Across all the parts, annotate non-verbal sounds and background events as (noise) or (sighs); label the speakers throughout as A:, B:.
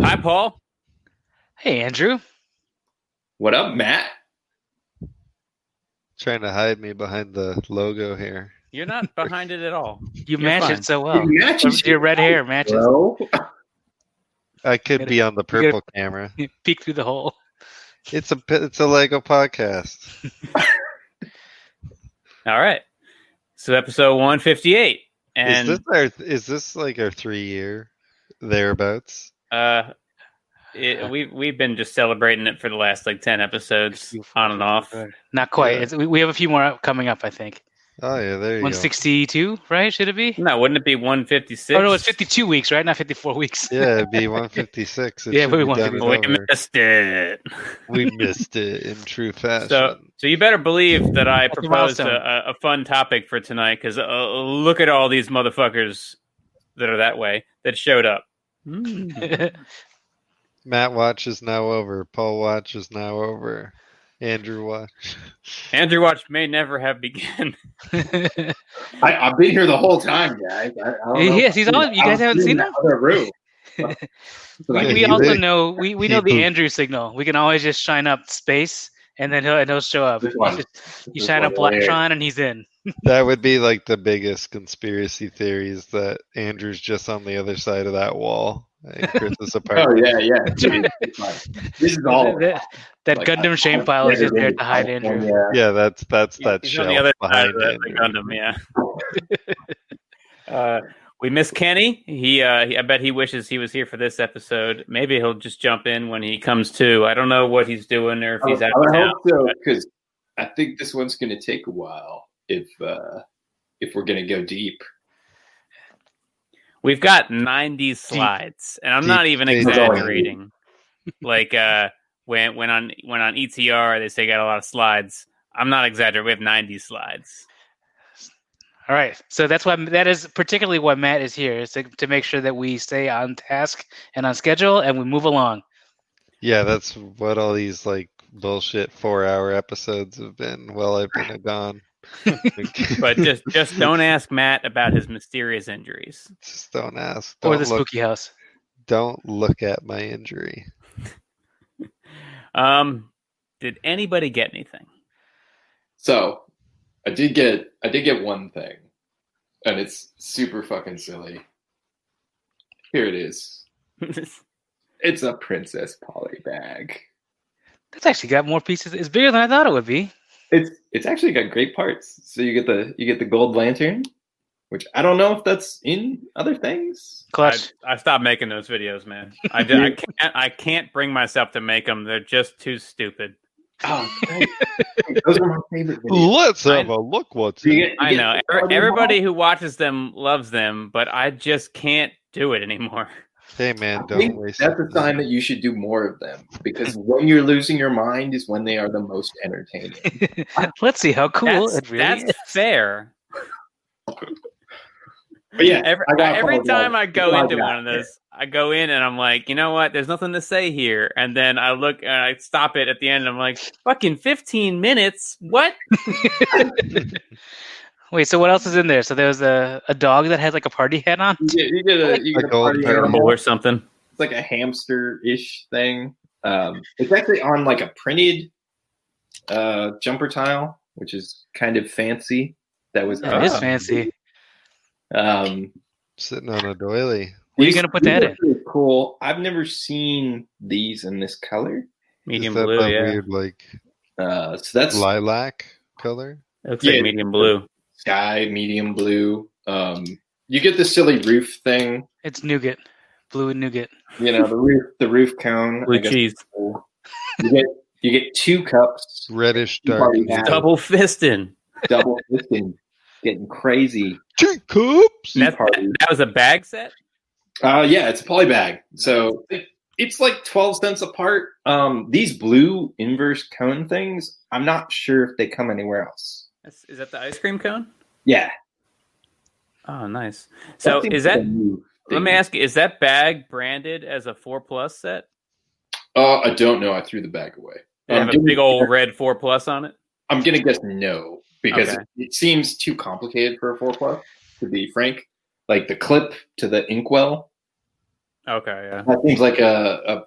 A: Hi, Paul.
B: Hey, Andrew.
C: What up, Matt?
D: Trying to hide me behind the logo here.
A: You're not behind it at all.
B: You
A: You're
B: match
A: fine.
B: it so well.
C: It matches
B: Your red hair matches.
C: bro.
D: I could
B: Get
D: be on the
B: get it.
D: purple camera.
B: Peek through the hole.
D: It's a pi- it's a Lego podcast.
A: All right. So episode 158,
D: Is
A: and
D: this our is this like our three year thereabouts?
A: uh, it, we we've been just celebrating it for the last like ten episodes, on and off.
B: Not quite.
D: Yeah.
B: It's- we- we have a few more up- coming up, I think.
D: Oh yeah, there you
B: One sixty-two, right? Should it be?
A: No, wouldn't it be 156?
B: Oh no, it's fifty-two weeks, right? Not fifty-four weeks.
D: go. Yeah, it'd be one fifty six.
B: Yeah, it'd be
A: We missed it.
D: We missed it in true
A: (laughs)
D: fashion.
A: So, so you better believe that I
B: That's a
A: proposed a,
B: milestone.
A: a, a fun topic for tonight because uh, look at all these motherfuckers that are that way that showed up.
B: (laughs)
D: Matt watch is now over. Paul watch is now over. Andrew watch.
A: Andrew Watch may never have begun.
B: He's
C: I, I've been here the whole time, guys. I, I don't know.
B: Yes, he's on. You
C: I
B: guys
C: was
B: haven't
C: in
B: seen
C: the
B: him.
C: Other room.
B: (laughs)
D: Yeah,
B: We, we
D: he
B: also
D: did.
B: know we, we
D: He
B: know the
D: pooped.
B: Andrew signal. We can always just shine up space, and then he'll and he'll show up.
C: This one.
B: You just- you
C: This
B: shine
C: one
B: up
C: right here.
B: electron, and he's in.
D: That would be like the biggest conspiracy theories that Andrew's just on the other side of that wall in Chris's
C: Oh
D: apartment.
B: (laughs)
C: yeah, yeah. Dude, it's fine. this is all
B: that that
C: Oh. like,
B: Gundam
C: I-
B: shame
C: I-
B: pile is just there to
C: yeah,
B: hide Andrew.
C: Yeah.
D: yeah. that's that's that
A: He's
D: shelf
A: on the other side of
D: behind
A: the, the Gundam,
D: Andrew.
A: yeah. (laughs) uh, we miss Kenny. He, uh, he- I bet he wishes he was here for this episode. Maybe he'll just jump in when he comes to. I don't know what he's doing or if he's
C: Uh, I,
A: out of
C: I
A: town.
C: hope so because I think this one's going to take a while if uh, if we're going to go deep.
A: We've got 90 slides, and I'm not
D: deep
A: even
D: space
A: exaggerating. like uh, when when on when on ETR they say got a lot of slides. I'm not exaggerating. We have 90 slides.
B: All right, so that's why that is particularly why Matt is here is to, to make sure that we stay on task and on schedule and we move along.
D: Yeah, that's what all these like bullshit four hour episodes have been while I've been gone.
A: (laughs)
D: (laughs)
A: But
C: (laughs)
A: just just don't ask Matt about his mysterious injuries.
D: Just don't ask.
B: or
D: Don't
B: the
D: look,
B: spooky house.
D: don't look at my injury.
A: Um, did anybody get anything?
C: So I did get I did get one thing, and it's super fucking silly. Here it is.
B: (laughs)
C: It's a Princess Polly bag.
B: That's actually got more pieces. It's bigger than I thought it would be.
C: It's it's actually got great parts. So you get the you get the gold lantern, which I don't know if that's in other things.
A: I,
B: Clutch.
A: I stopped making those videos, man.
C: (laughs)
A: I, did, I can't. I can't bring myself to make them. They're just too stupid.
C: Oh, (laughs) those are my favorite. Videos.
D: Let's
A: I-
D: have a look what's
C: You
D: in
C: get- you
A: I
C: get
A: know
C: the
A: Every,
C: Barbie
A: everybody who watches them loves them, but I just can't do it anymore.
D: Hey man,
C: I
D: don't
C: think
D: waste
C: that's
D: your
C: a sign
D: time.
C: that you should do more of them because when you're losing your mind is when they are the most entertaining.
B: (laughs) Let's see how (laughs) cool
A: that's,
B: it really is.
A: that's fair.
C: But yeah,
A: Every,
C: I gotta
A: every
C: apologize.
A: time I go
C: Why
A: into
C: not?
A: one of those, I go in and I'm like, you know what? There's nothing to say here. And then I look and I stop it at the end. And I'm like, fucking 15 minutes. What?
B: Wait, so what else is in there? So there's a, a dog that has like a party hat on.
C: you get, you get a, you
D: A
C: get a
D: gold
C: party
D: parrot.
C: animal.
A: Or something.
C: It's like a hamster-ish thing. Um, it's actually on like a printed uh, jumper tile, which is kind of fancy. That was
B: That is
A: Ah.
C: uh,
B: fancy.
C: Um,
D: sitting on a doily.
B: Where you gonna put
C: these
B: that
C: are
B: in?
C: pretty Cool. I've never seen these in this color.
A: Medium
D: Is that
A: blue.
D: that
A: Yeah.
D: weird like
C: Uh, so that's
D: lilac color?
A: It looks
C: Yeah.
A: like medium blue.
C: sky, medium blue. Um, you get the silly roof thing.
B: It's nougat, blue and nougat.
C: You know the roof, the roof cone. I
A: Blue
C: guess.
A: cheese.
C: You get you get two cups.
D: Reddish
C: You
D: dark.
C: already have
A: Double fisting.
C: double fisting, getting crazy.
D: Two cups.
C: Tea
A: That's-
C: party.
A: That was a bag set?
C: Uh, yeah, it's a poly bag. So it- it's like 12 cents apart. Um, these blue inverse cone things, I'm not sure if they come anywhere else.
A: That's, is that the ice cream cone?
C: Yeah.
A: Oh, nice. So
C: seems
A: is
C: like
A: that,
C: a new
A: let me
C: thing.
A: ask you, is that bag branded as a 4 plus set?
C: Uh, I don't know. I threw the bag away.
A: They have
C: Um,
A: a
C: give me-
A: big old red 4 plus on it?
C: I'm going to guess no because
A: Okay.
C: it, it seems too complicated for a four plus, to be frank. Like the clip to the inkwell
A: Okay, yeah.
C: That seems like a, a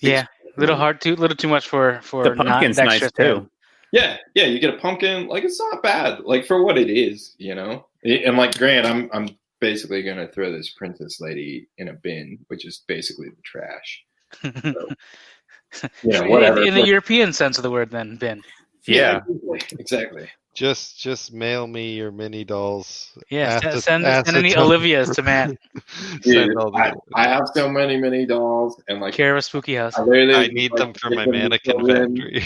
B: Yeah, a little hard, too little too much for for
A: The
B: not
A: pumpkin's
B: that
A: nice
B: shit,
A: too.
C: Yeah, yeah, you get a pumpkin. Like it's not bad. Like for what it is, you know. And like, Grant, I'm I'm basically gonna throw this princess lady in a bin, which is basically the (laughs) trash. You know, whatever.
B: In, in the
D: (laughs)
B: European sense of the word, then Ben.
A: Yeah.
C: exactly, (laughs) exactly.
D: Just just mail me your mini dolls.
B: Yeah,
D: Ask
B: send,
D: us-
B: send,
D: ask
B: send
D: us
B: any
D: something.
B: Olivia's
A: (laughs)
B: to (laughs) Matt.
D: Send
C: Dude,
D: all
C: I,
D: the-
C: I have so many mini dolls, and like,
B: Care of a spooky house.
C: I, literally
D: I need them for my mannequin factory.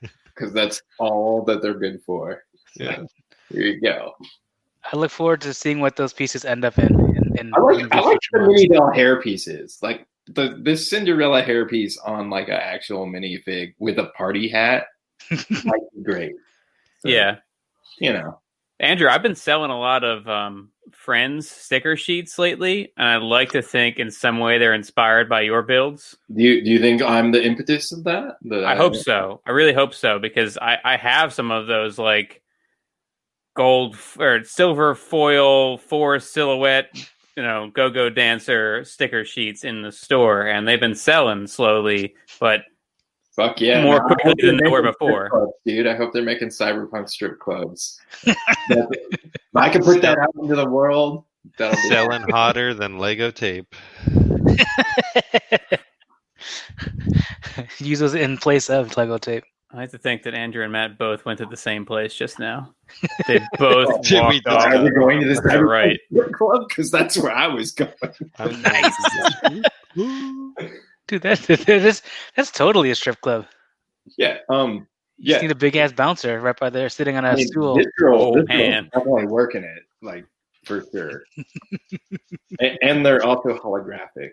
D: (laughs)
C: because that's all that they're good for. So,
D: Yeah.
C: Here you go.
B: I look forward to seeing what those pieces end up in. in, in
C: I like
B: in
C: I like
B: future
C: the
B: months.
C: mini doll hair pieces. Like the this Cinderella hair piece on like an actual minifig with a
A: (laughs)
C: party hat. might be great. So,
A: Yeah.
C: You know.
A: Andrew, I've been selling a lot of um, friends sticker sheets lately, and I'd like to think in some way they're inspired by your builds.
C: Do you do you think I'm the impetus of that? uh, That
A: I hope so. I really hope so because I, I have some of those like gold f- or silver foil four silhouette, you know, go go dancer sticker sheets in the store, and they've been selling slowly, but
C: Fuck yeah.
A: More
C: man. I hope
A: quickly than
C: they're
A: they were
C: making strip
A: before.
C: clubs, dude, I hope they're making cyberpunk
A: (laughs)
C: strip clubs. That's it. if I can put that out into the world, that'll be
D: Selling hotter than Lego tape.
B: Use those in place of Lego tape.
A: I like to think that Andrew and Matt both went to the same place just now. They both walked
D: Did we
A: off.
D: just-
C: Are we going to this
A: That's right.
C: strip club? Because that's where I was going. (laughs)
B: (laughs)
D: I'm-
B: Dude, that, (laughs) that's, that's totally a strip club.
C: Yeah. Um.
B: You
C: Yeah.
B: just need a big ass bouncer right by there sitting on a
C: I mean,
B: stool.
C: This girl,
A: Oh,
C: this girl's
A: man.
C: definitely working it, like for
A: (laughs)
C: sure. and, and they're also holographic,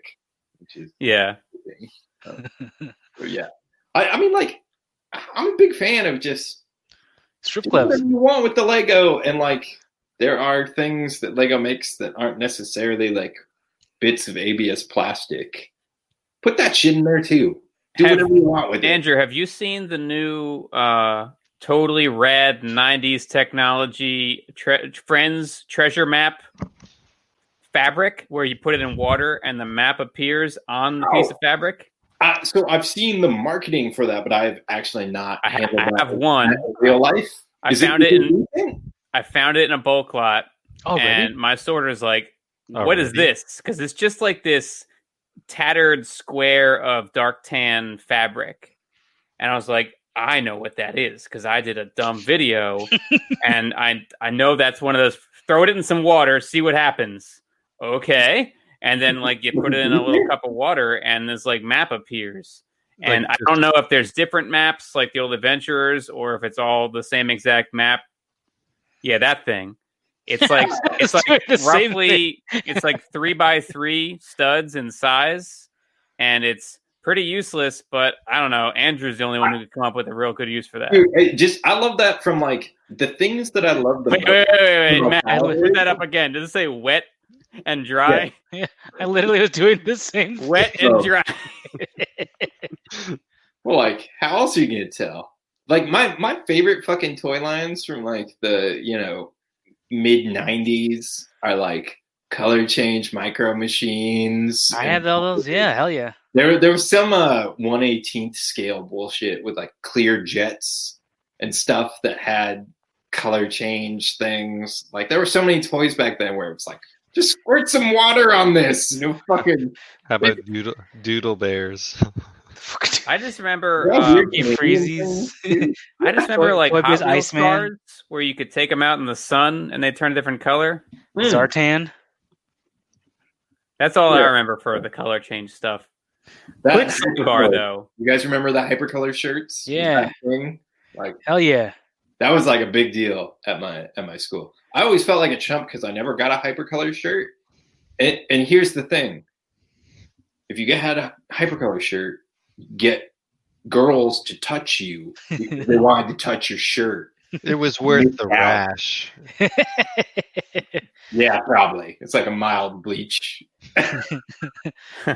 C: which is
A: Yeah.
C: so yeah. I, I mean, like, I'm a big fan of just
B: Strip
C: do whatever
B: clubs.
C: you want with the Lego, and like, there are things that Lego makes that aren't necessarily like bits of ABS plastic. Put that shit in there too. Do
A: Have-
C: whatever you want with it.
A: Andrew, have you seen the new uh totally rad 90s technology tre- friends treasure map fabric where you put it in water and the map appears on the piece
C: Oh.
A: of fabric?
C: I, so I've seen the marketing for that, but I've actually not.
A: I, ha-
C: handled
A: I
C: that
A: have one.
C: in real life.
A: I
C: Is
A: found it in
C: in.
A: I found it in a bulk lot
B: Oh, really? (laughs)
A: and my sorter's like what is
D: Already?
A: this? Cuz it's just like this tattered square of dark tan fabric. And I was like, I know what that is cuz I did a dumb
D: (laughs)
A: video and I I know that's one of those throw it in some water, see what happens. Okay. And then like you put it in a little cup of water and this like map appears. And
D: Like,
A: I don't know if there's different maps like the old adventurers or if it's all the same exact map. Yeah, that thing. It's
B: (laughs)
A: like it's like
B: Sorry, the same
A: roughly it's like three by three studs in size, and it's pretty useless. But I don't know. Andrew's the only one who could come up with a real good use for that. Wait,
C: Dude, it just I love that from like the things that I love the
A: wait,
C: most.
A: wait, wait,
C: Bro,
A: wait, Matt,
C: Tyler.
A: put that up again. Does it say wet and dry?
B: I literally was doing the same. thing.
A: Wet
C: Bro.
A: and dry.
C: Well, like how else are you gonna tell? Like my my favorite fucking toy lines from like the you know mid '90s are like color change micro machines.
B: I
C: and-
B: had all those. Yeah, hell yeah. (laughs)
C: There, there was some uh, 118th scale bullshit with like clear jets and stuff that had color change things. Like there were so many toys back then where it was like, just squirt some water on this. You know, fucking
D: How about doodle, doodle bears? (laughs)
A: I just remember.
C: That
A: Um,
C: weird
B: He
C: Canadian
B: freezes.
C: thing.
A: I just remember like
B: Toy Biz
A: Hot Wheels
B: Iceman.
A: cars where you could take them out in the sun and they turn a different color.
B: Zartan.
A: That's all I
C: Yeah.
A: remember for the color change stuff.
C: That
A: Quick
C: hypercolor-
A: bar though.
C: You guys remember the hypercolor shirts?
B: Yeah.
C: That thing?
B: Hell yeah. (laughs)
C: That was like a big deal at my at my school. I always felt like a chump because I never got a hypercolor shirt. And, and here's the thing: if you get- had a hypercolor shirt, get girls to
A: (laughs)
C: touch you. because they wanted to touch your shirt.
D: It was worth the
C: Yeah.
D: rash.
C: Yeah, probably. It's like a mild bleach.
A: There's
B: Yeah, I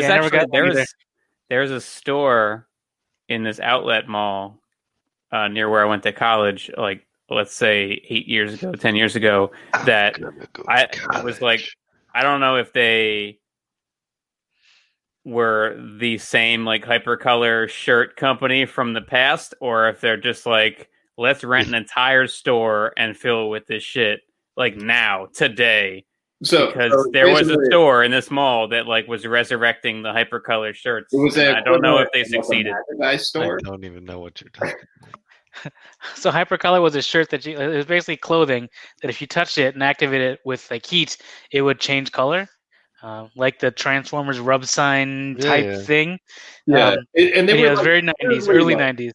B: never
A: actually
B: got one either.
A: there's there's a store in this outlet mall uh, near where I went to college, like let's say eight years ago, ten years ago, that
D: Gonna go to
A: I- it was like-
D: college.
A: I don't know if they were the same like hypercolor shirt company from the past, or if they're just like, let's rent an entire store and fill it with this shit like now, today.
C: So
A: Because
C: so
A: there was a
C: Oh, basically,
A: store in this mall that like was resurrecting the hypercolor shirts.
C: It was
A: and
C: an
A: I don't know if they
C: equivalent of a
A: succeeded.
C: merchandise store.
D: I don't even know what you're talking about.
B: So hypercolor was a shirt that you, it was basically clothing that if you touched it and activated it with like heat, it would change color, uh, like the Transformers rub sign
D: Yeah,
B: type
D: yeah.
B: thing.
C: Yeah,
B: Um,
C: and, and
B: But yeah,
C: they
B: it
C: were
B: was
C: like
B: very nineties,
C: really
B: early
C: like-
B: nineties.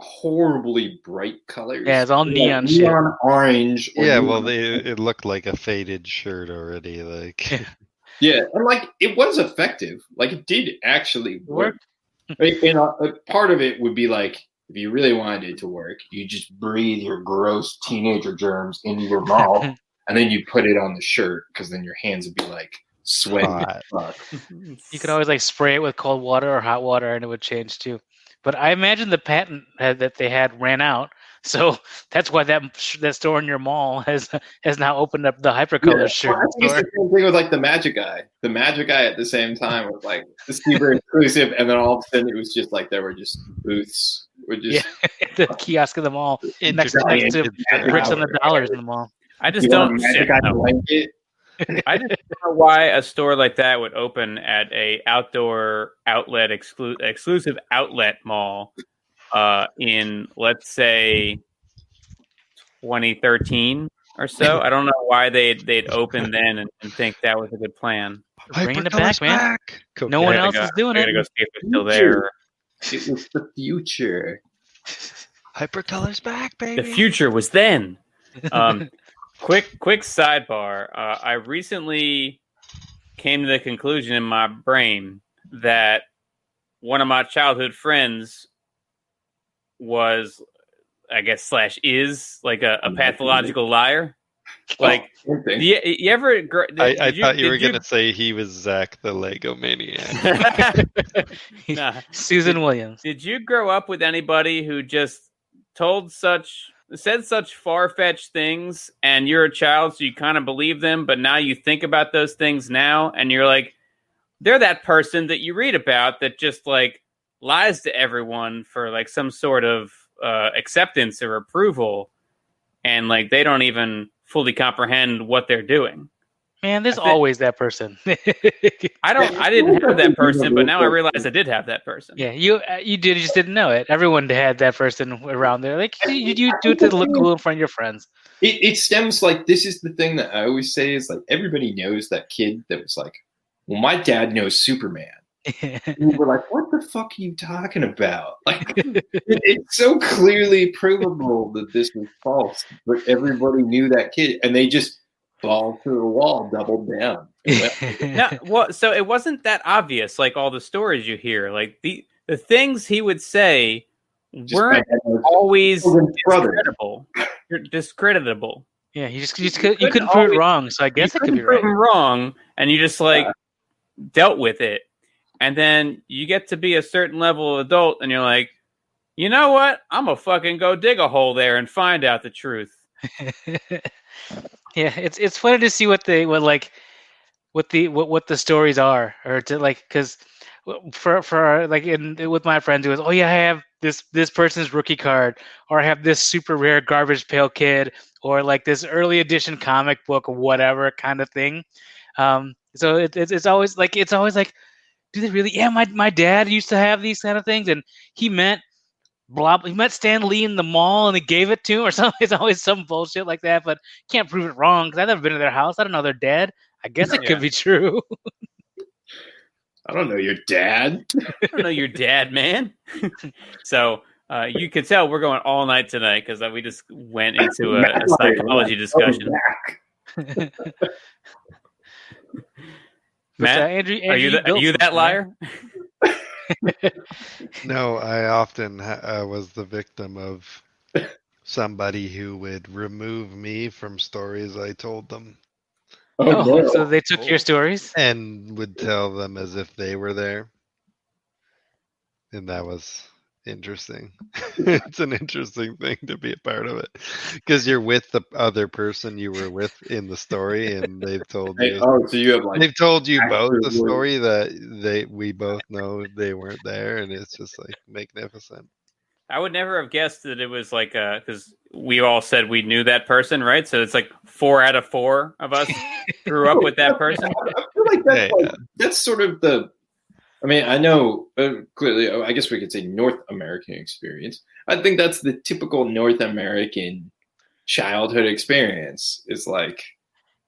C: horribly bright colors.
B: Yeah, it's all
C: Like
B: neon shit.
C: neon orange. or
D: Yeah,
C: neon-
D: well, they, uh, it looked like a faded shirt already. (laughs) Like,
C: yeah, and like it was effective. Like it did actually work.
B: (laughs)
C: I mean, and a, a part of it would be like if you really wanted it to work, you just breathe your gross teenager germs into your mouth,
B: (laughs)
C: and then you put it on the shirt because then your hands would be like sweating. as
D: hot.
C: fuck.
B: You could always like spray it with cold water or hot water, and it would change too. But I imagine the patent had, that they had ran out, (laughs) so that's why that sh- that store in your mall (laughs) has has now opened up the hypercolor
C: Yeah,
B: shirt
C: well, I think
B: (laughs)
C: it's
B: store.
C: the same thing with like the magic eye. The magic eye at the same time was like super inclusive, and then all of a sudden it was just like there were just booths. Were just
B: the kiosk in the mall, next, to- next to
C: Magic
B: bricks on
C: Hour.
B: the dollars in the mall.
A: I just
C: You want a
A: don't
C: magic
A: shit,
C: eye
A: no.
C: blanket?
A: I just don't know why a store like that would open at a outdoor outlet exclu- exclusive outlet mall uh, in let's say 2013 or
C: (laughs)
A: so. I don't know why they would they'd open then and, and think that was a good plan.
B: Bringing it back, man. No one
A: I gotta
B: else
A: go-
B: is doing
A: I gotta
B: it.
A: go see if it's still there.
C: It was the future.
D: Hypercolor's back, baby.
A: The future was then. Um, quick, quick sidebar. Uh, I recently came to the conclusion in my brain that one of my childhood friends was, I guess, slash is like a,
D: Mm-hmm.
A: a pathological liar. Like,
C: Same thing.
A: you, you ever? gr-
D: I,
A: did
D: I thought you
A: did
D: were gonna say he was Zach the Lego Maniac.
A: (laughs)
B: (laughs)
A: Um, Nah.
B: Susan Williams.
A: Did you grow up with anybody who just told such said such far fetched things and you're a child so you kind of believe them, but now you think about those things now and you're like they're that person that you read about that just like lies to everyone for like some sort of uh, acceptance or approval and like they don't even fully comprehend what they're doing.
B: Man, there's
A: I think-
B: always that person. (laughs)
A: I don't I didn't have that person, but now I realize I did have that person.
B: yeah, you uh, you did you just didn't know it. Everyone had that person around there. Like you, you do it to look cool in front of your friends. (laughs)
C: It, it stems like this is the thing that I always say is like everybody knows that kid that was like, well, my dad knows Superman. And we're like, what the fuck are you talking about? (laughs) Like, it, it's so clearly provable that this was false, but everybody knew that kid, and they just balled through the wall, doubled
A: (laughs)
C: down.
B: (laughs)
A: no, well, so it wasn't that obvious. Like all the stories you hear, like the the things he would say
C: Just
A: weren't
C: like that was
A: always
C: Children's brother.
A: discreditable. You're discreditable.
B: yeah, you just you, just, could- you
A: couldn't
B: couldn't prove it
A: always-
B: wrong, so I guess
A: you
B: it could be
A: couldn't prove
B: right.
A: him wrong, and you just like dealt with it, and then you get to be a certain level of adult, and you're like, you know what? I'm gonna fucking go dig a hole there and find out the truth.
B: (laughs) yeah, it's it's funny to see what they what like what the what what the stories are or to like because for for like in with my friends it was oh yeah I have this this person's rookie card or I have this super rare garbage pail kid or like this early edition comic book whatever kind of thing. Um, so it, it's it's always like it's always like do they really? Yeah, my my dad used to have these kind of things and he meant. Blah, he met Stan Lee in the mall and he gave it to him (laughs) or something. It's always some bullshit like that, but can't prove it wrong because I've never been to their house. I don't know they're dead. I guess it
A: Yeah.
B: could be true. (laughs)
C: I don't know your dad.
A: I don't know your dad, man. (laughs) so. Uh, you could tell we're going all night tonight because we just went into a, a psychology
C: Oh,
A: discussion.
B: But,
A: Matt,
B: uh, Andrew,
A: Are
B: Andrew,
A: you, the, are
B: built
A: you
B: something,
A: that liar?
D: No, I often ha- uh, was the victim of somebody who would remove me from stories I told them
C: Oh,
B: right? Oh,
C: no.
B: so they took your stories.
D: and would tell them as if they were there. And that was interesting. (laughs) it's an interesting thing to be a part of it because you're with the other person you were with in the story, and they've told
C: Hey,
D: you.
C: oh, so you have like
D: They've told you both the
C: actually-
D: story that they we both know they weren't there, and it's just like magnificent.
A: I would never have guessed that it was like uh because we all said we knew that person, right? So it's like four out of four of us grew up with that person.
C: I feel like that's,
D: Yeah,
C: like- that's sort of the. I mean, I know uh, clearly. I guess we could say North American experience. I think that's the typical North American childhood experience. It's like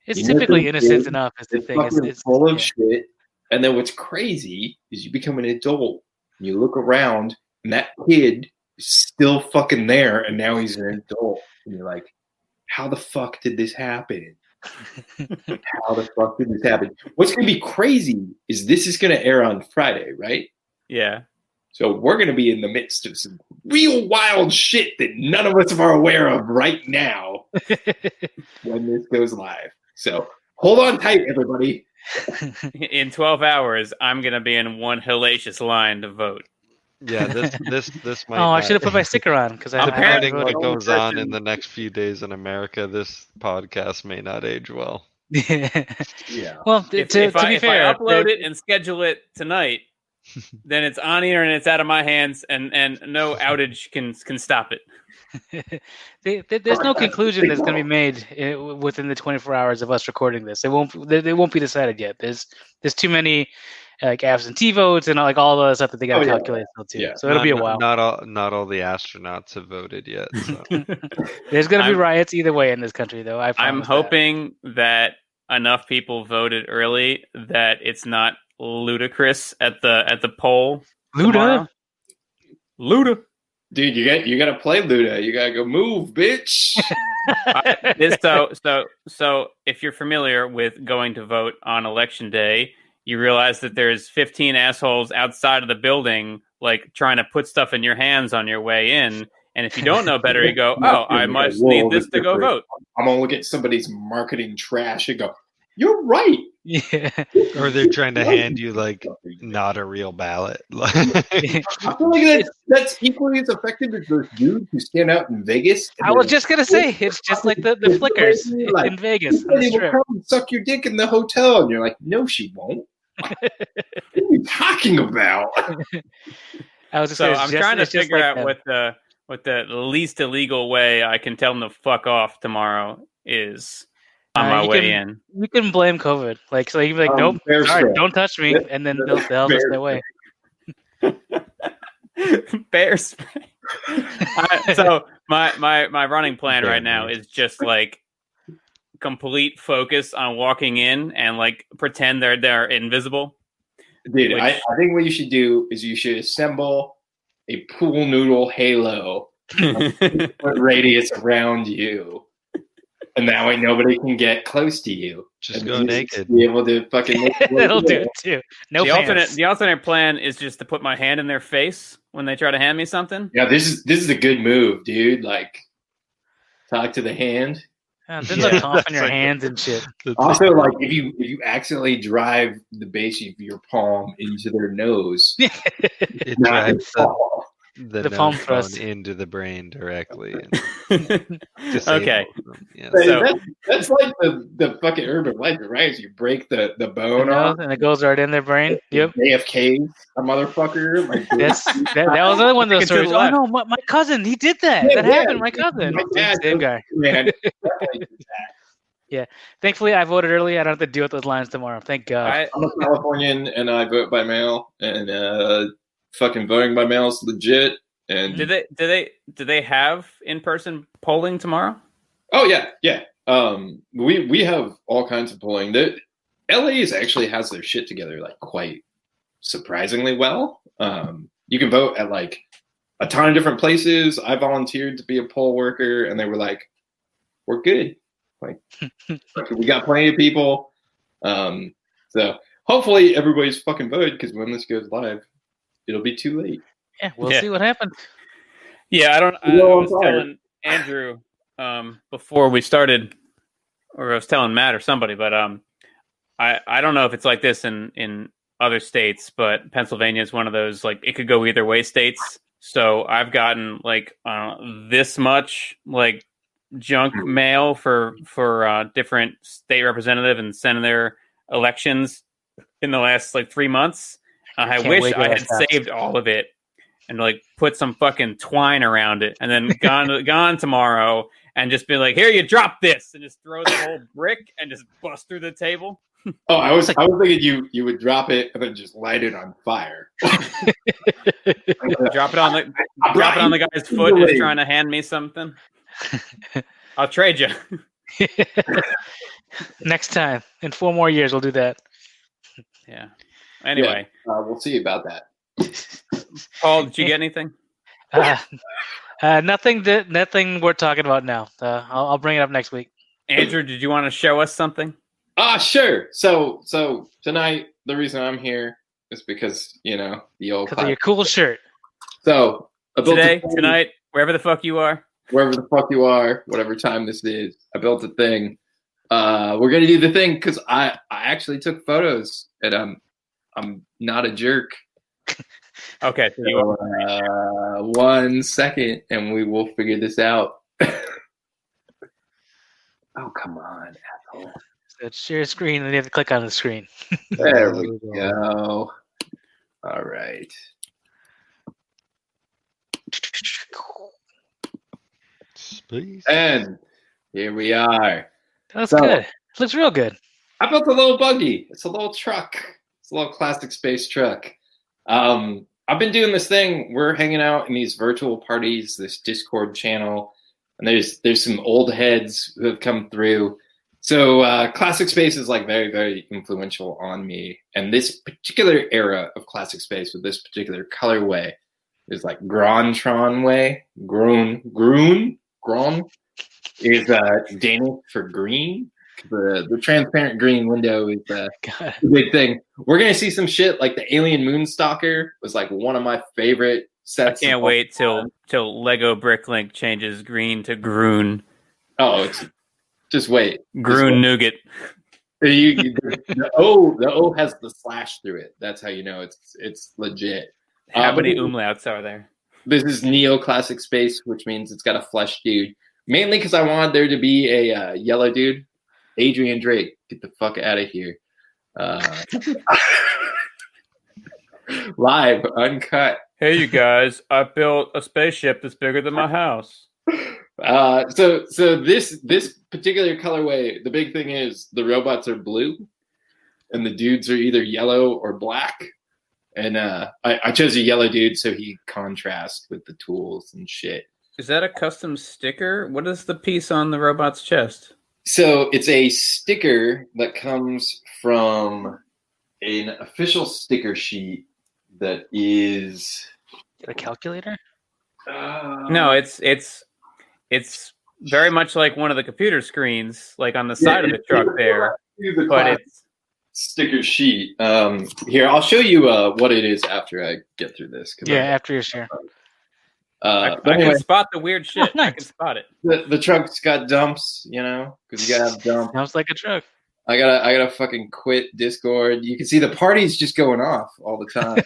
B: It's
C: You know
B: typically
C: the
B: innocent
C: thing-
B: enough. Is the
C: it's
B: thing. It's,
C: fucking
B: it's (laughs)
C: full of
B: yeah.
C: shit. And then what's crazy is you become an adult. And you look around, and that kid is still fucking there, and now he's an adult. And you're like, how the fuck did
B: (laughs)
C: this happen? how the fuck did this happen? What's gonna be crazy is this is gonna air on Friday, right?
A: Yeah. (laughs)
C: So we're going to be in the midst of some real wild shit that none of us are aware of right
B: (laughs)
C: now when this goes live. So hold on tight, everybody.
A: In twelve hours, I'm gonna be in one hellacious line to vote.
D: Yeah, this this this might.
B: (laughs) oh, I
D: not-
B: should have put my
D: (laughs)
B: sticker on because I, I
A: Apparently-
D: Depending
B: wrote
D: what
B: it.
C: Well,
D: goes on
C: listen.
D: in the next few days in America, this podcast may not age well.
B: Yeah.
C: Yeah.
B: (laughs) well, to,
A: If,
B: to
A: if, I,
B: be
A: if
B: fair,
A: I upload
B: the-
A: it and schedule it
B: (laughs)
A: tonight, then it's on here and it's out of my hands, and and no outage can can stop it.
B: They- they- there's no
C: Alright,
B: conclusion that's going to be
C: well.
B: made uh, w- within the 24 hours of us recording this. It won't. They, they won't be decided yet. There's there's too many eh, like absentee votes and like all the other stuff that they got
C: Oh,
B: to
C: yeah.
B: calculate still too.
C: Yeah.
B: So it'll
D: not,
B: be a while.
D: Not all not all the astronauts have voted yet.
B: (laughs)
D: So. (laughs)
B: There's going to be
A: I'm-
B: riots either way in this country, though. I
A: I'm
B: promise that.
A: hoping that. enough people voted early that it's not ludicrous at the at the poll.
B: Luda. (laughs)
A: tomorrow. Luda.
C: Dude, you got you got to play Luda. You got to go move, (laughs) bitch.
A: This,
B: (laughs)
A: so so so if you're familiar with going to vote on election day, you realize that there's 15 assholes outside of the building like trying to put stuff in your hands on your way in. And if you don't know better, you
B: (laughs)
A: go, "Oh, I must need this to go vote."
C: I'm going to look at somebody's marketing trash and go, you're right.
B: yeah.
D: or they're trying to hand you like not a real ballot. (laughs) Like,
C: I feel like that's, that's equally as effective as those dudes who stand out in Vegas. and
B: I was
C: they're-
B: just gonna say it's just like the, the flickers in Vegas. on the
C: Somebody will
B: strip.
C: come and suck your dick in the hotel, and you're like, no, she
D: (laughs)
C: won't. what are you talking about?
B: I was just
A: So
B: gonna-
A: I'm
B: just-
A: trying to
B: it's just
A: figure
B: like
A: out
B: that.
A: what the what the least illegal way I can tell them to fuck off tomorrow is on
B: Uh,
A: my
B: you
A: way
B: can-
A: in.
B: you can blame COVID. Like so, you can be like,
C: Um,
B: nope,
C: fair
B: sorry,
C: share.
B: don't touch me, and then they'll they'll just stay away. (laughs)
A: bear spray. (laughs) I, so my my my running plan
D: Bear
A: right now
D: meat.
A: is just like complete focus on walking in and like pretend they're they're
B: (laughs)
A: invisible.
C: Dude, I,
A: Which-
C: I think what you should do is you should assemble a pool noodle halo
A: That's
C: with radius around you. And that way nobody can get close to you.
D: just
C: And
D: go
C: you
D: naked.
C: (laughs) Be able to fucking make
B: (laughs) That'll do it too. No
A: the alternate
B: pants.
A: the alternate plan is just to put my hand in their face when they try to hand me
C: (laughs)
A: something.
C: Yeah, this is this is a good move, dude. Like talk to the hand.
B: Uh, There's no
D: Yeah,
B: cough in
D: that's
B: your
D: like-
B: hands and shit.
D: That's
C: Also, like if you if you accidentally drive the base of your palm into their nose,
D: like, it
C: not their
D: drives the,
C: paw.
D: the,
B: The palm
D: palm
B: thrust.
D: into the brain directly. and
B: (laughs)
D: disables
A: okay.
D: them. Yeah.
C: Hey,
A: So-
C: that- that's like the, the fucking urban legend, right? Is you break the, the
B: You
C: bone
B: know,
C: off.
B: and it goes right in their brain. Yep.
C: AFK, a motherfucker. Like, (laughs)
B: That's that, that was another one of
A: Take
B: those
A: it to the
B: stories. Oh
A: left.
B: no, my, my cousin, he did that.
C: Yeah,
B: that
C: yeah.
B: happened. My cousin,
C: My dad
B: same
C: did.
B: guy.
C: man.
B: Thankfully, I voted early. I don't have to deal with those lines tomorrow. Thank God.
A: I,
C: I'm a Californian and I vote by mail, and uh, fucking voting by mail is legit. And
A: do they do they do they have in person polling tomorrow?
C: Oh yeah, yeah. Um, we we have all kinds of polling. The LA's actually has their shit together like quite surprisingly well. Um, you can vote at like a ton of different places. I volunteered to be a poll worker, and they were like, "We're good.
A: (laughs)
C: Like, fuck it, we got plenty of people." Um, so hopefully everybody's fucking voted because when this goes live, it'll be too late.
B: yeah, we'll
A: yeah.
B: see what happens.
A: Yeah, I don't. I,
C: Well,
A: I
C: I'm
A: was
C: sorry.
A: telling Andrew um, before we started, or I was telling Matt or somebody, but um, I I don't know if it's like this in in other states, but Pennsylvania is one of those like it could go either way states So I've gotten like uh, this much like junk
B: Hmm.
A: mail for for uh, different state representative and senator elections in the last like three months. Uh, I
B: can't
A: wish I
B: wait till
A: had
B: that's passed.
A: saved all of it and like put some fucking twine around it,
B: (laughs)
A: and then gone gone tomorrow and just be like, "Here, you drop this," and just throw the whole brick and just bust through the table.
C: Oh, I was I was thinking you you would drop it and then just light it on fire.
A: Drop it on the drop it on the guy's foot. Just trying to hand me something. I'll trade you.
B: Next time, in four more years, we'll do that.
A: (laughs) Yeah. Anyway,
C: Uh, we'll see about that.
A: Paul, did you get anything?
B: Uh, (laughs) uh, nothing that nothing worth talking about now. Uh, I'll, I'll bring it up next week.
A: Andrew, did you want to show us something?
C: Ah, sure. So so tonight the reason I'm here is because you know the old.
B: Because of your cool shirt.
C: So I built a
A: Today,
C: thing,
A: tonight, wherever the fuck you are.
C: wherever the fuck you are, whatever time this is, I built a thing. Uh, we're gonna do the thing because I I actually took photos and I'm I'm not a jerk.
A: Okay. so you-
C: So, uh, one second and we will figure this out. (laughs) oh come on, asshole!
B: So it's your screen, and then you have to click on the screen.
C: There
D: Yeah,
C: we go. All right.
D: Space.
C: And here we are.
B: That's
C: So-
B: good. Looks real good.
C: I built a little buggy. It's a little truck. It's a little classic space truck. Um, I've been doing this thing. We're hanging out in these virtual parties, this Discord channel, and there's there's some old heads who have come through. So uh, classic space is like very very influential on me, and this particular era of classic space with this particular colorway is like Grontron way, Groen Groen Gron is uh, Danish for green the the transparent green window is uh, the
B: God.
C: big thing. We're gonna see some shit like the Alien Moonstalker was like one of my favorite
A: I
C: sets.
A: can't
C: of-
A: wait till till Lego Bricklink changes green to Groon
C: Oh, it's just wait.
A: Groon nougat.
C: You, you- the, the O the O has the slash through it. That's how you know it's it's legit.
A: How
C: Uh,
A: many
C: but-
A: umlauts are there?
C: This is neoclassic space, which means it's got a flesh dude. Mainly because I wanted there to be a uh, yellow dude, Adrian Drake. Get the fuck out of here. Uh, (laughs) live, uncut.
A: Hey, you guys! I built a spaceship that's bigger than my house.
C: Uh, so so this this particular colorway, the big thing is the robots are blue, and the dudes are either yellow or black. And uh, I, I chose a yellow dude so he contrasts with the tools and shit.
A: Is that a custom sticker? What is the piece on the robot's chest?
C: So it's a sticker that comes from an official sticker sheet that is.
B: A calculator?
C: Uh,
A: No, it's it's it's very much like one of the computer screens, like on the side of the truck there. But it's
C: sticker sheet. Um, here, I'll show you uh, what it is after I get through this. 'cause I-
B: Yeah, after your share.
A: I,
C: Uh,
A: I
C: but anyway,
A: can spot the weird shit. I can
B: nice.
A: spot it.
C: the, the truck's got dumps, you know, because you gotta have dumps.
B: (laughs) Sounds like a truck.
C: I gotta, I gotta fucking quit Discord. You can see the party's just going off all the
B: (laughs)
C: time.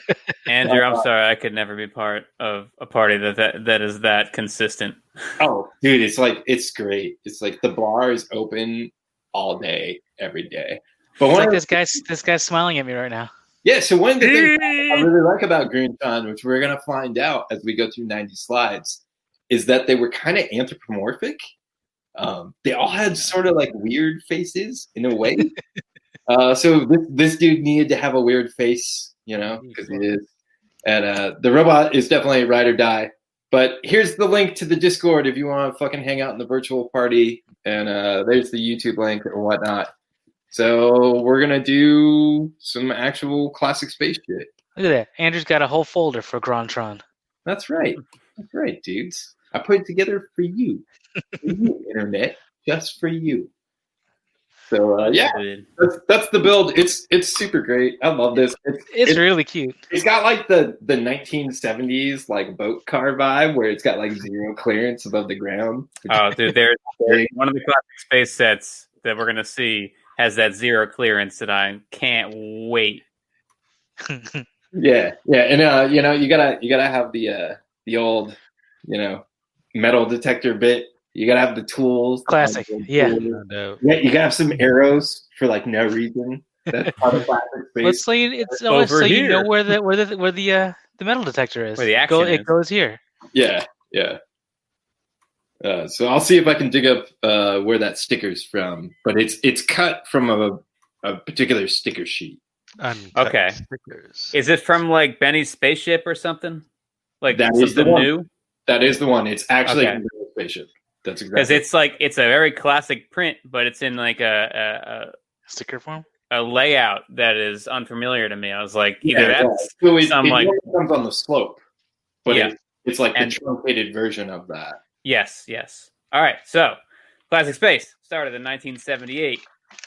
A: Andrew,
C: Uh,
A: I'm sorry, I could never be part of a party that that, that is that consistent.
C: oh, dude, it's like it's great. It's like the bar is open all day, every day. But
B: It's
C: one,
B: like
C: of the-
B: this guy's this guy's smiling at me right now.
C: yeah. So one of the things I really like about Greenton, which we're gonna find out as we go through 90 slides, is that they were kind of anthropomorphic. Um, they all had sort of like weird faces in a way. uh, so this, this dude needed to have a weird face, you know, because he is. And uh, the robot is definitely ride or die. But here's the link to the Discord if you want to fucking hang out in the virtual party. And uh, there's the YouTube link or whatnot. So we're gonna do some actual classic space shit.
B: Look at that. Andrew's got a whole folder for Grontron.
C: That's
B: Hmm.
C: right. That's right, dudes. I put it together for you, for
B: (laughs)
C: you internet, just for you. So uh, yeah, that's, that's the build. It's it's super great. I love this. It's,
B: It's
C: it's,
B: really cute. (laughs)
C: it's got like the the 1970s like boat car vibe where it's got like zero clearance above the ground.
A: Oh, dude, there's
C: Very-
A: one of the classic space sets that we're gonna see has that zero clearance that I can't wait.
C: Yeah, yeah, and uh, you know you gotta you gotta have the uh, the old, you know, metal detector bit. You gotta have the tools.
B: Classic, yeah.
E: No.
C: Yeah, you gotta have some arrows for like no reason.
A: (laughs)
C: That's part of classic
B: Well,
C: space.
B: it's so you, it's always
A: Over
B: so you know
A: here.
B: where the where the where the uh, the metal detector is.
A: Where the
B: It go-
A: action
B: it
A: is.
B: goes here.
C: Yeah, yeah. Uh, so I'll see if I can dig up uh, where that sticker's from, but it's it's cut from a, a particular sticker sheet.
E: Uncut
A: Okay.
E: Stickers.
A: Is it from like Benny's spaceship or something? Like
C: That is the
A: something
C: one.
A: new?
C: That is the one. It's actually
A: Okay.
C: from the spaceship. That's
A: Because
C: exactly.
A: it's like it's a very classic print, but it's in like a
B: Sticker form.
A: a, a, a layout that is unfamiliar to me. I was like,
C: Yeah,
A: either
C: yeah.
A: that's
C: so it,
A: some,
C: it
A: like-
C: normally comes on the slope, but
A: Yeah.
C: it, it's like
A: And-
C: the truncated version of that.
A: Yes, yes. All right. So, Classic Space started in 1978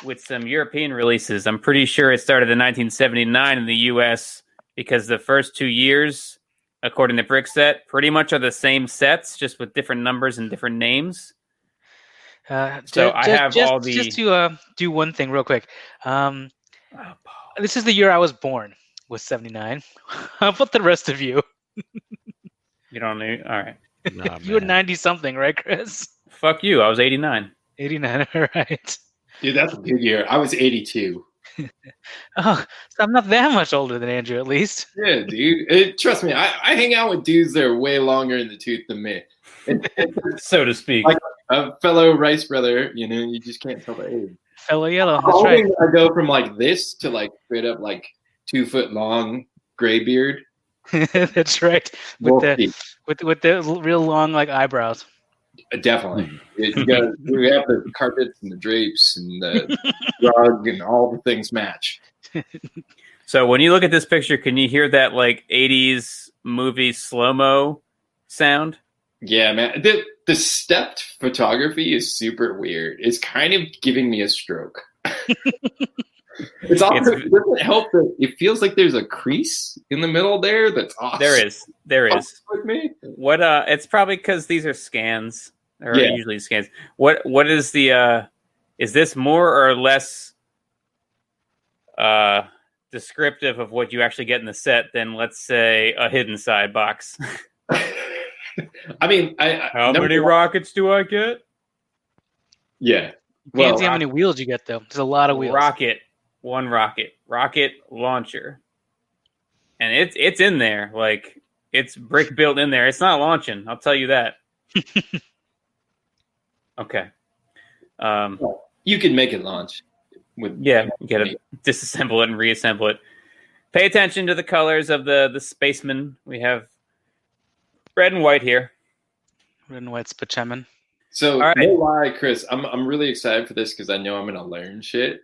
A: with some European releases. I'm pretty sure it started in 1979 in the US because the first two years, according to Brickset, pretty much are the same sets, just with different numbers and different names.
B: Uh,
A: So
B: ju-
A: I
B: ju-
A: have
B: just,
A: all the-
B: just to uh, do one thing real quick. Um, this is the year I was born. Was seventy nine. (laughs) How about the rest of you?
A: You don't know. All right.
C: Oh,
E: Nah,
B: you were
E: man.
B: ninety something, right, Chris? (laughs)
A: Fuck you. I was 89.
B: Eighty nine. All (laughs) right.
C: Dude, that's a good year. I was 82.
B: Oh, so I'm not that much older than Andrew, at least.
C: Yeah, dude. It, trust me, I, I hang out with dudes that are way longer in the tooth than me.
A: So to speak.
C: Like- A fellow rice brother, you know, you just can't tell the age.
B: Fellow yellow.
C: How
B: That's right.
C: old I go from like this to like straight up like two foot long gray beard.
B: (laughs) that's right.
C: We'll
B: With the
C: see.
B: with with the l- real long like eyebrows.
C: Uh, Definitely. You, gotta, you have the carpets and the drapes and the rug and all the things match.
A: so when you look at this picture, can you hear that like 80s movie slow mo sound?
C: Yeah, man. The, the stepped photography is super weird. It's kind of giving me a stroke. it's also,
A: It's-
C: it doesn't help that it feels like there's a crease in the middle there that's awesome.
A: There
C: (laughs)
A: is. There is.
C: With me.
A: What uh it's probably because these are scans. Or
C: Yeah.
A: usually scans. What what is the uh is this more or less uh descriptive of what you actually get in the set than let's say a hidden side box?
C: (laughs) I mean, I, I-
A: How
C: number
A: many
C: one-
A: rockets do I get?
C: Yeah.
B: You
C: Well,
B: can't see how many wheels you get though. There's a lot of wheels.
A: Rocket. One rocket. Rocket launcher. And it's it's in there. Like it's brick built in there. It's not launching, I'll tell you (laughs) that. okay. Um
C: you can make it launch with
A: Yeah, you gotta disassemble it and reassemble it. Pay attention to the colors of the the spaceman. We have red and white here.
B: Red and white Spachemin.
C: So
A: All right.
C: no lie, Chris. I'm I'm really excited for this because I know I'm gonna learn shit.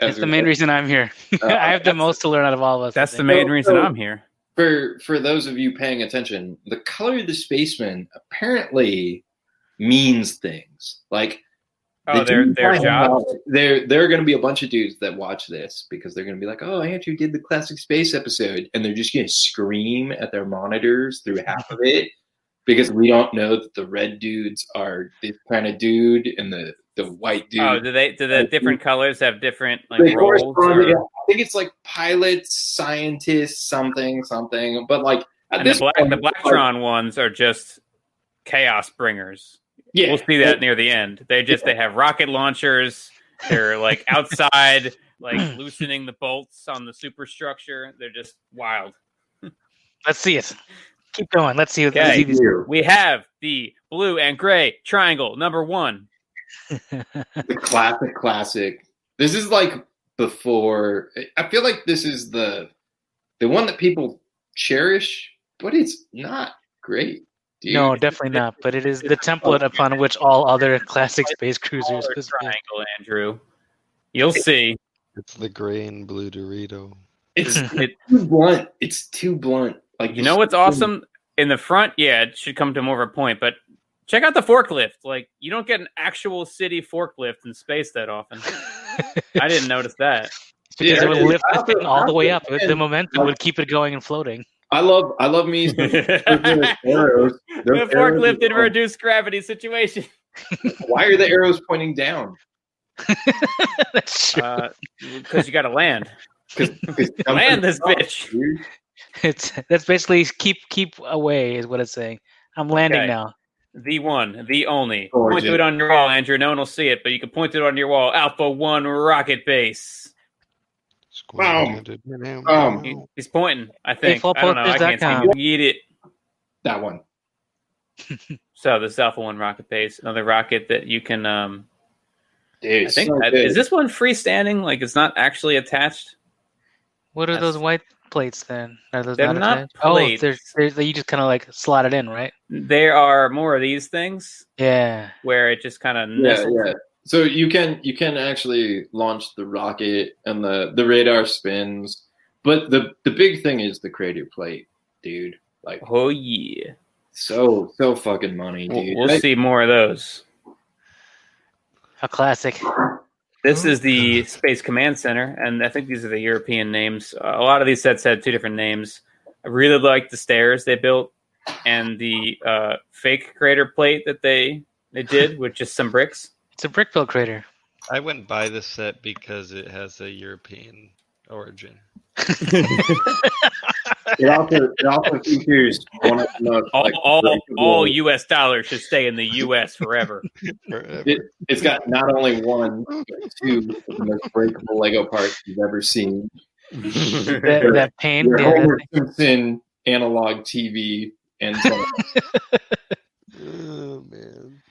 B: That's the main reason I'm here. (laughs)
C: Uh,
B: I have the
C: that's-
B: most to learn out of all of us. I
A: That's the
B: think.
A: main reason
C: so-
A: I'm here.
C: For for those of you paying attention, the color of the spaceman apparently means things. Like
A: Oh,
C: they
A: their
C: didn't
A: their
C: find
A: job.
C: out- There there are gonna be a bunch of dudes that watch this because they're gonna be like, Oh, Andrew did the classic space episode, and they're just gonna scream at their monitors through half of it because we don't know that the red dudes are this kind of dude and the the white dude
A: Oh, do they do the
C: Uh,
A: different colors have different
C: they
A: like roles?
C: correspond-
A: or-
C: yeah, I think it's like pilots, scientists, something, something. But like at
A: and the
C: this
A: black
C: point,
A: the
C: it's like,
A: Blacktron ones are just chaos bringers.
C: yeah,
A: We'll see that near the end. They just they have rocket launchers. They're
C: (laughs)
A: like outside,
C: (clears throat)
A: like loosening the bolts on the superstructure. They're just wild.
B: Let's see it. Keep going. Let's see. Let's
A: Okay.
B: see these.
A: We have the blue and gray triangle number one.
C: the classic, classic. This is like before. I feel like this is the the one that people cherish, but it's not great. Dude.
B: No, definitely not. But it is the template upon which all other classic space cruisers
A: Color
B: was built.
A: triangle, Andrew. You'll see.
D: It's the gray and blue Dorito.
C: it's
A: (laughs) It-
C: too blunt. It's too blunt. Like
A: you know what's awesome in the front? Yeah, it should come to more of a point, but check out the forklift. Like you don't get an actual city forklift in space that often. I didn't notice that.
B: (laughs) because
C: Yeah,
B: it would
C: it is.
B: lift the
C: After-
B: thing all the way up.
C: after
B: The
C: ten-
B: momentum would keep it going and floating. (laughs)
C: I love. I love
A: (laughs)
C: me. some-
A: the
C: arrows. Those arrows
A: forklift in
C: are-
A: reduced gravity (laughs) situation.
C: Why are the arrows
A: (laughs)
C: pointing down?
B: That's true.
A: Uh, Because you got to land,
C: Because
A: land this bitch.
C: Dude.
B: It's that's basically keep keep away is what it's saying. I'm landing
A: Okay.
B: now.
A: The one, the only. Point
C: Gorgeous.
A: to it on your wall, Andrew. No one will see it, but you can point to it on your wall. Alpha One Rocket Base.
D: Square-handed man.
C: Boom.
A: He- he's pointing. I think.
B: full
A: I don't know. I can't
B: posters.com.
A: see. him. Eat it.
C: That one.
A: So this is Alpha One Rocket Base, another rocket that you can. um
C: Dude,
A: I think
C: so
A: that,
C: good.
A: is this one freestanding? Like it's not actually attached.
B: What are
A: That's-
B: those white plates then? Are those
A: They're
B: not,
A: not
B: attached? Oh,
A: plates.
B: they're, they're, you just kind of like slot it in, right?
A: There are more of these things
B: Yeah.
A: where it just kind of
C: yeah, yeah. So you can you can actually launch the rocket and the the radar spins, but the the big thing is the crater plate, dude. Like
A: Oh yeah,
C: so so fucking money,
A: we'll,
C: dude.
A: we'll
C: Like,
A: see more of those.
B: A classic. Oh.
A: This is the Space Command Center, and I think these are the European names. Uh, a lot of these sets had two different names. I really like the stairs they built and the uh, fake crater plate that they they did with just some
B: (laughs)
A: bricks.
B: It's a brick built crater.
D: I wouldn't buy this set because it has a European origin.
C: It also it also features one of the most
A: (laughs) All
C: like,
A: all,
C: breakable-
A: all U.S. dollars should stay in the U.S.
B: (laughs)
A: forever.
C: (laughs)
D: Forever.
C: It- it's got not only one but two of the most breakable Lego parts you've ever
A: (laughs)
C: seen.
B: That,
C: Sure.
B: that pain.
C: Your
B: Yeah, that
C: Homer
B: thing.
C: Simpson analog TV antenna.
D: Oh man.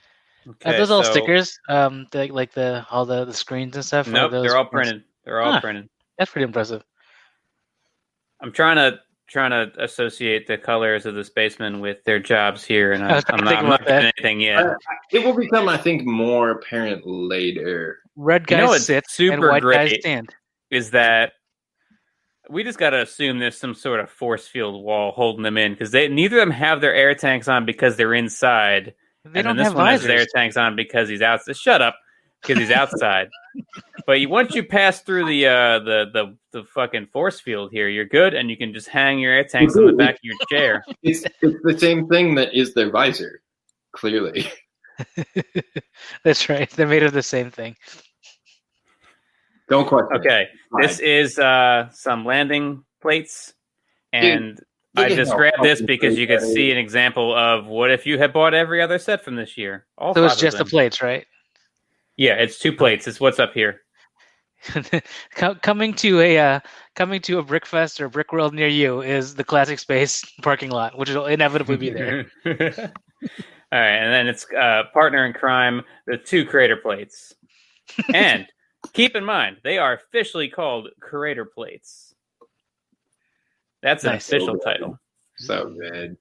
B: Are
A: Okay,
B: those all
A: so-
B: stickers? Um, the, like the all the, the screens and stuff. Or
A: Nope,
B: those
A: they're all
B: ones?
A: printed. They're all
B: Huh.
A: printed.
B: That's pretty impressive.
A: I'm trying to trying to associate the colors of the spacemen with their jobs here, and
B: I
A: I,
B: was
A: I'm
B: thinking
A: not, I'm not
B: about that.
A: doing anything yet.
C: Uh, It will become, I think, more apparent later.
B: Red
A: You
B: guys
A: know what's
B: sit and
A: super
B: white guys
A: great?
B: stand.
A: is that we just got to assume there's some sort of force field wall holding them in because they neither of them have their air tanks on because they're inside,
B: They
A: and
B: don't
A: then this
B: have
A: one has
B: visors.
A: his air tanks on because he's out. Shut up, because he's
B: (laughs)
A: outside. but you, once you pass through the uh, the the the fucking force field here, you're good, and you can just hang your air tanks on the back of your chair.
C: It's, it's the same thing that is their visor, clearly. (laughs)
B: (laughs) That's right. They're made of the same thing.
C: Don't question. it.
A: Okay,
C: Fine.
A: this is uh, some landing plates, and
C: Look
A: I
C: at
A: just
C: how
A: grabbed this
C: fucking
A: because you
C: great
A: could
C: that
A: see
C: is.
A: an example of what if you had bought every other set from this year. All
B: So it's
A: five of
B: just the
A: them.
B: plates, right? (laughs)
A: Yeah, it's two plates. It's what's up here.
B: Co- coming to a uh, coming to a brickfest or brick world near you is the classic space (laughs) parking lot, which will inevitably be there.
A: (laughs)
C: (laughs)
A: All right, and then it's uh, partner in crime, the two crater
B: (laughs)
A: plates, and keep in mind they are officially called crater plates. That's an
B: Nice.
A: official title.
C: So good.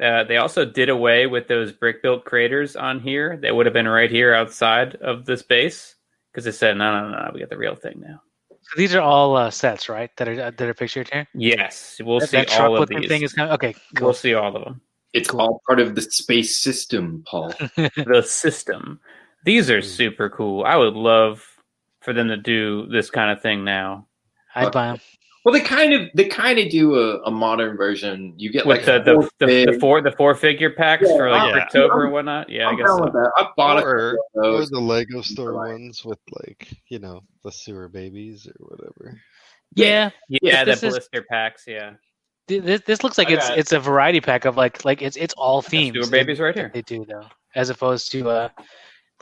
A: Uh, they also did away with those brick built craters on here. They would have been right here outside of this base because they said, no, no, no, we got the real thing now.
B: So these are all uh, sets, right? That are that are pictured here.
A: Yes, we'll
B: that,
A: see
B: that
A: all of
B: truck-looking
A: these.
B: thing is coming. Okay,
A: We'll
B: cool.
A: see all of them.
C: It's all part of the space system,
A: (laughs)
C: Paul.
A: the system. These
B: Mm-hmm.
A: are super cool. I would love for them to do this kind of thing now
B: I'd buy them.
C: well, they kind of they kind of do a, a modern version. You get
A: with
C: like a
A: the,
C: whole
A: the,
C: big-
A: the the four the four figure packs
C: Yeah,
A: for like
D: yeah.
A: October and whatnot. Yeah, I
C: I'm
A: guess.
C: down with
A: So.
C: that. I bought a
D: Or-
C: couple of
D: Or
C: those.
D: the Lego store
C: Right.
D: ones with like, you know, the sewer babies or whatever.
B: Yeah,
A: Yeah, the
B: This is-
A: blister packs. Yeah,
B: th- this this looks like
C: I
B: it's
C: got-
B: it's a variety pack of like like it's it's all themes.
A: sewer
B: that-
A: babies right here.
B: that They do though, as opposed to uh,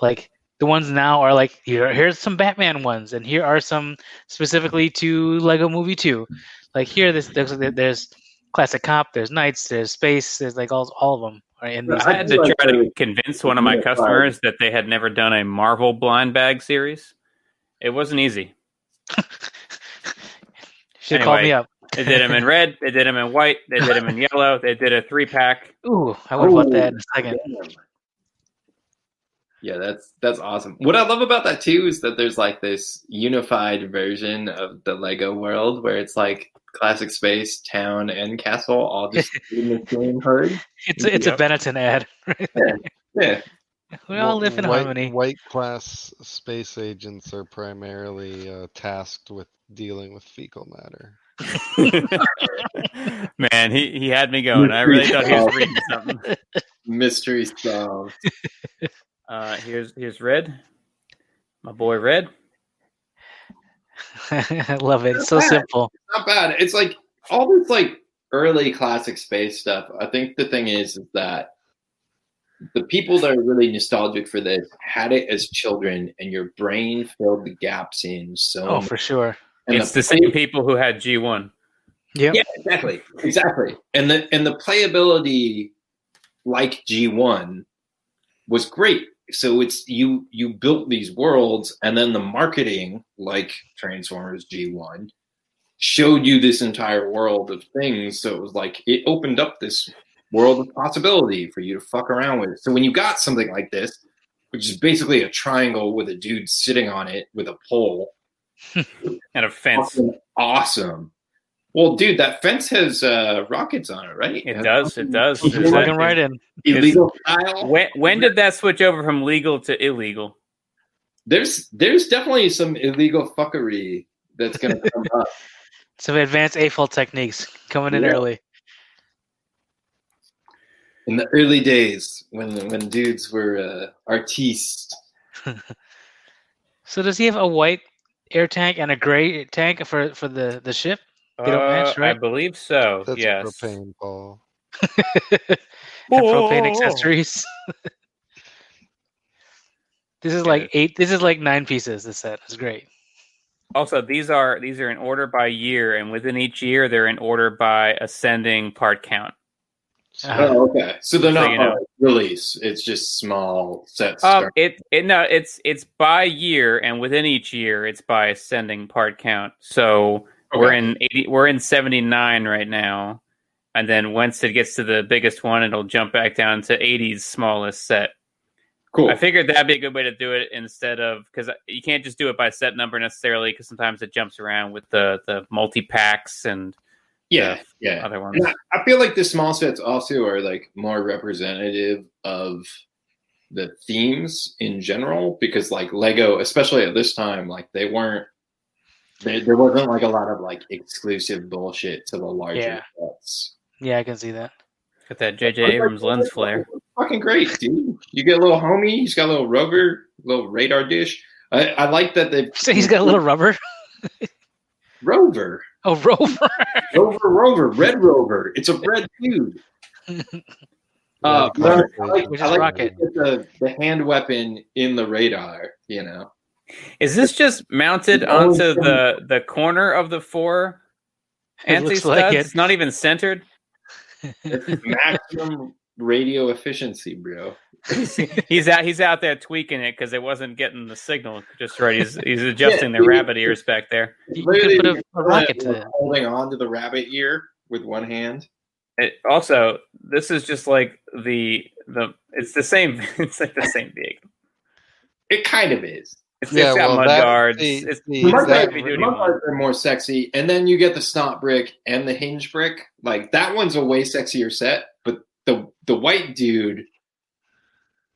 B: like the ones now are like here here's some Batman ones, and here are some specifically to Lego Movie Two. Like here, this there's, there's classic cop, there's knights, there's space, there's like all all of them are in these.
A: I had to
C: feel like
A: try to
C: they're-
A: convince one of my
C: Yeah, fine.
A: customers that they had never done a Marvel blind bag series. It wasn't easy.
B: Should have called
A: anyway.
B: me up.
A: They did them in red. They did them in white. They did them in yellow. They did a three pack.
B: Ooh, I would have bought that in a
C: Damn.
B: second.
C: Yeah, that's that's awesome. What I love about that too is that there's like this unified version of the Lego world where it's like classic space, town, and castle all just in the same herd.
B: It's a, it's
C: Yep.
B: a Benetton ad. (laughs)
C: Yeah,
B: We all
D: Wh-
B: live in
D: white,
B: harmony.
D: White class space agents are primarily uh, tasked with dealing with fecal matter.
A: (laughs) Man, he, he had me going. I really thought he was reading something.
C: mystery solved.
A: Uh, here's here's Red, my boy Red.
B: I love it. It's so (laughs)
C: Yeah.
B: simple.
C: Not not bad. It's like all this like early classic space stuff. I think the thing is, is that the people that are really nostalgic for this had it as children, and your brain filled the gaps in so.
B: Oh,
C: much.
B: for sure.
C: And
A: it's the same people who had G1.
B: Yep.
C: Yeah, exactly, exactly. And the and the playability, like G one, was great. So it's you you built these worlds, and then the marketing, like Transformers G one, showed you this entire world of things. So it was like it opened up this world of possibility for you to fuck around with. So when you got something like this, which is basically a triangle with a dude sitting on it with a pole,
A: And a fence.
C: fucking awesome. Well, dude, that fence has uh, rockets on it, right?
A: It does. It does.
C: Is
B: You're
C: that-
B: walking right in.
C: Illegal style.
A: When, when did that switch over from legal to illegal?
C: There's there's definitely some illegal fuckery that's gonna come up.
B: Some advanced AFL techniques coming in
C: Yeah.
B: early.
C: In the early days when when dudes were uh, artistes.
B: So does he have a white air tank and a gray tank for for the the ship? (laughs) They don't match,
A: Uh, I
B: right?
A: believe so.
D: That's
A: yes.
D: propane, Paul.
B: and propane accessories. (laughs) this is like eight. This is like nine pieces. This set is great.
A: Also, these are these are in order by year, and within each year, they're in order by ascending part count.
B: Uh-huh.
C: Oh, okay. So they're
A: So
C: not
A: you know.
C: uh, release. It's just small sets.
A: Um, it, it no, it's it's by year, and within each year, it's by ascending part count. So we're
C: Okay.
A: in eighty, we're in seventy nine right now, and then once it gets to the biggest one, it'll jump back down to 80's smallest set.
C: cool.
A: I figured that'd be a good way to do it instead of because you can't just do it by set number necessarily, because sometimes it jumps around with the the multi packs and
C: yeah, yeah.
A: other ones.
C: And I- I feel like the small sets also are like more representative of the themes in general because like Lego, especially at this time, like they weren't there, there wasn't like a lot of like exclusive bullshit to the larger
B: Yeah.
C: sets.
B: Yeah, I can see that. (laughs)
A: Got that JJ Abrams lens flare.
C: Fucking great, dude. You get a little homie, he's got a little rover, little radar dish. I, I like that they
B: So he's got a little rubber, (laughs)
C: rover.
B: a rover.
C: Rover rover, red rover. It's a
B: (laughs)
C: red dude. Uh,
D: Yeah,
C: but I
D: concrete.
C: like,
B: Which
C: I
B: is
C: like
B: rocket.
C: The, the hand weapon in the radar,
B: (laughs)
C: you know.
A: Is this just mounted
C: It's always
A: onto
C: been-
A: the the corner of the four?
B: It
A: Anti
B: looks
A: studs.
B: like it.
A: It's not even centered.
C: Maximum radio efficiency, bro.
A: He's out. He's out there tweaking it because it wasn't getting the signal just right. He's he's adjusting the
C: dude.
A: rabbit ears back there.
B: You could put a, a rocket to
C: Literally,
B: that.
C: holding on to the rabbit ear with one hand.
A: It, also, this is just like the the. It's the same. (laughs) It's like the same vehicle.
C: It kind of is.
A: It's,
D: Yeah,
A: it's got
D: well,
A: mud
D: that-
A: guards.
D: the-
A: it's
D: the
C: The mud
A: exact-
C: guards
A: heavy
D: exact,
A: duty
C: mud
A: one.
C: guards are more sexy, and then you get the snot brick and the hinge brick. Like that one's a way sexier set, but the the white dude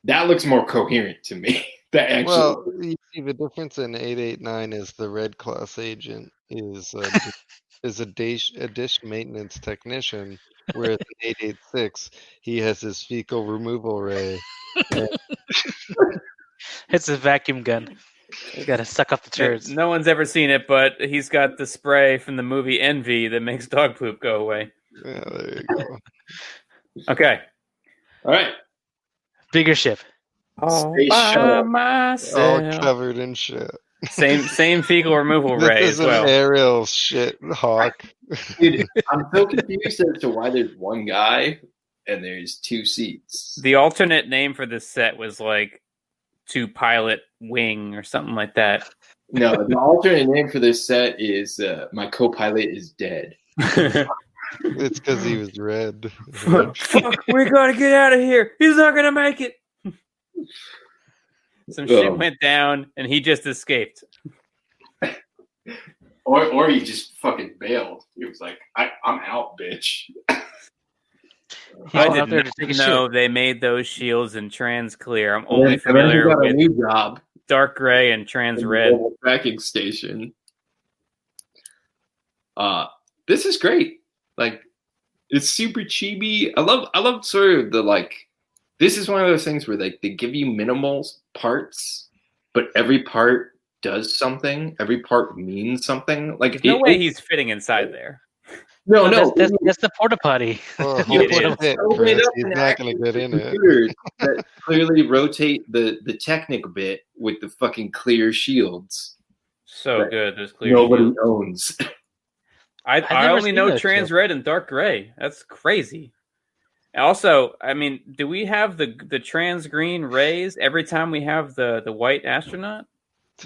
C: that looks more coherent to me. (laughs) That actually,
D: well, you see the difference in eight eight nine is the red class agent is a, d- is a dish a dish maintenance technician, whereas in eight eight six he has his fecal removal ray.
B: (laughs) It's a vacuum gun. You gotta suck up the turds.
A: No one's ever seen it, but he's got the spray from the movie Envy that makes dog poop go away.
D: Yeah, there you go.
A: Okay.
C: all right.
B: Bigger ship.
A: All
C: Space
A: by
C: shuttle.
D: All
A: myself.
D: covered in shit.
A: Same same fecal removal
D: (laughs) This
A: ray as
D: is an
A: well.
D: aerial shit hawk.
C: Dude, I'm so confused as to why there's one guy and there's two seats.
A: The alternate name for this set was like to pilot wing or something like
C: (laughs)
A: that.
C: No, the alternate name for this set is uh, my co-pilot is dead.
D: It's because he
C: (laughs)
D: was red.
A: Fuck, we gotta get out of here. He's not gonna make it. Some shit
C: Um.
A: went down and he just escaped.
C: Or, or he just fucking bailed. He was like, I, "I'm out, bitch."
B: He
A: I
B: went
A: did
B: out there
A: not
B: to take a
A: know
B: shit.
A: they made those shields in trans clear. I'm only familiar with
C: new job.
A: dark gray and trans red.
C: Mobile Tracking station. Uh, this is great. Like, it's super chibi. I love. I love sort of the like. This is one of those things where like they give you minimal parts, but every part does something. Every part means something. Like
A: No
C: it-
A: way he's fitting inside there.
C: no, no.
B: Oh, that's, that's, that's the porta potty. (laughs)
D: Well,
A: You
D: hold
A: did.
D: on a bit,
C: Open it
D: Chris.
C: up
D: He's
C: and
D: not going to get in it.
C: computers that clearly rotate the the Technic bit with the fucking clear shields.
A: So
C: Right.
A: good. Those clear.
C: Nobody
A: shields.
C: owns.
A: I,
B: I've
A: I
B: never
A: only
B: seen
A: know
B: those
A: trans
B: two.
A: red and dark gray. That's crazy. Also, I mean, do we have the the trans green rays every time we have the the white astronaut?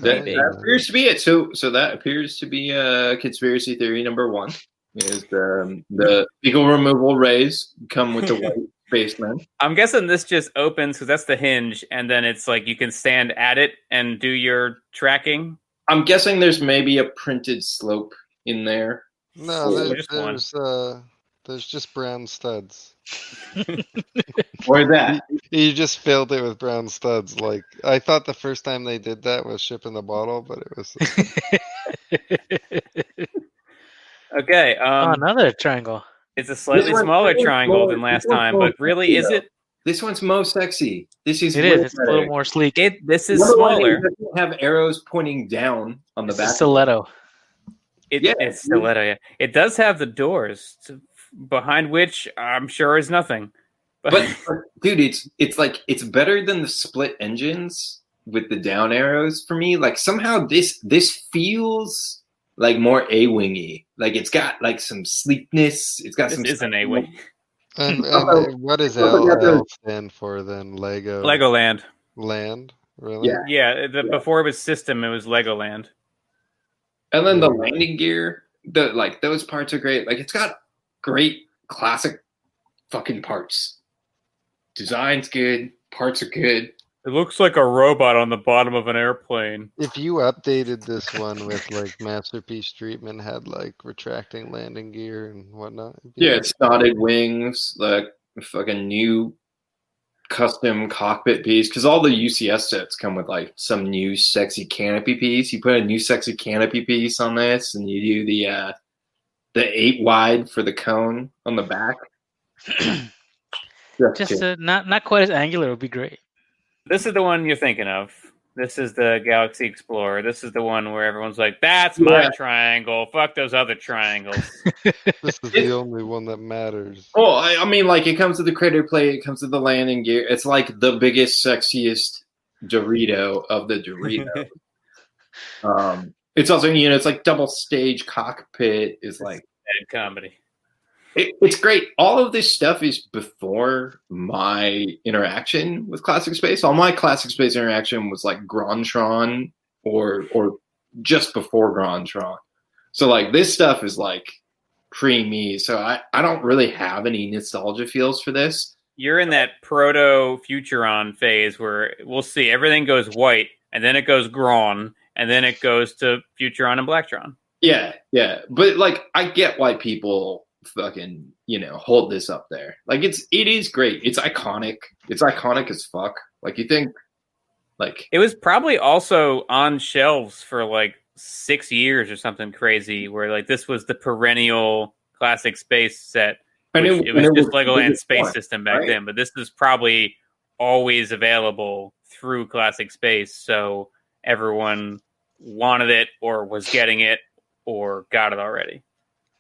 C: That,
A: Maybe.
C: that appears to be it. So, so that appears to be uh, conspiracy theory number one. Is um, the fecal removal rays come
B: (laughs)
C: with the white spaceman?
A: I'm guessing this just opens because that's the hinge, and then it's like you can stand at it and do your tracking.
C: I'm guessing there's maybe a printed slope in there.
D: No,
C: Or
D: there's
A: just one.
D: there's, uh, there's just brown studs.
C: Or that.
D: You just filled it with brown studs. Like I thought the first time they did that was shipping the bottle, but
C: (laughs)
D: it was
A: Okay,
B: oh,
A: um,
B: another triangle.
A: it's a slightly
C: This one's
A: smaller
C: really
A: triangle
C: small.
A: than last
C: This one's
A: time,
C: small.
A: but really, is it?
C: This one's mo sexy. This is
B: It
C: way
B: is. It's a
C: better.
B: little more sleek.
A: It this is
C: Number one, it
A: smaller.
C: doesn't have arrows pointing down on the
B: It's a
C: back.
B: stiletto.
A: (clears throat) It,
C: Yeah.
A: it's stiletto. Yeah. It does have the doors to, behind which I'm sure is nothing. (laughs)
C: but but, dude, it's it's like it's better than the split engines with the down arrows for me. Like somehow this this feels like more a wingy. Like it's got like some sleekness. It's got
A: this
C: some.
A: isn't a way.
D: And,
C: Oh,
D: and what does
C: oh, yeah,
D: LL
C: the-
D: stand for then? Lego
A: Legoland.
D: Land, really?
C: Yeah.
A: Yeah, the,
C: Yeah.
A: before it was System, it was Legoland.
C: And then the landing gear, the like those parts are great. Like it's got great classic fucking parts. Design's good. Parts are good.
A: It looks like a robot on the bottom of an airplane.
D: If you updated this one with like masterpiece treatment, had like retracting landing gear and whatnot. it'd be
C: Yeah,
D: nice.
C: it's dotted wings, like a fucking new custom cockpit piece. Because all the UCS sets come with like some new sexy canopy piece. You put a new sexy canopy piece on this, and you do the uh, the eight wide for the cone on the back.
B: Just uh, not not quite as angular would be great.
A: This is the one you're thinking of. This is the Galaxy Explorer. This is the one where everyone's like, "That's my
C: Yeah.
A: triangle. Fuck those other triangles."
C: (laughs)
D: This is the only one that matters.
C: Well, I, I mean, like it comes to the crater plate, it comes to the landing gear. It's like the biggest, sexiest Dorito of the Dorito. um, it's also, you know, it's like double stage cockpit. Is like
A: Bad comedy.
C: it, it's great. All of this stuff is before my interaction with Classic Space. All my Classic Space interaction was like Grandtron or or just before Grandtron. So like this stuff is like pre me. So I, I don't really have any nostalgia feels for this.
A: You're in that proto Futuron phase where we'll see everything goes white, and then it goes Gron, and then it goes to Futuron and Blacktron.
C: Yeah, yeah. But like I get why people fucking, you know, hold this up there. Like it's it is great. It's iconic. It's iconic as fuck. Like you think like
A: It was probably also on shelves for like six years or something crazy, where like this was the perennial classic space set.
C: I
A: which
C: knew
A: it was
C: I knew
A: just
C: what-
A: Legoland Space
C: fun,
A: System back
C: right?
A: then, but this was probably always available through Classic Space, so everyone wanted it or was getting it or got it already.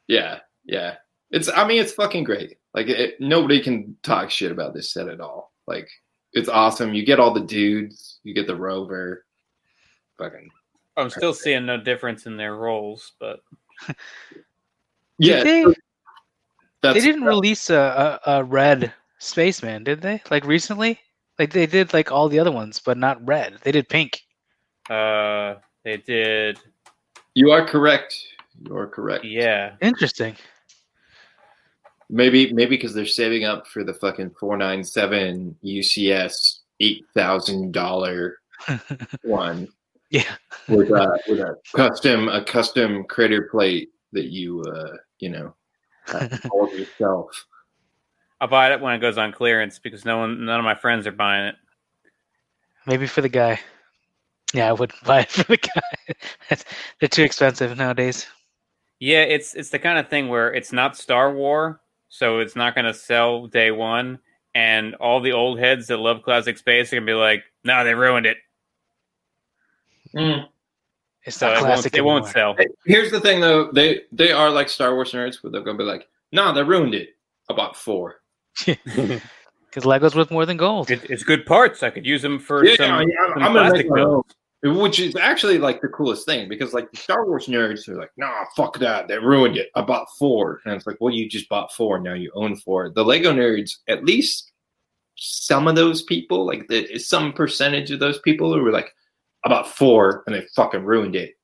C: Yeah, yeah. It's I mean it's fucking great. Like it, nobody can talk shit about this set at all. Like it's awesome. You get all the dudes. You get the rover. Fucking
A: I'm still seeing no difference in their roles, but
C: yeah.
B: Did they,
C: that's,
B: they didn't release a, a, a red spaceman, did they? Like recently? Like they did like all the other ones, but not red. They did pink.
A: uh they did
C: You are correct. You are correct.
A: yeah.
B: Interesting.
C: Maybe maybe because they're saving up for the fucking four nine seven UCS eight
A: (laughs)
C: thousand dollar one
B: Yeah.
C: with a, with a custom a custom crater plate that you uh you know hold yourself.
A: I'll buy it when it goes on clearance because no one none of my friends are buying it.
B: Maybe for the guy. Yeah, I wouldn't (laughs) buy it for the guy. (laughs) That's- They're too expensive nowadays.
A: Yeah, it's it's the kind of thing where it's not Star War, so it's not going to sell day one, and all the old heads that love classic space are going to be like, "No, they ruined it."
B: It's
A: So
B: not
A: it won't,
B: classic.
A: it won't
B: anymore.
A: sell.
C: Mm. Hey, Here's the thing, though. They they are like Star Wars nerds, but they're gonna be like, "Nah, they ruined it." I bought four.
B: Because Lego's worth more than gold.
A: It, it's good parts. I could use them for
C: yeah,
A: some.
C: yeah, I'm-
A: some
C: I'm gonna make
A: plastic
C: my own. Which is actually like the coolest thing because like the Star Wars nerds are like, "Nah, fuck that. They ruined it. I bought four. and it's like, "Well, you just bought four. Now you own four. The Lego nerds, at least some of those people, like the, some percentage of those people who were like, "I bought four and they fucking ruined it."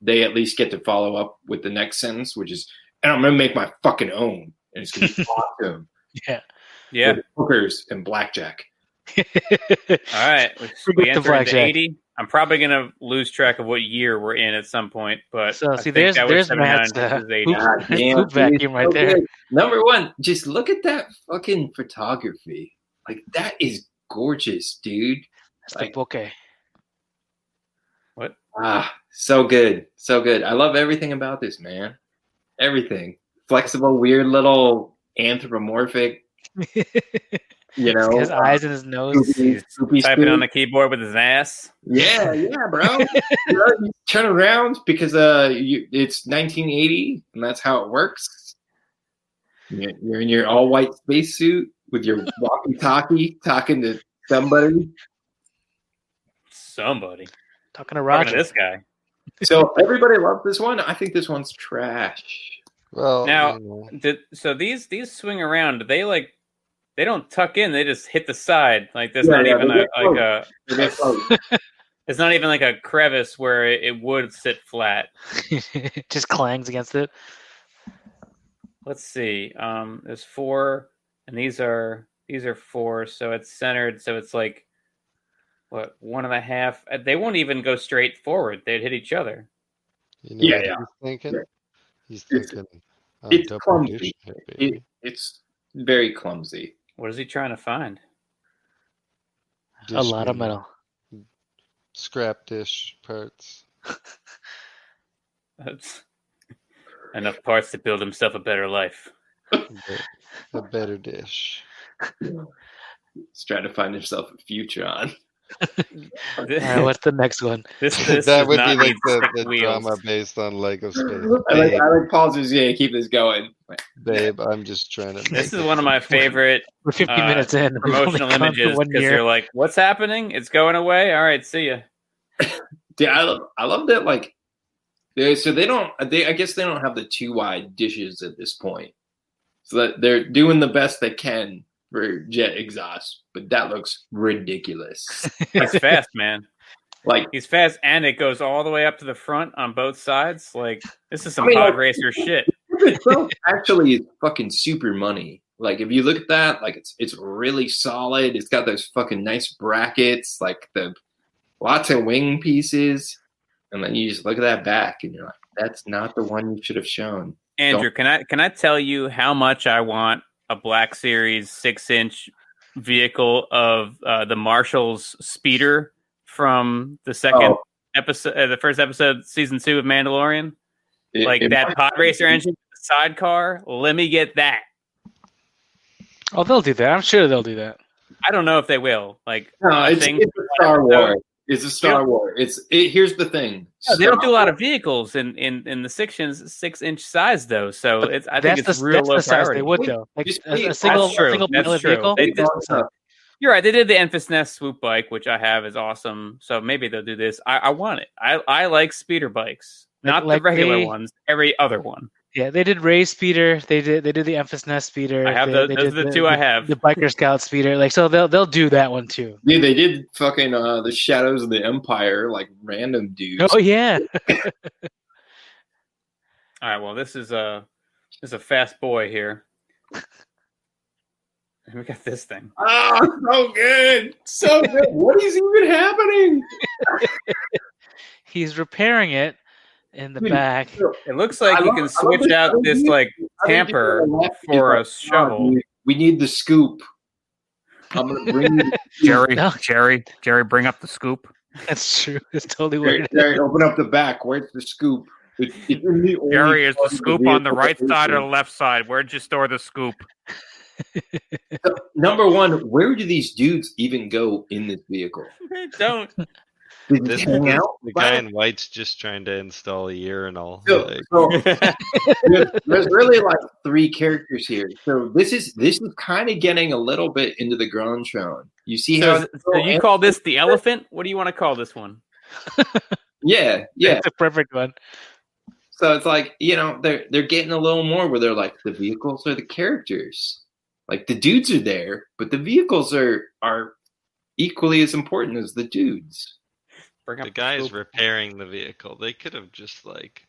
C: They at least get to follow up with the next sentence, which is, "And I'm gonna make my fucking own, and it's gonna
A: (laughs)
C: be awesome."
B: (laughs) Yeah.
A: Yeah.
C: with hookers and blackjack.
A: All right. We,
B: Forget
A: we
B: the
A: entered into
B: blackjack.
A: 80. I'm probably going to lose track of what year we're in at some point, but
B: So,
A: I
B: see,
A: think
B: there's-
A: that was
B: there's
A: 79,
B: Matt's, uh,
A: this is 80.
B: hoop- Poop (laughs) vacuum right there.
C: good. Number one, just look at that fucking photography. Like that is gorgeous, dude.
B: That's
C: Like-
B: the bouquet.
C: Ah, so good, so good. I love everything about this man. Everything flexible, weird little anthropomorphic.
B: (laughs)
C: You know,
B: his eyes and his nose.
C: Goopy, goopy
A: Typing
C: spoon.
A: on the keyboard with his ass.
C: Yeah, yeah, bro. You know, you turn around because uh, you, it's 1980 and that's how it works. You're you're in your all white spacesuit with your walkie-talkie talking to somebody.
A: Somebody.
B: Talking
A: Talking
B: to
A: to
B: Roger.
A: this guy.
C: So everybody loves this one. I think this one's trash.
D: Well,
A: Now-
D: you know,
A: Did, so these these swing around. do They like they don't tuck in. They just hit the side. Like there's
C: Yeah,
A: not
C: yeah,
A: even
C: they
A: a,
C: get
A: like a
C: They're like,
A: it's not even like a crevice where it, it would sit flat.
B: (laughs) Just clangs against it.
A: let's see um there's four and these are these are four so it's centered so it's like what one and a half Uh, they won't even go straight forward they'd hit each other
D: you know
C: Yeah,
D: what
C: yeah.
D: he's thinking.
C: Yeah.
D: He's
C: It's-
D: thinking. I'm
C: it's
D: double
C: clumsy.
D: dishing it,
C: It-
D: baby.
C: it's very clumsy.
A: what is he trying to find
B: a
D: Dish
B: lot of
D: meaning
B: metal.
D: Scrap dish parts.
A: That's (laughs) enough parts to build himself a better life (laughs)
D: but A better dish.
C: He's trying to find himself a future on.
B: All right,
A: this
B: what's the next one?
D: (laughs)
A: this
D: Uh, that
A: does
D: would
A: not
D: be like
A: need
D: the,
A: six
D: the
A: wheels.
D: drama based on Lego
C: I
D: Space.
C: like,
D: Babe,
C: I like Paul's is yeah, keep this going.
D: babe, I'm just trying to.
A: this
D: make
A: is
D: it
A: one of my favorite (laughs)
B: We're 15
A: Uh,
B: minutes in. (laughs) We've (laughs) only
A: promotional
B: gone for
A: images
B: One
A: because
B: year.
A: they're like what's happening it's going away all right see ya
C: Yeah, I love, I love that. Like, they, so they don't. They I guess they don't have the two wide dishes at this point. So that they're doing the best they can for jet exhaust, but that looks
A: (laughs)
C: ridiculous.
B: (laughs)
A: he's fast man
C: like,
A: He's fast, and it goes all the way up to the front on both sides. Like this is some
C: I mean,
A: pod
C: like-
A: racer shit.
C: itself actually, is fucking super money. Like, if you look at that, like it's it's really solid. It's got those fucking nice brackets, like the lots of wing pieces, and then you just look at that back, and you're like, that's not the one you should have shown.
A: Andrew, can I can I tell you how much I want a Black Series six inch vehicle of uh, the Marshall's speeder from the second
C: Oh.
A: episode, uh, the first episode, season two of Mandalorian,
C: It-
A: like
C: it
A: that
C: might-
A: pod racer engine, sidecar. Let me get that.
B: Oh, they'll do that. I'm sure they'll do that.
A: I don't know if they will. Like
C: No, it's,
A: thing.
C: it's a Star
A: So-
C: Wars. It's a Star Wars. It's it, here's the thing.
A: Yeah, they don't do a lot of vehicles in in in the sections six inch size though. So
B: But
A: it's I think
B: that's
A: it's
B: the,
A: real
B: that's
A: low
B: the size
A: priority.
B: they would,
C: Wait,
B: though. Like,
C: just
B: a,
C: wait,
B: a single,
A: that's true,
B: single
A: that's
B: pilot
A: true.
B: vehicle.
A: They
C: They
A: did-
C: don't-
A: You're right. They did the Enfys Nest swoop bike, which I have is awesome. So maybe they'll do this. I, I want it. I, I like speeder bikes,
B: Like-
A: not
B: like
A: the regular
B: they-
A: ones. Every other one.
B: Yeah, they did Ray speeder. They did they did the Memphis Nest speeder.
A: I have
B: they,
A: those.
B: they
A: Those are
B: did
A: the, two I have.
B: The biker scout speeder. Like so, they'll they'll do that one too.
C: Dude, they did fucking uh, the Shadows of the Empire, like random dudes.
B: Oh yeah, (laughs)
A: All right. Well, this is a this is a fast boy here. (laughs) And we got this thing.
C: Ah, so good, so good. what is even happening?
B: he's repairing it in the
C: Dude,
B: back. (laughs)
A: It looks like
C: I
A: you
C: love-
A: can
C: I love
A: switch
C: the-
A: out this like
C: I think you
A: tamper
C: go left
A: for a
C: because, ah,
A: shovel.
C: dude, We need the scoop. I'm gonna
A: (laughs)
C: bring you the
A: Jerry,
B: No.
A: Jerry, Jerry, bring up the scoop.
B: That's true. It's totally
C: Jerry,
B: weird.
C: Jerry, open up the back. Where's the scoop? It's, it's in the only
A: Jerry, is the
C: part of
A: scoop on the right
C: vehicle
A: side
C: that
A: or
C: is-
A: the left side? Where'd you store the
D: (laughs)
A: scoop?
C: Number one, where do these dudes even go in this vehicle?
A: Don't.
C: Did
D: This
C: you hang
D: is-
C: out?
D: The guy in white's just trying to install a urinal.
C: So,
D: like,
C: so
D: (laughs)
C: there's, there's really like three characters here. So this is this is kind of getting a little bit into the grunge zone. You see (laughs) how
A: so, so (laughs) you call this the elephant? What do you want to call this one?
C: yeah yeah.
B: It's a perfect one.
C: So it's like you know they're they're getting a little more where they're like the vehicles are the characters, like the dudes are there, but the vehicles are are equally as important as the dudes.
A: Bring
D: the
A: up
D: guy is
A: scoop.
D: repairing the vehicle. They could have just like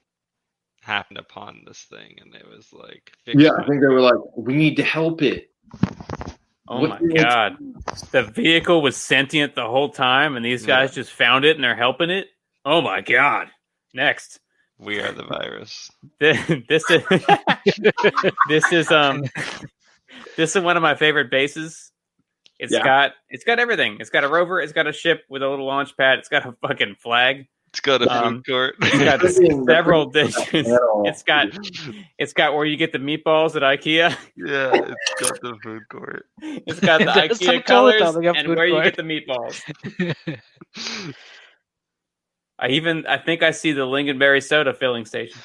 D: happened upon this thing, and it was like fixed
C: Yeah, I
D: by-
C: think they were like, we need to help it.
D: (laughs)
A: Oh
C: What
A: my
C: do you-
A: god. The vehicle was sentient the whole time and these guys just found it and they're helping it? Oh my god. Next. (laughs)
D: we are the virus.
A: Th- this is (laughs) this is
C: (laughs)
A: um this is one of my favorite bases. It's
C: Yeah.
A: got it's got everything. It's got a rover, it's got a ship with a little launch pad, it's got a fucking flag.
D: It's got a food
A: Um,
D: court. (laughs)
A: It's got
C: Everything that-
A: several dishes.
C: At all.
A: It's got it's got where you get the meatballs at IKEA. (laughs)
D: yeah, it's got the food court.
A: It's got the
B: That's so cool,
A: IKEA colors
B: though. They got
A: and
B: food
A: where you
B: court.
A: get the meatballs. I even I think I see the Lingonberry soda filling station.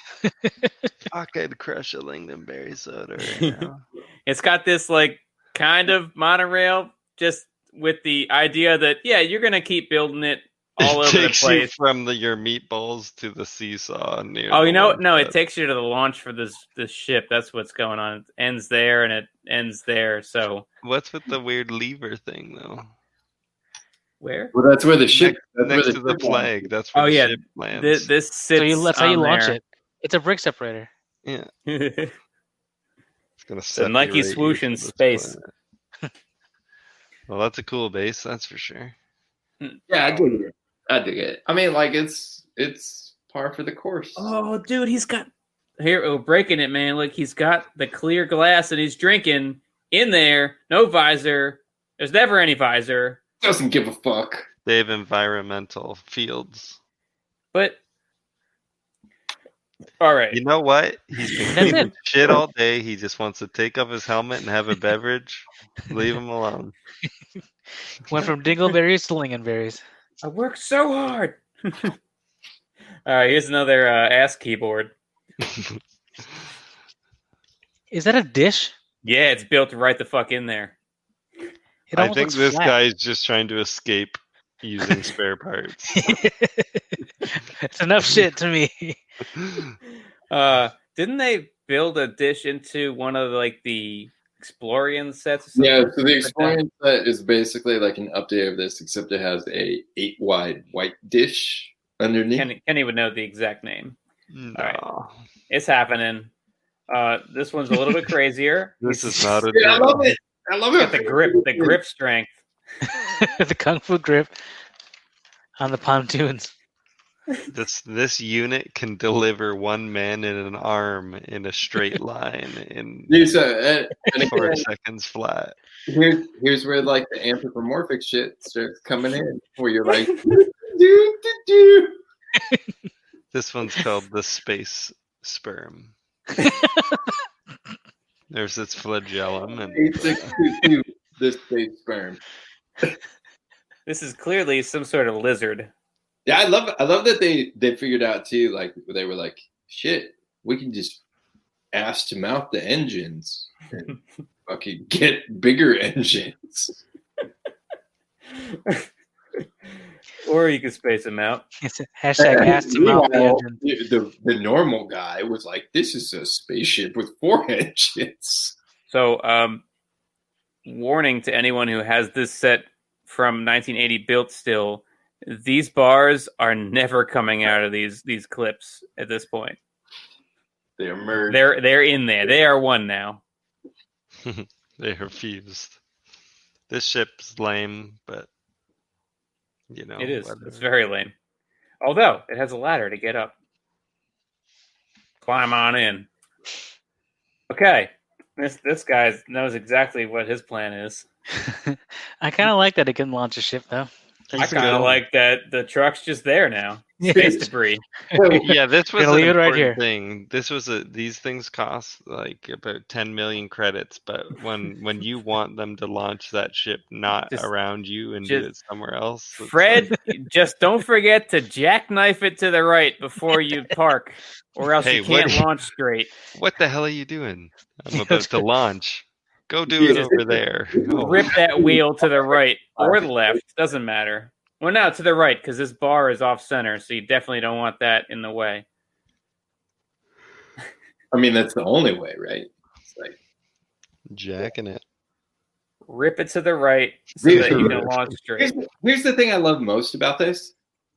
D: Fuck, I'd crush a lingonberry soda (laughs)
A: right now. It's got this like kind of monorail, just with the idea that yeah, you're gonna keep building it all over
D: it
A: the
D: takes you
A: place.
D: (laughs) from the, your meatballs to the seesaw near.
A: Oh,
D: the
A: you know,
D: launch
A: no, it
D: pad.
A: takes you to the launch for this this ship. That's what's going on. It ends there and it ends there. So
D: What's with the weird lever thing though?
A: where
C: Well, that's where the ship. that's where
D: Next to the
C: ship
D: flag. That's where
A: Oh,
D: the
A: yeah,
D: ship lands.
A: this, this sits?
B: so you, that's how you
A: on
B: launch
A: there.
B: it. It's a brick separator.
A: (laughs) it.
D: It's gonna
A: a Nike
D: separate you
A: swoosh
D: from
A: in
D: this
A: space.
D: planet.
A: (laughs)
D: well, that's a cool base, that's for sure.
C: Yeah, I dig it. I dig it. I mean, like it's it's par for the course.
A: oh, dude, he's got here. Oh, breaking it, man! Look, he's got the clear glass and he's drinking in there. No visor. There's never any visor.
C: Doesn't give a fuck.
D: They have environmental fields.
A: But all right,
D: You know what? He's been
B: That's
D: cleaning
B: it.
D: shit all day. He just wants to take off his helmet and have a beverage. Leave him alone. (laughs)
B: Went from dingleberries to lingonberries.
A: I worked so hard. (laughs) all right, here's another uh, ass keyboard.
B: Is that a dish?
A: Yeah, it's built right the fuck in there.
B: It
D: I
B: almost
D: think
B: looks
D: this
B: flat.
D: guy's just trying to escape
B: (laughs)
D: using spare parts.
B: it's enough shit to me. (laughs)
A: Uh, didn't they build a dish into one of like the Explorian sets? Or something?
C: Yeah, so the Explorian set is basically like an update of this, except it has a eight wide white dish underneath.
A: Kenny, Kenny would know the exact name.
D: no.
A: right. It's happening. Uh, this one's a little bit crazier.
D: This is not a
C: Dude, I
D: deal.
C: love it. I
A: (laughs)
C: love
A: Got
C: it.
A: the grip, the grip strength.
B: the kung fu grip on the pontoons.
D: This this unit can deliver one man in an arm in
B: (laughs)
D: a straight line in
C: Dude, so, (laughs) and, and
D: four
C: again,
D: seconds flat.
C: here's, here's where like the anthropomorphic shit starts coming in, where you're like, (laughs) do, do, do.
D: This one's called the space sperm.
B: (laughs)
D: There's its flagellum, and
C: Eight, six, two, two, this big sperm.
A: This is clearly some sort of lizard. (laughs)
C: Yeah, I love I love that they they figured out too. Like they were like, shit, we can just ass to mouth the engines and fucking get bigger engines.
A: or you can space them out.
B: It's a hashtag
C: And
B: ass to mouth the
C: meanwhile,
B: engine.
C: the, the the normal guy was like, this is a spaceship with four (laughs) engines.
A: So, um, warning to anyone who has this set from 1980 built still, these bars are never coming out of these these clips at this point.
C: They emerged.
A: They're they're in there. They are one now.
D: they are fused. This ship's lame, but you know
A: it is.
D: whatever.
A: It's very lame. Although it has a ladder to get up. Climb on in. Okay. This this guy knows exactly what his plan is.
B: (laughs) I kind of like that it can launch a ship though.
A: I kind of like that the truck's just there now.
B: (laughs)
D: (laughs)
A: Space debris.
D: yeah, this was
B: Gonna
D: an
B: leave it right
D: important
B: here.
D: thing. This was a these things cost like about 10 million credits, but when when you want them to launch that ship not
A: Just-
D: around you and do it
A: just-
D: somewhere else, it's like-
A: Fred, just don't forget to jackknife it to the right before you park, or else
D: Hey,
A: you can't
D: what-
A: launch straight.
D: what the hell are you doing?
B: (laughs)
D: I'm
B: Yeah,
D: about to
B: that's-
D: launch. Go do
A: Yeah,
D: it
A: just-
B: (laughs)
D: over there. (laughs) Oh,
A: Rip that wheel to the right or the left. Doesn't matter. Well, no, to the right because this bar is off center, so you definitely don't want that in the way.
C: I mean, that's the only way, right? It's like
D: Jacking it.
A: Rip it to the right so
C: Rip
A: that
C: it to
A: you
C: the
A: can launch straight.
C: here's, here's the thing I love most about this.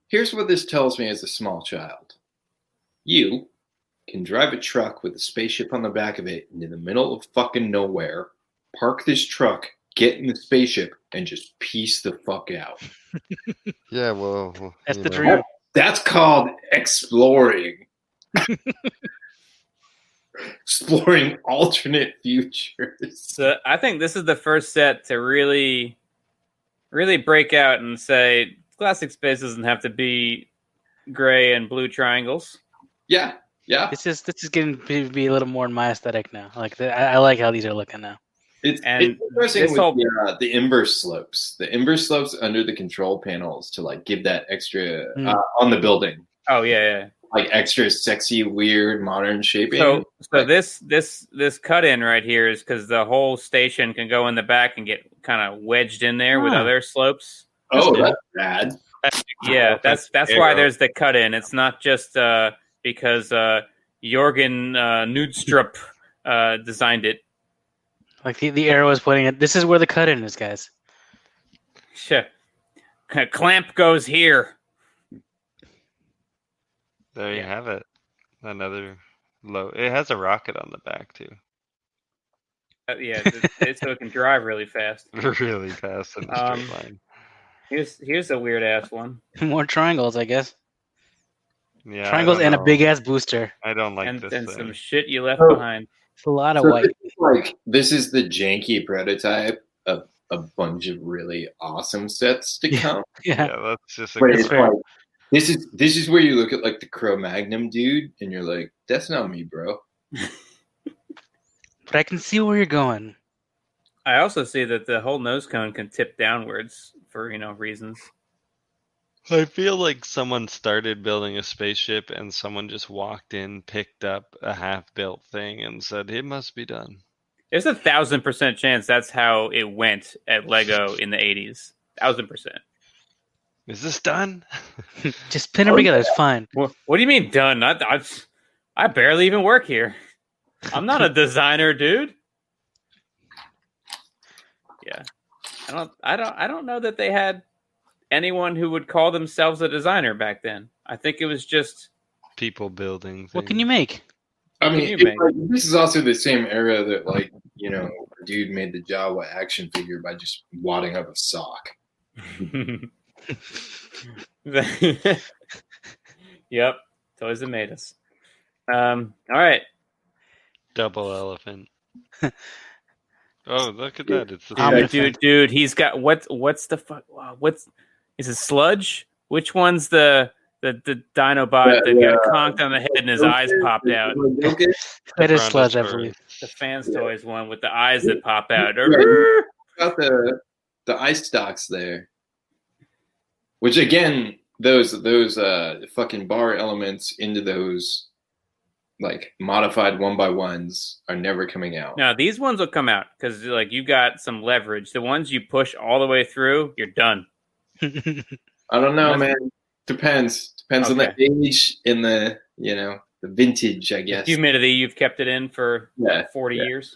C: Here's what this tells me as a small child. You can drive a truck with a spaceship on the back of it into the middle of fucking nowhere, park this truck, get in the spaceship, and just peace the fuck out.
D: Yeah, well, well,
B: That's
D: you
B: the
D: know.
B: dream.
C: That's called exploring. (laughs) exploring alternate futures.
A: So I think this is the first set to really, really break out and say classic space doesn't have to be gray and blue triangles.
C: Yeah, yeah.
B: This is this is getting to be a little more in my aesthetic now. Like the, I, I like how these are looking now.
C: It's,
A: And
C: it's interesting
A: this
C: with
A: whole-
C: the, uh, the inverse slopes. The inverse slopes under the control panels to like give that extra
B: Hmm.
C: uh, on the building,
A: Oh yeah,
C: like extra sexy, weird, modern
A: yeah.
C: shaping.
A: So so this this this cut in right here is because the whole station can go in the back and get kind of wedged in there with
B: Huh.
A: other slopes.
C: oh, that's bad.
A: Yeah, that's that's why
D: arrow.
A: there's the cut in. It's not just uh, because uh, Jorgen uh, Nudstrup uh, designed it.
B: Like the, the arrow is pointing at this is where the cut in is, guys. (laughs)
A: Shit. Clamp goes here.
D: There you
B: Yeah.
D: have it. Another low. It has a rocket on the back too. (laughs)
A: Uh, yeah, th- it's so it can drive really fast.
D: really fast in the straight
A: Um,
D: line.
A: Here's here's a weird ass one.
B: More triangles, I guess.
D: Yeah, I
B: triangles
D: don't
B: and a
D: know.
B: big ass booster.
D: I don't like
A: and
D: this
A: and
D: thing.
A: some shit you left
C: Oh.
A: behind.
B: It's a lot of
C: So
B: white.
C: this is like this is the janky prototype of a bunch of really awesome sets to
B: Yeah.
C: come.
B: (laughs) Yeah.
D: Yeah, that's just a
C: But
D: good
C: it's
B: fair.
C: like, this is this is where you look at like the Cro Magnum dude, and you're like, that's not me, bro.
B: But I can see where you're going.
A: I also see that the whole nose cone can tip downwards for you know reasons.
D: I feel like someone started building a spaceship and someone just walked in, picked up a half built thing and said, It must be done.
A: There's a thousand percent chance that's how it went at Lego in the '80s. Thousand percent.
D: Is this done? (laughs)
B: Just pin them together. It's fine.
A: What, what do you mean done? I, I I barely even work here. I'm not a designer, dude. Yeah, I don't, I don't, I don't know that they had anyone who would call themselves a designer back then. I think it was just (laughs)
D: People building
B: What can
D: things.
B: you make?
C: I
A: What
C: mean,
A: do you
C: it-
A: make?
C: like, this is also the same era that, like, you know, a dude made the Jawa action figure by just wadding up a sock.
A: yep, toys that made us. Um, all right,
D: double
B: (laughs)
D: elephant? oh, look at that. It's the
B: Um,
D: same-
A: dude, dude, dude, he's got what's what's the fuck? uh, What's is it sludge? Which one's the the the Dinobot that
C: Yeah,
A: got conked on the head and his eyes popped out?
C: Okay.
B: That is sludge, I
D: Tyrannosaurus.
B: believe. (laughs)
A: The fans toys one with the eyes that pop out.
C: Yeah. Got the the ice stocks there, which again, those those uh fucking bar elements into those like modified one by ones are never coming out.
A: Now these ones will come out because like you got some leverage. The ones you push all the way through, you're done.
C: I don't know,
A: Unless-
C: man. Depends. Depends on the age and the you know the vintage, I guess.
A: Humidity, you've kept it in for
C: Yeah.
A: forty
C: yeah.
A: years.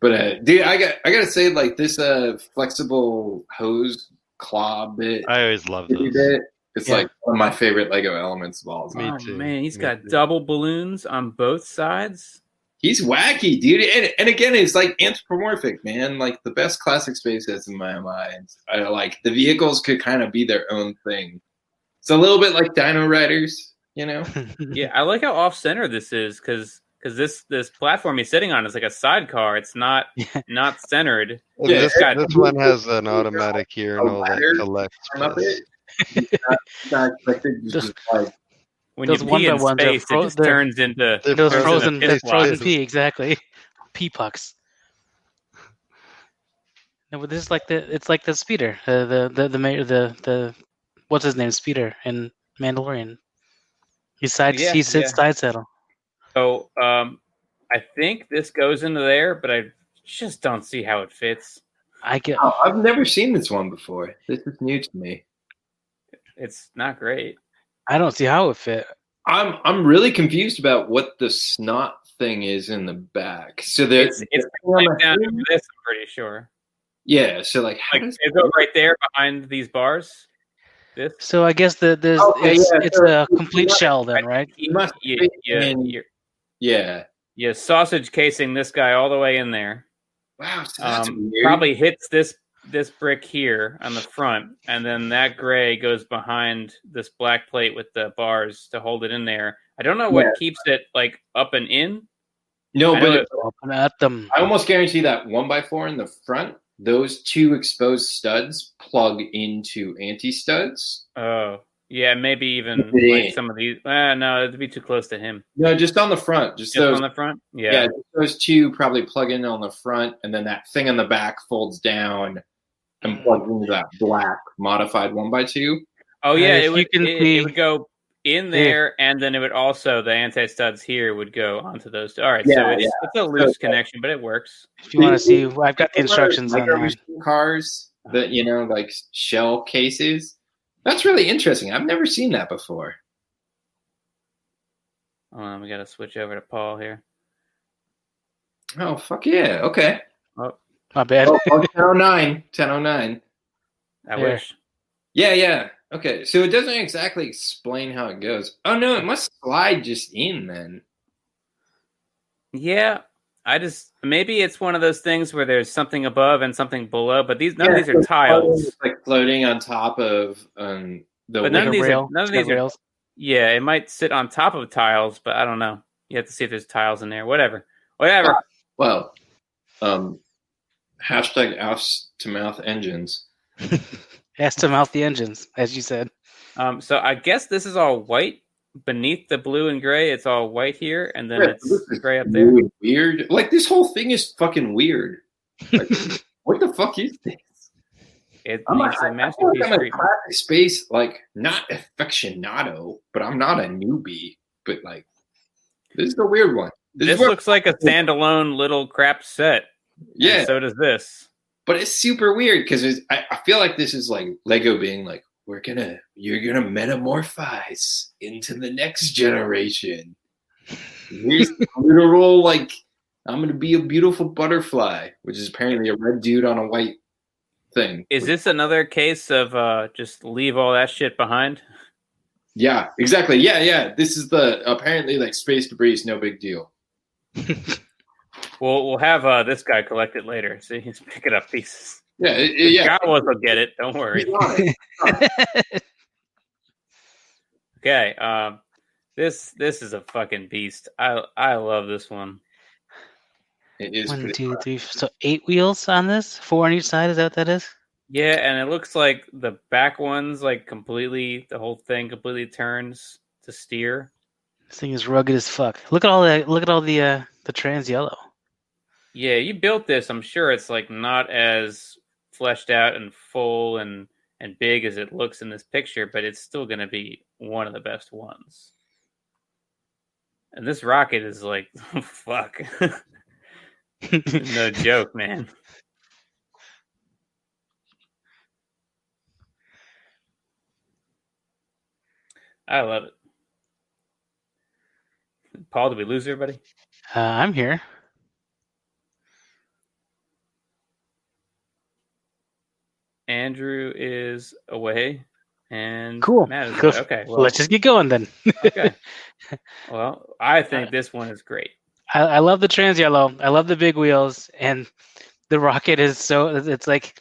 C: But uh, dude, I got I gotta say, like this uh flexible hose claw bit,
D: I always love
C: you
D: those.
C: did, it's
A: Yeah.
C: like one of my favorite Lego elements of all time.
D: Me
A: oh
D: too.
A: man, he's
D: Me
A: got
D: too.
A: double balloons on both sides.
C: He's wacky, dude, and, and again, it's like anthropomorphic, man. Like the best classic space sets in my mind. I like the vehicles could kind of be their own thing. It's a little bit like Dino Riders, you know.
A: Yeah, I like how off center this is because because this this platform he's sitting on is like a sidecar. It's
B: (laughs)
A: not not centered.
D: And
C: Yeah,
D: this,
A: yeah.
D: this one has an automatic here and all that.
C: ladder,
D: collects
C: Arm up
D: dust.
C: it. It's not- it's not expected. You
B: Just-
C: just (laughs) like
A: When
B: Those
A: you
B: one
A: pee
B: by
A: in
B: ones are
A: space,
B: fro-
A: it just
B: they're-
A: turns into
D: They're
B: Those frozen,
A: frozen
B: those
A: piss
B: frozen
A: boxes.
B: pea, exactly. (laughs) Pea pucks. No, but this is like the it's like the speeder, the the the the ma- the, the what's his name speeder in Mandalorian. He side
A: Yeah,
B: he sits
A: yeah.
B: side saddle.
A: so. Um, I think this goes into there, but I just don't see how it fits.
B: I get
C: oh, I've never seen this one before. This is new to me.
A: It's not great.
B: I don't see how it fit.
C: I'm I'm really confused about what the snot thing is in the back. So
A: It's
C: there's
A: it's like down to this. I'm pretty sure.
C: yeah. So like, how
A: Like
C: does-
A: it goes right there behind these bars. This
B: So I guess the there's
C: Okay,
B: it's,
C: yeah,
B: it's
C: so-
B: a complete shell then,
A: I-
B: right?
A: you,
C: must
A: you,
C: fit
A: you,
C: in-
A: you,
C: yeah.
A: you sausage casing this guy all the way in there.
C: Wow, so that's
A: um,
C: weird.
A: probably hits this this brick here on the front, and then that gray goes behind this black plate with the bars to hold it in there. I don't know what
C: Yeah.
A: keeps it like up and in.
C: no,
A: I
C: but
A: know
C: it-
B: Open um, at them.
C: I almost guarantee that one by four in the front, those two exposed studs plug into anti studs.
A: Oh, yeah, maybe even
C: Yeah.
A: like some of these. Ah, no, it'd be too close to him.
C: No, just on the front, just
A: Just
C: those.
A: on the front.
C: yeah,
A: Yeah.
C: just those two probably plug in on the front, and then that thing on the back folds down and plugs into that black modified one by two.
A: Oh
B: And
A: yeah,
B: if
A: it
B: you
A: would.
B: can
A: it,
B: see-
A: it would go in there, and then it would also the anti studs here would go onto those. All right, so
C: Yeah,
A: it's, it's a loose connection, but it works.
B: If you want to see, I've got the instructions
C: like,
B: online.
C: machine Uh-huh. cars that you know, like shell cases. That's really interesting. I've never seen that before.
A: Hold on, we got to switch over to Paul here.
C: Oh fuck yeah!
A: (laughs)
C: Okay.
B: My bad.
C: Oh, oh, 1009. 1009.
A: I
B: There.
A: wish.
C: Yeah, yeah. Okay, so it doesn't exactly explain how it goes. Oh no, it must slide just in then.
A: Yeah, I just maybe it's one of those things where there's something above and something below, but these none
C: Yeah,
A: of these are
C: it's
A: tiles.
C: like floating on top of um the.
A: But none of
B: Like a
A: these are-
B: rail.
A: none of
B: It's got
A: these are-
B: rails.
A: Yeah, it might sit on top of tiles, but I don't know. You have to see if there's tiles in there. Whatever, whatever.
C: well, um, hashtag offs to mouth engines.
B: Has to mouth the engines, as you said.
A: Um, so I guess this is all white beneath the blue and gray. It's all white here, and then
C: Yeah,
A: it's
C: this is
A: gray up there.
C: Really weird. Like this whole thing is fucking weird.
A: (laughs)
C: Like, what the fuck is this?
A: It
C: I'm a,
A: needs
C: I
A: a
C: am i feel like
A: masterpiece
C: I'm a
A: treatment.
C: classic space, like not affectionado, but I'm not a newbie. But like, this is a weird one. This,
A: This
C: is where,
A: looks like a standalone little crap set. and
C: yeah,
A: So does this.
C: but it's super weird because I, I feel like this is like Lego being like, we're gonna, you're gonna metamorphize into the next generation. (laughs) Here's the literal like, I'm gonna be a beautiful butterfly, which is apparently a red dude on a white thing.
A: Is this another case of uh, just leave all that shit behind?
C: Yeah, exactly. Yeah, yeah. This is the apparently like space debris is no big deal.
A: We'll we'll have uh, this guy collect it later. See, he's picking up pieces.
C: Yeah, it- it- yeah.
A: Gobbles will get it. Don't worry. Okay. Um, this this is a fucking beast. I I love this one.
C: It is
B: One,
C: pretty-
B: two, three. f- So eight wheels on this, four on each side. Is that what that is?
A: Yeah, and it looks like the back one's like completely the whole thing completely turns to steer.
B: This thing is rugged as fuck. Look at all that. Look at all the uh, the trans yellow.
A: Yeah, you built this. I'm sure it's like not as fleshed out and full and and big as it looks in this picture, but it's still going to be one of the best ones. And this rocket is like (laughs) oh, fuck. no joke, man. I love it. Paul, did we lose everybody?
B: Uh, I'm here.
A: Andrew is away, and
B: Cool.
A: Matt is
B: Cool.
A: away. okay. Well,
B: Let's just get going then.
A: okay. well, I think this one is great.
B: I, I love the trans yellow. I love the big wheels, and the rocket is so. It's like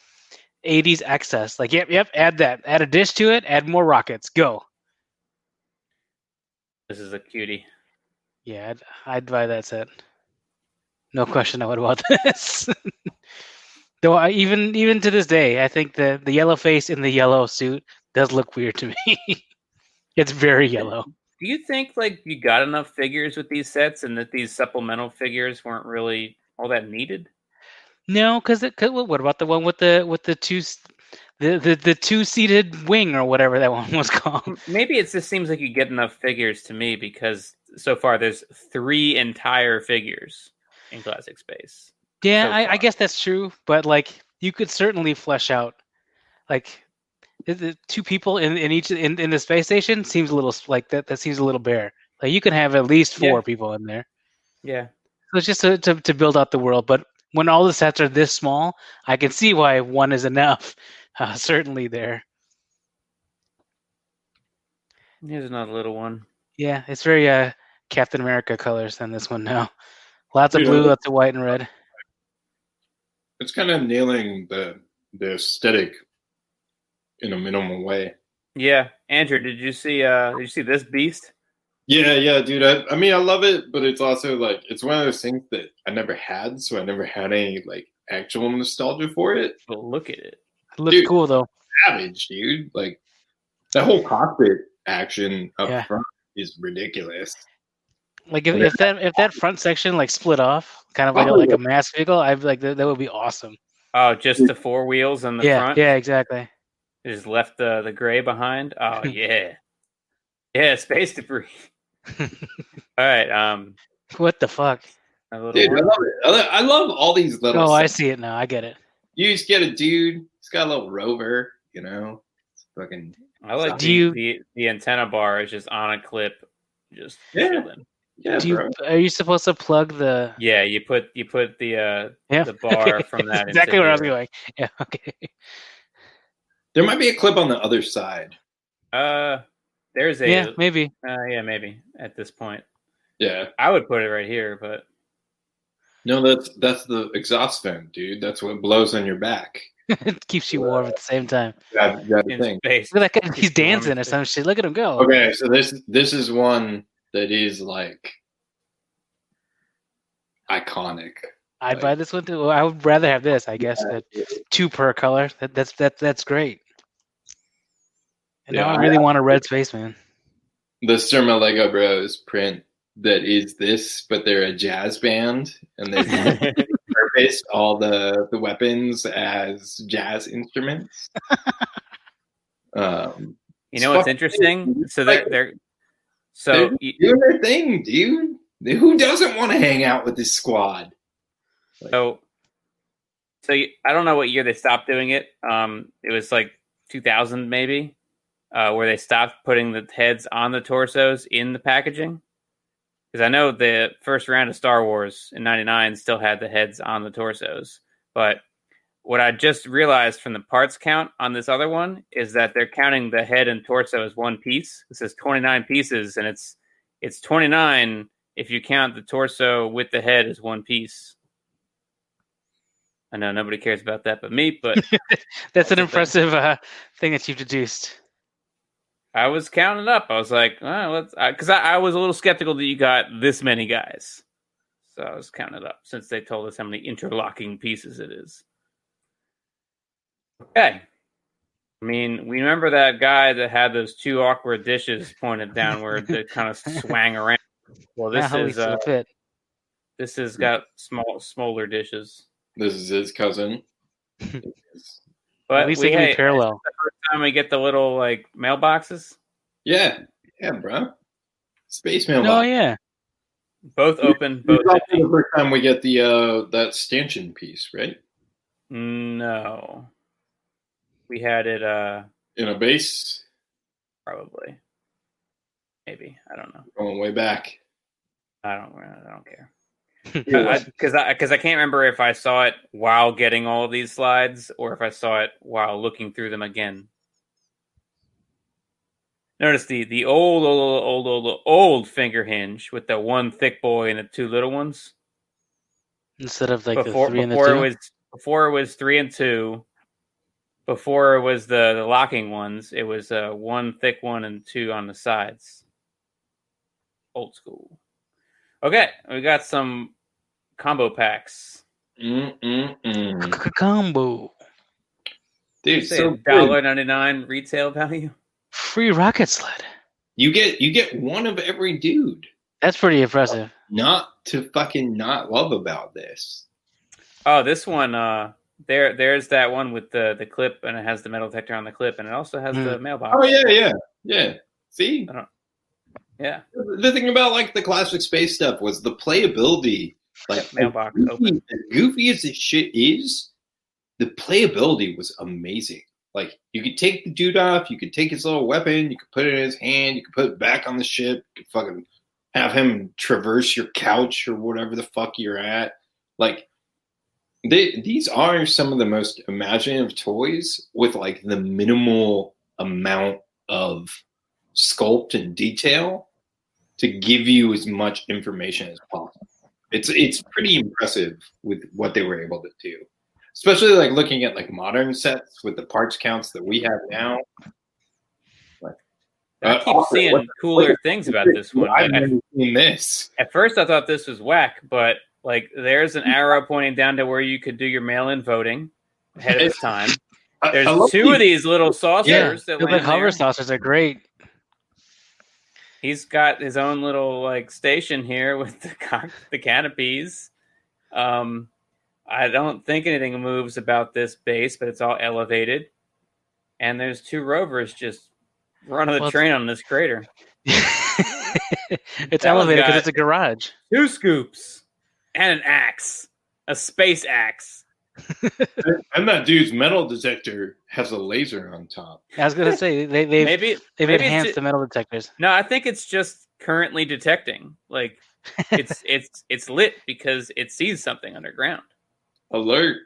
B: 80s excess. Like yep, yep. Add that. Add a dish to it. Add more rockets. Go.
A: This is a cutie.
B: Yeah, I'd, I'd buy that set. No question, I would want (laughs) this. Though, I, even even to this day, I think the the yellow face in the yellow suit does look weird to me. (laughs) it's very yellow.
A: Do you think like you got enough figures with these sets, and that these supplemental figures weren't really all that needed?
B: No, because what about the one with the with the two s- the the, the two seated wing or whatever that one (laughs) was called?
A: Maybe it just seems like you get enough figures to me because so far there's three entire figures in classic space.
B: Yeah,
A: So
B: I, I
A: far.
B: guess that's true, but like you could certainly flesh out like the- the two people in, in each in, in the space station seems a little s- like that that seems a little bare. Like you can have at least
A: Yeah.
B: four people in there.
A: Yeah,
B: So it's just to, to, to build out the world. But when all the sets are this small, I can see why one is (laughs) enough. Uh, certainly there.
A: here's another little one.
B: Yeah, it's very uh, Captain America colors on this one now. Lots of
C: Yeah.
B: blue, lots of white and red.
C: It's kind of nailing the the aesthetic in a minimal way.
A: Yeah, Andrew, did you see? uh Did you see this beast?
C: Yeah, yeah, dude. I, I mean, I love it, but it's also like it's one of those things that I never had, so I never had any like actual nostalgia for it.
A: But look at it.
B: Looks
C: Dude.
B: cool though.
C: Savage, dude. Like that whole cockpit action up
B: Yeah.
C: front is ridiculous.
B: Like if,
C: Yeah.
B: if that if that front section like split off, kind of like a,
C: Oh,
B: like
C: yeah.
B: a mass vehicle, I'd be like that, that would be awesome.
A: Oh, just the four wheels on the
B: yeah,
A: front.
B: yeah, exactly. (laughs)
A: They Just left the the gray behind. Oh yeah, yeah, space
B: (laughs)
A: debris. All right, um,
B: What the fuck?
A: a little
C: Dude, I love it. I, lo- I love all these little.
B: Oh, I
C: s-
B: see it now. I get it.
C: You just get a dude. He's got a little rover, you know. It's fucking
A: I like
B: Do
A: the,
B: you-
A: the the antenna bar is just on a clip, just
C: Yeah.
A: chilling.
C: yeah,
B: Do you
C: bro.
B: are you supposed to plug the?
A: Yeah, you put you put the uh
B: Yeah,
A: the
B: (laughs)
A: bar from that into
B: exactly where I was
A: here.
B: going. (laughs) Yeah, okay.
C: There might be a clip on the other side.
A: uh there's a
B: Yeah, maybe. (laughs)
A: uh, yeah maybe at this point
C: Yeah.
A: I would put it right here, but
C: No, that's that's the exhaust vent, dude. That's what blows on your back.
B: it keeps you warm at the same time.
C: That, that
A: in
C: thing.
A: space.
B: Look at that guy. He's
A: Keeps you warm
B: dancing
A: and
B: or some shit. Look at him go.
C: Okay, so this this is one that is like iconic.
B: I'd buy this one too. Well, I would rather have this, I guess. That two per color. That, that's that that's great. And now I
C: Yeah,
B: really want a red spaceman.
C: The Surma Lego Bros print that is this, but they're a jazz band and they repurposed all the the weapons as jazz instruments. um,
A: You know what's
C: Fuck.
A: interesting? So they're, they're so you,
C: doing their thing, dude. Who doesn't want to hang out with this squad?
A: So, so you, I don't know what year they stopped doing it. Um, it was like 2000 maybe, uh, where they stopped putting the heads on the torsos in the packaging. Because I know the first round of Star Wars in '99 still had the heads on the torsos, but what I just realized from the parts count on this other one is that they're counting the head and torso as one piece. This is 29 pieces, and it's it's 29 if you count the torso with the head as one piece. I know nobody cares about that but me,
B: (laughs)
A: but
B: That's an
A: Okay.
B: impressive uh, thing that you've deduced.
A: I was counting up. I was like, oh, let's, because I, I, was a little skeptical that you got this many guys. So I was counting it up since they told us how many interlocking pieces it is. Okay. I mean, we remember that guy that had those two awkward dishes pointed downward that
B: (laughs)
A: kind of swang around. Well, this
B: Now we
A: is
B: see
A: uh,
B: fit.
A: this has got small, smaller dishes.
C: This is his cousin.
A: But
B: At least
A: we,
B: they can
A: hey, (laughs)
B: be parallel.
A: time we get the little like mailboxes.
C: yeah, yeah, bro. Space mailbox.
B: Oh yeah,
A: Both open, both
C: This is also the first time we get the uh, that stanchion piece, right?
A: No. We had it uh
C: In a base
A: probably. Maybe. I don't know.
C: going way back.
A: I don't I don't care.
C: Yeah.
D: (laughs)
A: Cuz I cuz I can't remember if I saw it while getting all of these slides or if I saw it while looking through them again. Notice the the old old old old old finger hinge with the one thick boy and the two little ones.
B: instead of like
A: before
B: the three and the
A: before
B: two.
A: it was before it was three and two. Before it was the, the locking ones, it was uh, one thick one and two on the sides. Old school. Okay, we got some combo packs.
C: Mm, mm, mm.
B: Combo.
C: Dude,
A: Say
C: so good.
A: dollar ninety nine retail value.
B: Free rocket sled.
C: you get you get one of every dude.
B: That's pretty impressive.
C: Not to fucking not love about this.
A: Oh, this one. Uh, there, there's that one with the the clip, and it has the metal detector on the clip, and it also has
B: Hmm.
A: the mailbox.
C: Oh yeah, yeah, yeah. See,
A: yeah,
C: the thing about like the classic space stuff was the playability. Like
A: mailbox
C: as
A: open.
C: goofy, as goofy as this shit is, the playability was amazing. Like you could take the dude off, you could take his little weapon, you could put it in his hand, you could put it back on the ship, you could fucking have him traverse your couch or whatever the fuck you're at. Like they, these are some of the most imaginative toys with like the minimal amount of sculpt and detail to give you as much information as possible. It's it's pretty impressive with what they were able to do. Especially like looking at like modern sets with the parts counts that we have now.
A: I keep
C: Uh, what
A: seeing
C: the-
A: cooler things about this one.
C: I've
A: I- I-
C: never seen this.
A: at first, I thought this was whack, but like, there's an arrow pointing down to where you could do your mail in voting ahead of its time.
C: I- I
A: There's
C: love
A: two of these little saucers that
B: Dude, like
A: land
B: hover
A: there.
B: saucers are great.
A: (laughs) He's got his own little like station here (laughs) with the con- the canopies. Um, I don't think anything moves about this base, but it's all elevated. And there's two rovers just running the
B: Well, it's-
A: train on this crater.
B: it's
A: That one's
B: elevated because
A: got-
B: it's a garage.
A: Two scoops and an axe, a space axe.
C: And that dude's metal detector has a laser on top.
B: I was
A: (laughs)
B: gonna say they they've
A: Maybe
B: they've
A: maybe it's
B: enhanced
A: ju-
B: the metal detectors. (laughs)
A: No, I think it's just currently detecting. Like it's it's it's lit because it sees something underground.
C: Alert.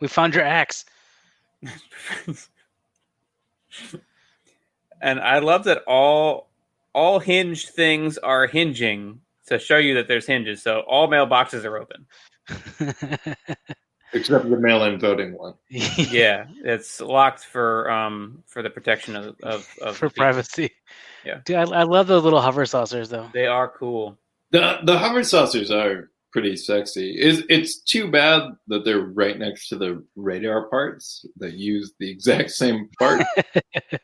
B: We found your axe. (laughs)
A: and I love that all all hinged things are hinging to show you that there's hinges. So all mailboxes are open.
C: Except the mail in voting one.
A: Yeah, it's locked for um for the protection of of, of
B: for
A: the people.
B: privacy.
A: Yeah.
B: Dude, I, I love those little hover saucers though. (laughs)
A: They are cool.
C: The the hover saucers are pretty sexy. Is it's too bad that they're right next to the radar parts that use the exact same part.
A: (laughs)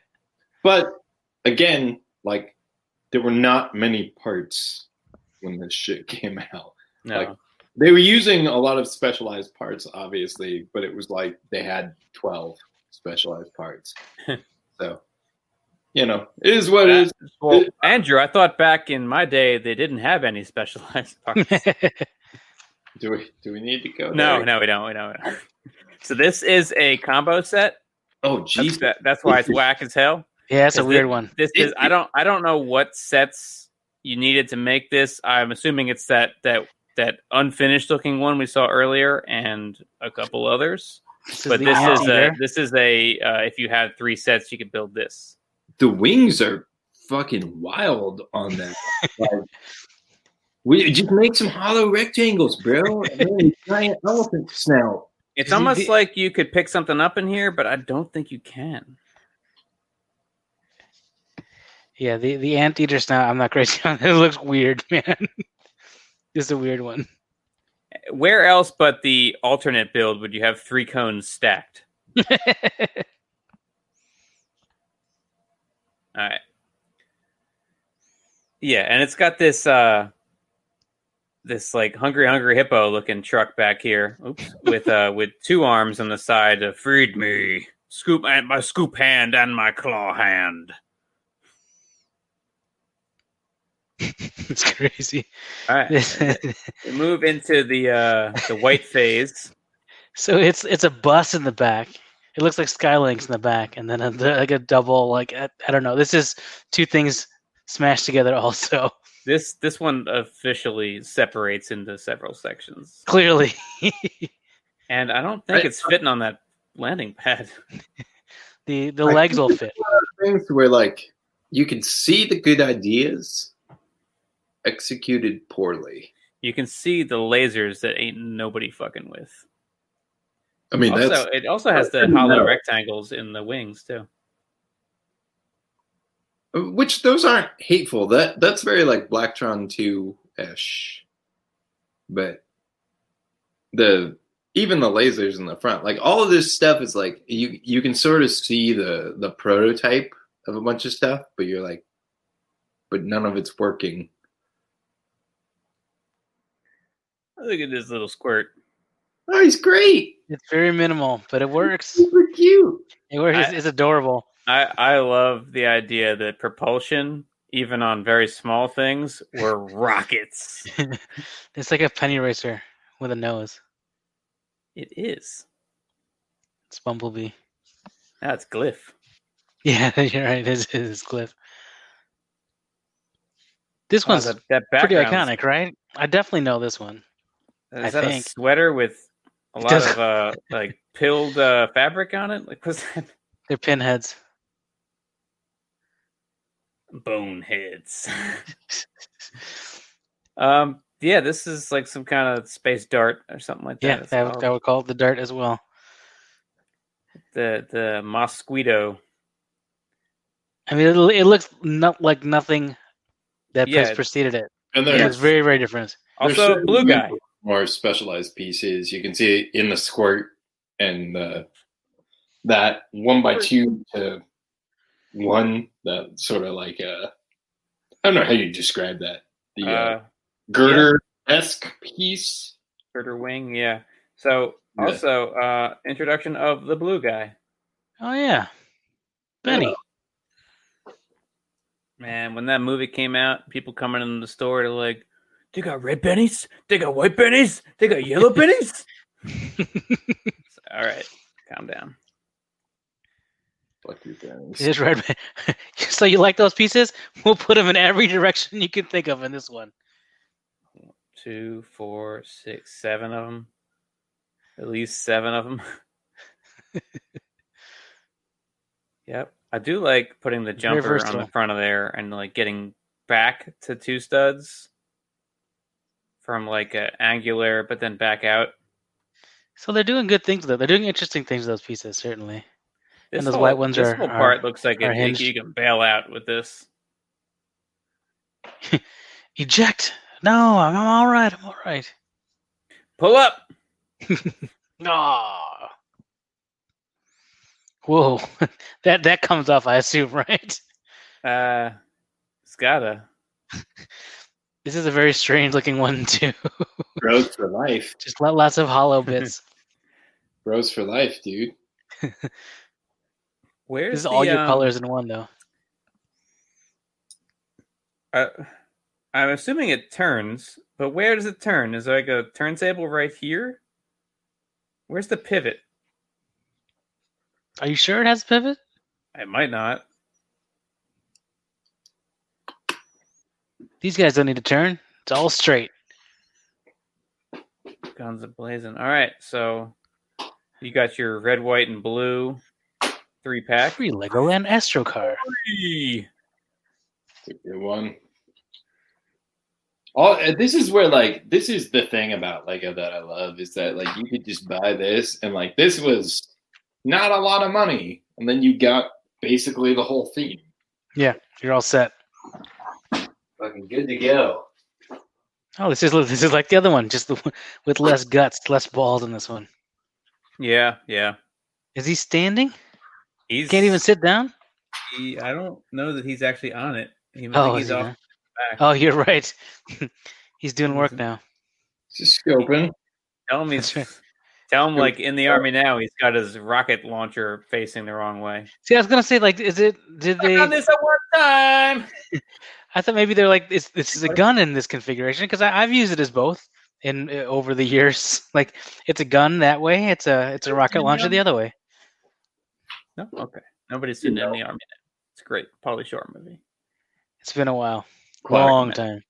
C: but again, like there were not many parts when this shit (laughs) came out.
A: No.
C: Like- They were using a lot of specialized parts, obviously, but it was like they had twelve specialized
A: (laughs)
C: parts. so you know, it is what it is.
A: well, Andrew, I thought back in my day they didn't have any specialized parts.
C: Do we do we need to go?
A: no,
C: there?
A: no, Oh, we don't. We don't. We don't. (laughs) So this is a combo set.
C: Oh
A: That's,
C: Jesus.
A: that- that's why it's whack as hell.
B: yeah, that's a
A: Is
B: weird
A: it-
B: one.
A: this is i don't i don't know what sets you needed to make this i'm assuming it's that that that unfinished looking one we saw earlier and a couple others
B: This
A: but
B: the
A: this is
B: easier.
A: a this is a uh, if you had three sets you could build this
C: the wings are fucking wild on
B: (laughs)
C: that. Like, we just make some hollow rectangles,
B: (laughs)
C: bro. and then a giant elephant snout.
A: it's
B: Is it
A: almost
B: the-
A: like you could pick something up in here but i don't think you can
B: Yeah, the the anteater snout. I'm not crazy (laughs) on. It looks weird, (laughs) man. this is a weird one. (laughs)
A: where else but the alternate build would you have three cones stacked all right yeah and it's got this uh this like hungry hungry hippo looking truck back here oops with uh with two arms on the side to feed me scoop and my scoop hand and my claw hand
B: it's crazy. (laughs)
A: all right we move into the uh the white phase
B: so it's it's a bus in the back. It looks like Skylinks in the back, and then a, like a double. Like I, I don't know. This is two things smashed together. (laughs) Also,
A: this this one officially separates into several sections
B: clearly, (laughs)
A: and i don't think it's fitting on that landing pad
B: the the
C: I
B: legs
C: think
B: will
C: it's
B: fit.
C: Things where like you can see the good ideas executed poorly.
A: you can see the lasers that ain't nobody fucking with
C: I mean,
A: also,
C: that's
A: it also has the
C: that's pretty
A: hollow
C: metal.
A: rectangles in the wings too.
C: Which those aren't hateful. That that's very like Blacktron two ish. But the even the lasers in the front, like all of this stuff is like you you can sort of see the the prototype of a bunch of stuff, but you're like, but none of it's working.
A: Look at this little squirt.
C: Oh, he's great.
B: It's very minimal, but it works.
C: Super cute.
B: It works. It's, it's
C: (laughs)
B: adorable.
A: I I love the idea that propulsion, even on very small things,
C: (laughs)
A: were rockets.
B: It's like a penny racer with a nose.
A: It is.
B: It's Bumblebee.
A: That's glyph.
B: Yeah, (laughs) you're right. This is Cliff. This
A: Wow,
B: one's
A: that, that
B: pretty
A: Uh, background's-
B: iconic, right? I definitely know this one.
A: Is
B: I
A: that
B: think.
A: a sweater with a lot
B: does-
A: of uh, like pilled uh, fabric on it? Like what's that? (laughs)
B: They're pinheads.
A: Boneheads. (laughs) um. Yeah, this is like some kind of space dart or something like
B: Yeah,
A: that. It's
B: I would, I
A: all
B: would call it the dirt as well.
A: the the mosquito.
B: I mean, it, l- it looks not like nothing that
A: Yeah,
B: pres- preceded it.
C: And
B: It's
C: there's
B: very, very different.
C: there's
A: Also,
C: certain
A: blue guy.
C: more specialized pieces. You can see in the squirt and the that one by two to one that sort of like uh I don't know how you describe that. The uh,
A: Uh,
C: girder esque piece.
A: Critter Wing, yeah. So
C: Yeah.
A: also uh introduction of the blue guy.
B: Oh yeah, Benny.
A: Man, when that movie came out, people coming in the store to like, they got red pennies, they got white pennies, they got (laughs) yellow pennies.
B: (laughs)
A: All right, calm down.
C: Fuck you guys.
B: Just red. (laughs) so you like those pieces? We'll put them in every (laughs) direction you can think of in this one.
A: Two, four, six, seven of them. At least seven of them. (laughs) yep, I do like putting the jumper on the
B: versatile.
A: front of there and like getting back to two studs from like a angular, but then back out.
B: So they're doing good things though. They're doing interesting things with those pieces, certainly.
A: This
B: And those white ones
A: this
B: are-
A: whole
B: are-
A: part looks like
B: are
A: it,
B: hinged.
A: you can bail out with this.
B: Eject. No, I'm all right. I'm all right.
A: Pull up.
B: No. Whoa, (laughs) that that comes off, I assume, (laughs) right?
A: Uh, it's gotta.
B: This is a very strange looking one (laughs) too.
C: Bros for life.
B: Just lo- lots of
A: (laughs)
B: hollow bits.
C: Bros for life, dude.
A: Where's
B: this is
A: the,
B: all your
A: um,
B: colors in one though.
A: Uh, I'm assuming it turns, but where does it turn? Is there like a turntable right here? Where's the pivot?
B: Are you sure it has a pivot?
A: I might not.
B: These guys don't need to turn. It's all straight.
A: Guns a blazing. All right, so you got your red, white, and blue three pack.
B: Free Legoland Astro Car.
A: Three.
C: It's a good one. All uh, this is where like this is the thing about Lego that I love is that like you could just buy this and like this was not a lot of money and then you got basically the whole theme.
B: You're all set.
C: Fucking good to go.
B: Oh, this is (laughs) this is like the other one, just the one with less guts, less balls in this one.
A: Yeah, yeah.
B: Is he standing?
A: He's
B: Can't even sit down.
A: he- I don't know that he's actually on it. He- I think
B: Oh,
A: he's
B: is he
A: off
B: not?
A: the back. Mm-hmm.
B: oh, you're (laughs) right. He's doing work now.
C: Just scoping.
A: Tell him he's.
B: That's right.
A: Tell him like in the army now, he's got his rocket launcher facing the wrong way.
B: See, I was gonna say, like, is it? Did they?
A: Done this at one time.
B: I thought maybe they're like, it's, this is a gun in this configuration because I've used it as both in uh, over the years. (laughs) Like, it's a gun that way. It's a it's a rocket launcher the other way.
A: No, okay. Nobody's seen it in the army. Now. It's great. Polly Shore movie.
B: It's been a while,
A: Quite
B: long
A: recommend.
B: time.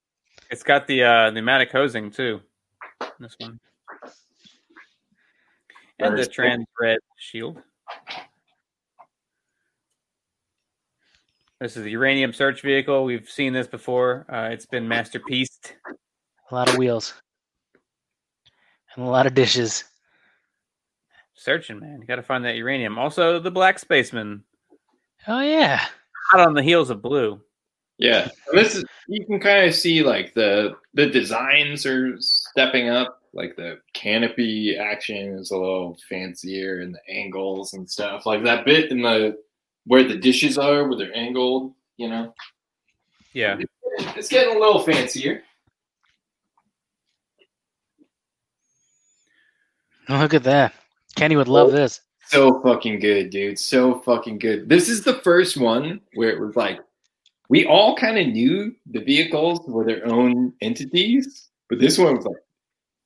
A: It's got the uh, pneumatic hosing too. in This one. And
C: Very
A: the
C: cool.
A: trans red shield. This is the uranium search vehicle. We've seen this before. Uh, it's been masterpieced.
B: A lot of wheels and a lot of dishes.
A: Searching, man. You got to find that uranium. Also, the black spaceman.
B: Oh yeah,
A: hot on the heels of blue.
C: Yeah, And this is you can kind of see like the the designs are stepping up. Like the canopy action is a little fancier, and the angles and stuff. Like that bit in the where the dishes are, where they're angled. You know,
A: Yeah.
C: it's getting a little fancier.
B: Look at that. Kenny would love this.
C: So fucking good, dude. So fucking good. This is the first one where it was like we all kind of knew the vehicles were their own entities, but this one was like,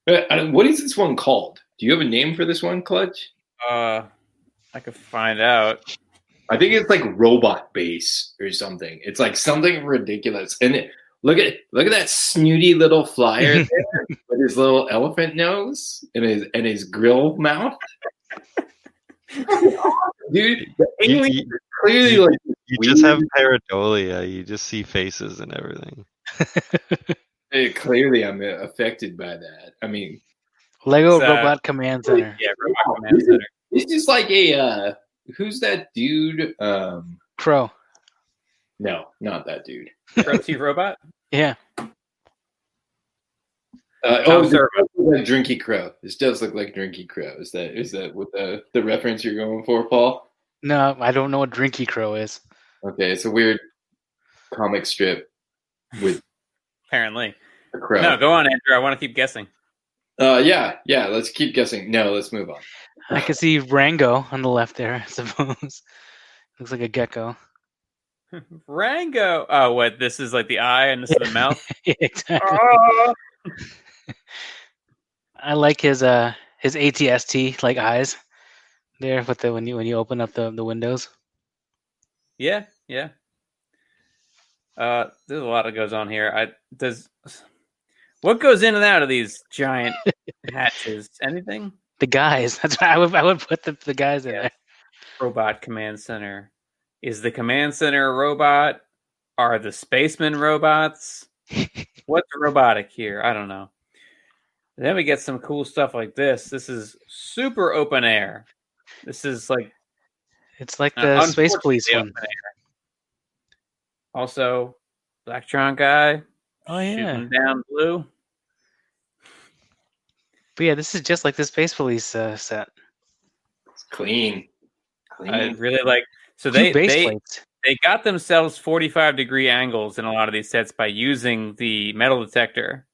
C: uh, uh, what is this one called? Do you have a name for this one, Clutch?
A: Uh, I could find out.
C: I think it's like robot base or something. It's like something ridiculous. And it, look at look at that snooty little
D: (laughs)
C: flyer there with his little elephant nose and his and his grill mouth. Dude, the
D: You,
C: aliens
D: you-
C: are clearly like
D: you just have
C: weird.
D: pareidolia. You just see faces and everything.
C: Eh, clearly I'm uh, affected by that. I mean,
B: Lego
A: It's, uh,
B: Robot Command Center.
A: Yeah,
C: Wow,
A: Robot Command
C: this is-
A: Center.
C: this is like a uh who's that dude? Um
B: Pro.
C: no, not that dude.
A: Pro T Robot.
B: Yeah.
C: Uh,
A: Tom
C: oh, this
A: Servo.
C: does look like Drinky Crow. This does look like Drinky Crow. Is that is that what the the reference you're going for, Paul?
B: No, I don't know what Drinky Crow is.
C: Okay, it's a weird comic strip with
A: Apparently.
C: a crow.
A: No, go on, Andrew. I want to keep guessing.
C: Uh, yeah, yeah. Let's keep guessing. No, let's move on.
B: I (sighs) can see Rango on the left there, I suppose. (laughs) Looks like a gecko. (laughs)
A: Rango. Oh, what? This is like the eye and this (laughs) is the mouth.
B: Yeah, exactly.
A: Oh,
B: I like his uh his ATST like eyes there with the when you when you open up the, the windows.
A: yeah, yeah. Uh, there's a lot that goes on here. I does what goes in and out of these giant hatches? Anything?
B: The guys. (laughs) That's why I would I would put the, the guys in
A: Yeah.
B: there.
A: Robot Command Center. Is the command center a robot? Are the spacemen
B: (laughs)
A: robots? What's robotic here? I don't know. Then we get some cool stuff like this. This is super open air. This is like
B: It's like
A: Uh,
B: the space
A: unfortunately,
B: police
A: open
B: one.
A: air. Also, Electron guy
B: Oh yeah.
A: shooting down blue.
B: But yeah, this is just like the space police uh, set.
C: It's clean. Clean.
A: I really like. So
B: Two
A: they
B: base
A: they,
B: plates.
A: they got themselves 45 degree angles in a lot of these sets by using the metal detector.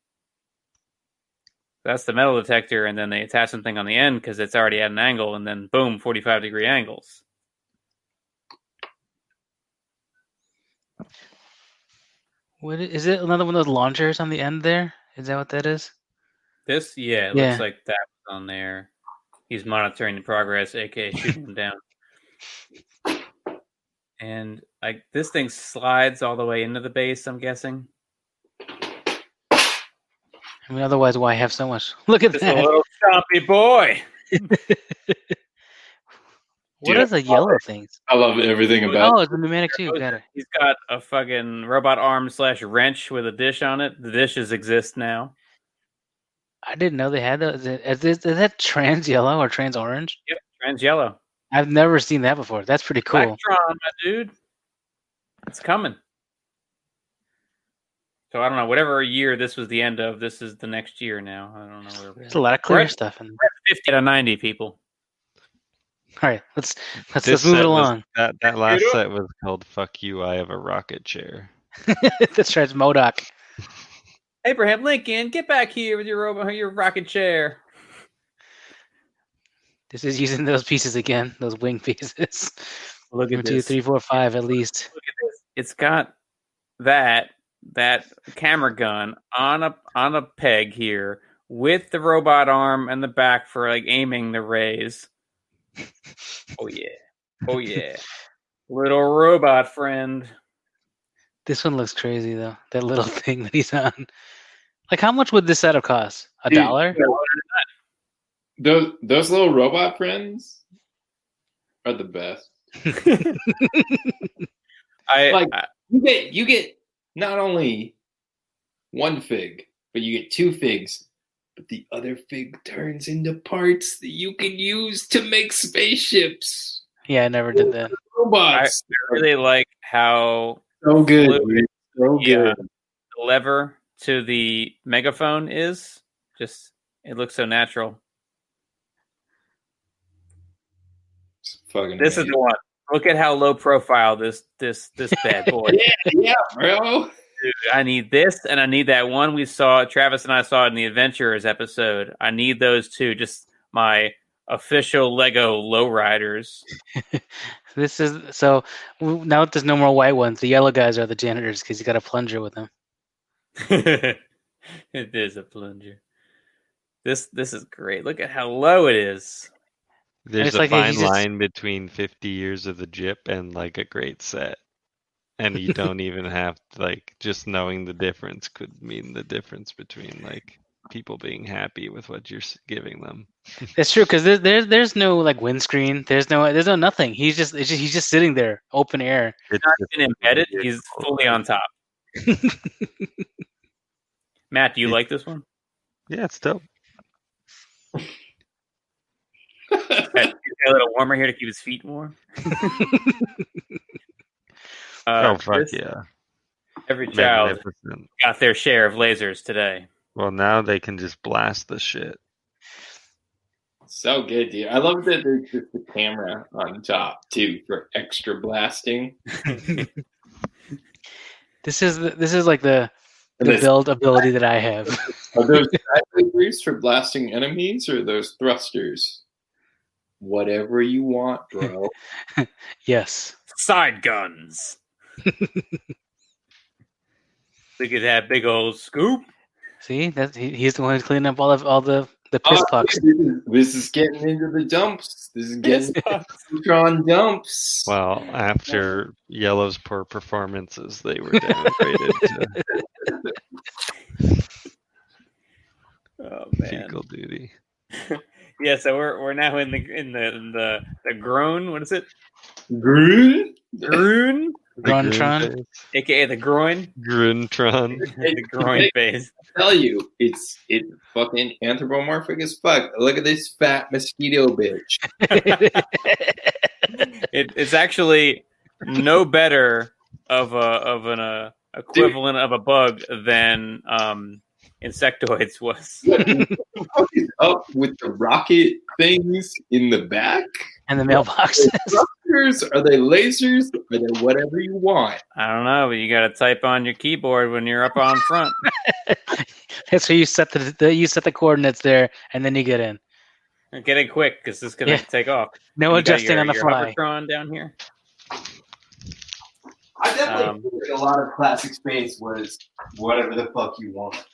A: That's the metal detector, and then they attach something on the end because it's already at an angle, and then boom, 45 degree angles.
B: What i- is it? Another one of those launchers on the end there? Is that what that is?
A: This, yeah, it
B: Yeah.
A: looks like that was on there. He's monitoring the progress, aka shooting him down. And like this thing slides all the way into the base, I'm guessing.
B: I mean, otherwise, why have so much? (laughs) Look at
A: Just a
B: that.
A: little chompy boy.
B: What
C: Dude,
B: are the yellow things?
C: I love everything about
B: Oh, it's a pneumatic tube. Got it.
A: He's got a fucking robot arm slash wrench with a dish on it. The dishes exist now.
B: I didn't know they had those. Is, it- is this- is that trans yellow or trans orange?
A: Trans yellow.
B: I've never seen that before. That's pretty cool.
A: Electron, my dude. It's coming. So I don't know. Whatever year this was the end of, this is the next year now. I don't know where we're
B: There's
A: at.
B: a lot of clear
A: Right.
B: stuff. In
A: fifty to ninety people.
B: All right, let's let's, let's
D: This
B: move
D: set
B: it
D: was-
B: along. (laughs)
D: That that last set was called "Fuck You." I have a rocket chair.
B: That's right. It's Modoc.
A: Abraham Lincoln, get back here with your robot, your rocket chair.
B: This is using those pieces again. Those wing (laughs) pieces.
A: Look
B: One, two, three, four, five, at least.
A: It's got that that camera gun on a on a peg here with the robot arm and the back for like aiming the (laughs) rays. Oh yeah, oh yeah, little robot friend.
B: This one looks crazy though. That little (laughs) thing that he's on. Like, how much would this setup cost? A
C: Dude,
B: dollar?
C: those those little robot friends are the best.
A: I,
C: Like-
A: I
C: You get you get not only one fig, but you get two figs. But the other fig turns into parts that you can use to make spaceships.
B: Yeah, I never did that. (laughs)
C: Robots.
A: I really like how
C: so good.
A: Fluid.
C: dude. So good.
A: Yeah. the lever to the megaphone is. Just it looks so natural.
C: It's Fucking
A: This is the one. Look at how low profile this this this bad (laughs) boy. is.
C: yeah, bro.
A: I need this and I need that one we saw Travis and I saw in the Adventurers episode. I need those two. Just my official Lego (laughs) lowriders.
B: This is so w- now there's no more white ones. The yellow guys are the janitors because you got a plunger with them.
A: it is a plunger. This this is great. Look at how low it is.
B: it's
D: There's a
B: like if you
D: fine
B: just-
D: line between 50 years of the Jip and like a great set. And you don't even have like just knowing the difference could mean the difference between like people being happy with what you're s- giving them.
B: It's true because there's there's there's no like windscreen. There's no there's no nothing. He's just, it's just he's just sitting there, open air.
D: It's
A: Not
D: just
A: even
D: a
A: embedded.
D: weird
A: He's
D: quote.
A: fully on (laughs) top. Matt, do you like this one?
D: Yeah, it's dope.
A: a little warmer here to keep his feet (laughs) warm. Uh,
D: oh fuck
A: this-
D: yeah.
A: Every child
D: Magnificent.
A: got their share of lasers today.
D: Well now they can just blast the shit.
C: (laughs) So good, dude. I love that there's just a camera on top too for extra blasting.
B: This is the, this is like the
C: And
B: the
C: it's-
B: build ability that I have.
C: Are those side lasers for blasting enemies or are those thrusters? Whatever you want, bro.
B: yes,
A: Side (laughs) guns. Look at that big old scoop.
B: see that he, he's the one who's cleaning up all of all the the piss
C: Oh,
B: pucks.
C: dude, this, is, this is getting into the dumps. This is getting Neutron dumps.
D: Well,
A: (laughs)
D: after Yellow's poor performances, they were downgraded to
A: Oh man.
D: fecal duty.
A: Yeah, so we're we're now in the in the in the the groan. What is it?
C: Groon?
A: Groon,
D: The
B: Gruntron.
A: aka the groin, (laughs)
D: Grun- Gruntron.
A: the groin phase.
C: tell you, it's it's fucking anthropomorphic as fuck. Look at this fat mosquito bitch.
A: It, it's actually no better of a of an uh, equivalent of a bug than um, insectoids was.
C: What the fuck is up with the rocket things in the back?
B: (laughs) and the mailbox.
C: Thrusters? Are they lasers? Are they whatever you want?
A: I don't know, but you got to type on your keyboard when you're up on front.
B: (laughs) That's where you set the, the you set the coordinates there, and then you get in.
A: Get it quick because this is gonna
B: Yeah.
A: take off.
B: No
A: You got
B: adjusting
A: your-
B: on the
A: your
B: fly.
A: Hovertron down here.
C: I definitely
A: Um,
C: think that a lot of classic space was whatever the fuck you want.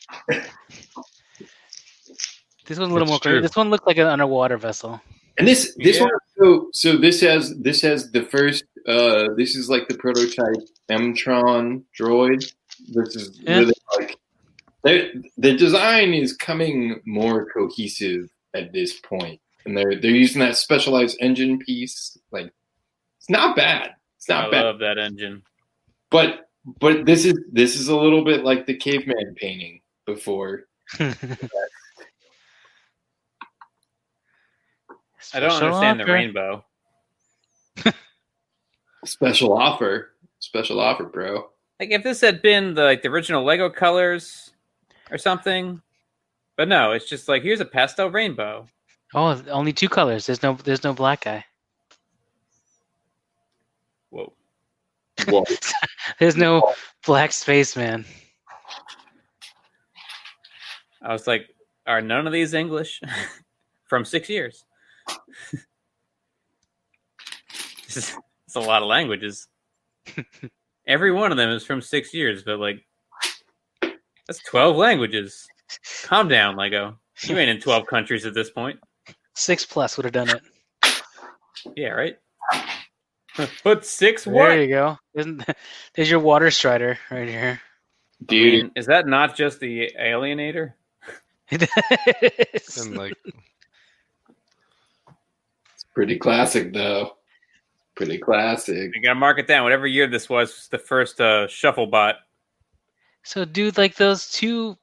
B: This one's a little
D: It's
B: more. cra-
D: true.
B: This one looked like an underwater vessel.
C: And this this
A: Yeah.
C: one so so this has this has the first uh this is like the prototype Mtron droid. This is
B: Yeah.
C: really like their the design is coming more cohesive at this point. And they're they're using that specialized engine piece. Like it's not bad. It's not
A: I
C: bad.
A: love that engine.
C: But but this is this is a little bit like the caveman painting before.
A: I don't
B: Special
A: understand the
B: offer.
A: rainbow.
C: Special offer. Special offer, bro.
A: Like if this had been the like the original Lego colors or something. But no, it's just like here's a pastel rainbow.
B: Oh, only two colors. There's no. There's no black guy.
A: Whoa.
C: Whoa.
B: (laughs) There's no black spaceman.
A: I was like, are none of these English (laughs) from six years? (laughs) This is- it's a lot of languages. (laughs) Every one of them is from six years, but like, that's 12 languages. Calm down, Lego. You ain't in 12 countries at this point.
B: Six plus would have done it.
A: Yeah, right? But six
B: There
A: what?
B: you go. Isn't (laughs) there's your water strider right here? (laughs)
A: I
C: Dude,
A: mean, is that not just the Alienator?
B: It is.
D: And like
C: it's pretty classic though. Pretty classic.
A: You gotta mark it down. Whatever year this was, it's the first uh, Shufflebot.
B: so, dude, like those two.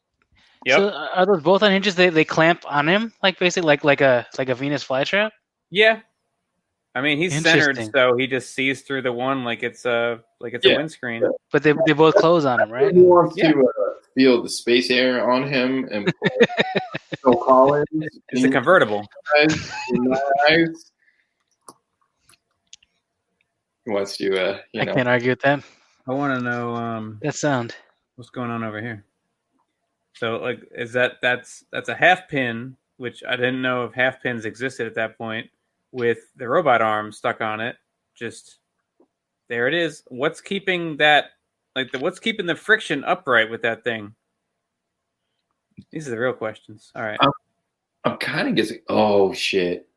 A: Yep.
B: So uh, are those both on hinges? They they clamp on him, like basically like like a like a Venus flytrap.
A: Yeah. I mean, he's centered,
B: Interesting.
A: so he just sees through the one like it's a like it's a
C: Yeah.
A: windscreen.
B: But they, they both close on him, right?
C: He wants
A: Yeah.
C: to uh, feel the space air on him
B: (laughs)
C: and pull Phil Collins.
A: It's a convertible.
C: eyes, in my eyes. He wants to, uh, you
B: I
C: know,
B: can't argue with that.
A: I want to know um,
B: That sound.
A: what's going on over here. So, like, is that that's that's a half pin, which I didn't know if half pins existed at that point, with the robot arm stuck on it. Just there it is. What's keeping that? Like, the, what's keeping the friction upright with that thing? These are the real questions. All right.
C: I'm kind of guessing. Oh shit!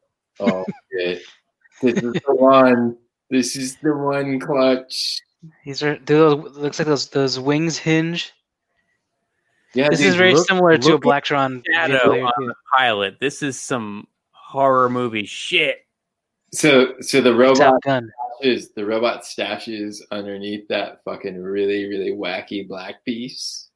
C: Oh shit! This is the one. This is the one clutch.
B: These are do those looks like those those wings hinge.
C: Yeah,
B: This
C: dude,
B: is very
C: look-
B: similar to a
C: look
B: Black Tron.
A: Shadow
B: gameplay.
A: on the pilot. This is some horror movie shit.
C: at- So, so the robot
B: Top Gun.
C: is the robot stashes underneath that fucking really, really wacky black piece.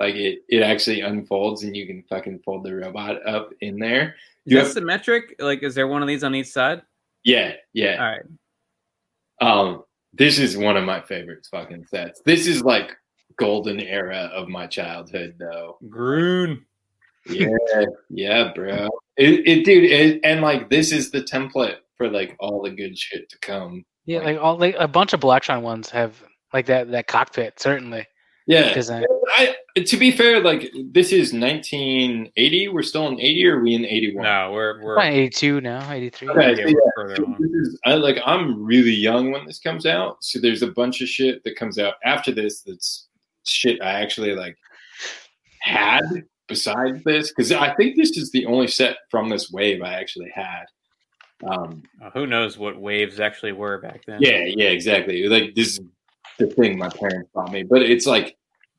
C: Like it, it actually unfolds, and you can fucking fold the robot up in there.
A: Is
C: You
A: that
C: have-
A: symmetric? Like, is there one of these on each side?
C: Yeah, yeah.
A: All right.
C: Um, this is one of my favorites fucking sets. This is like golden era of my childhood though.
A: Groon.
C: Yeah, yeah, bro. It, it dude, it, and like this is the template for like all the good shit to come.
B: Yeah, like all like a bunch of Black Tron ones have like that that cockpit certainly
C: Yeah.
B: design.
C: I to be fair, like this is 1980. We're still in 80 or are we in 81?
A: No, we're we're,
B: Probably 82 now, 83.
C: Okay.
A: yeah, we're further
C: So
A: along.
C: this is- I like I'm really young when this comes out, so there's a bunch of shit that comes out after this that's shit I actually like had besides this because I think this is the only set from this wave I actually had. Um,
A: Uh, who knows what waves actually were back then? (laughs)
C: yeah, yeah, exactly. Like this is
A: Mm-hmm.
C: the thing my parents bought me, but it's like,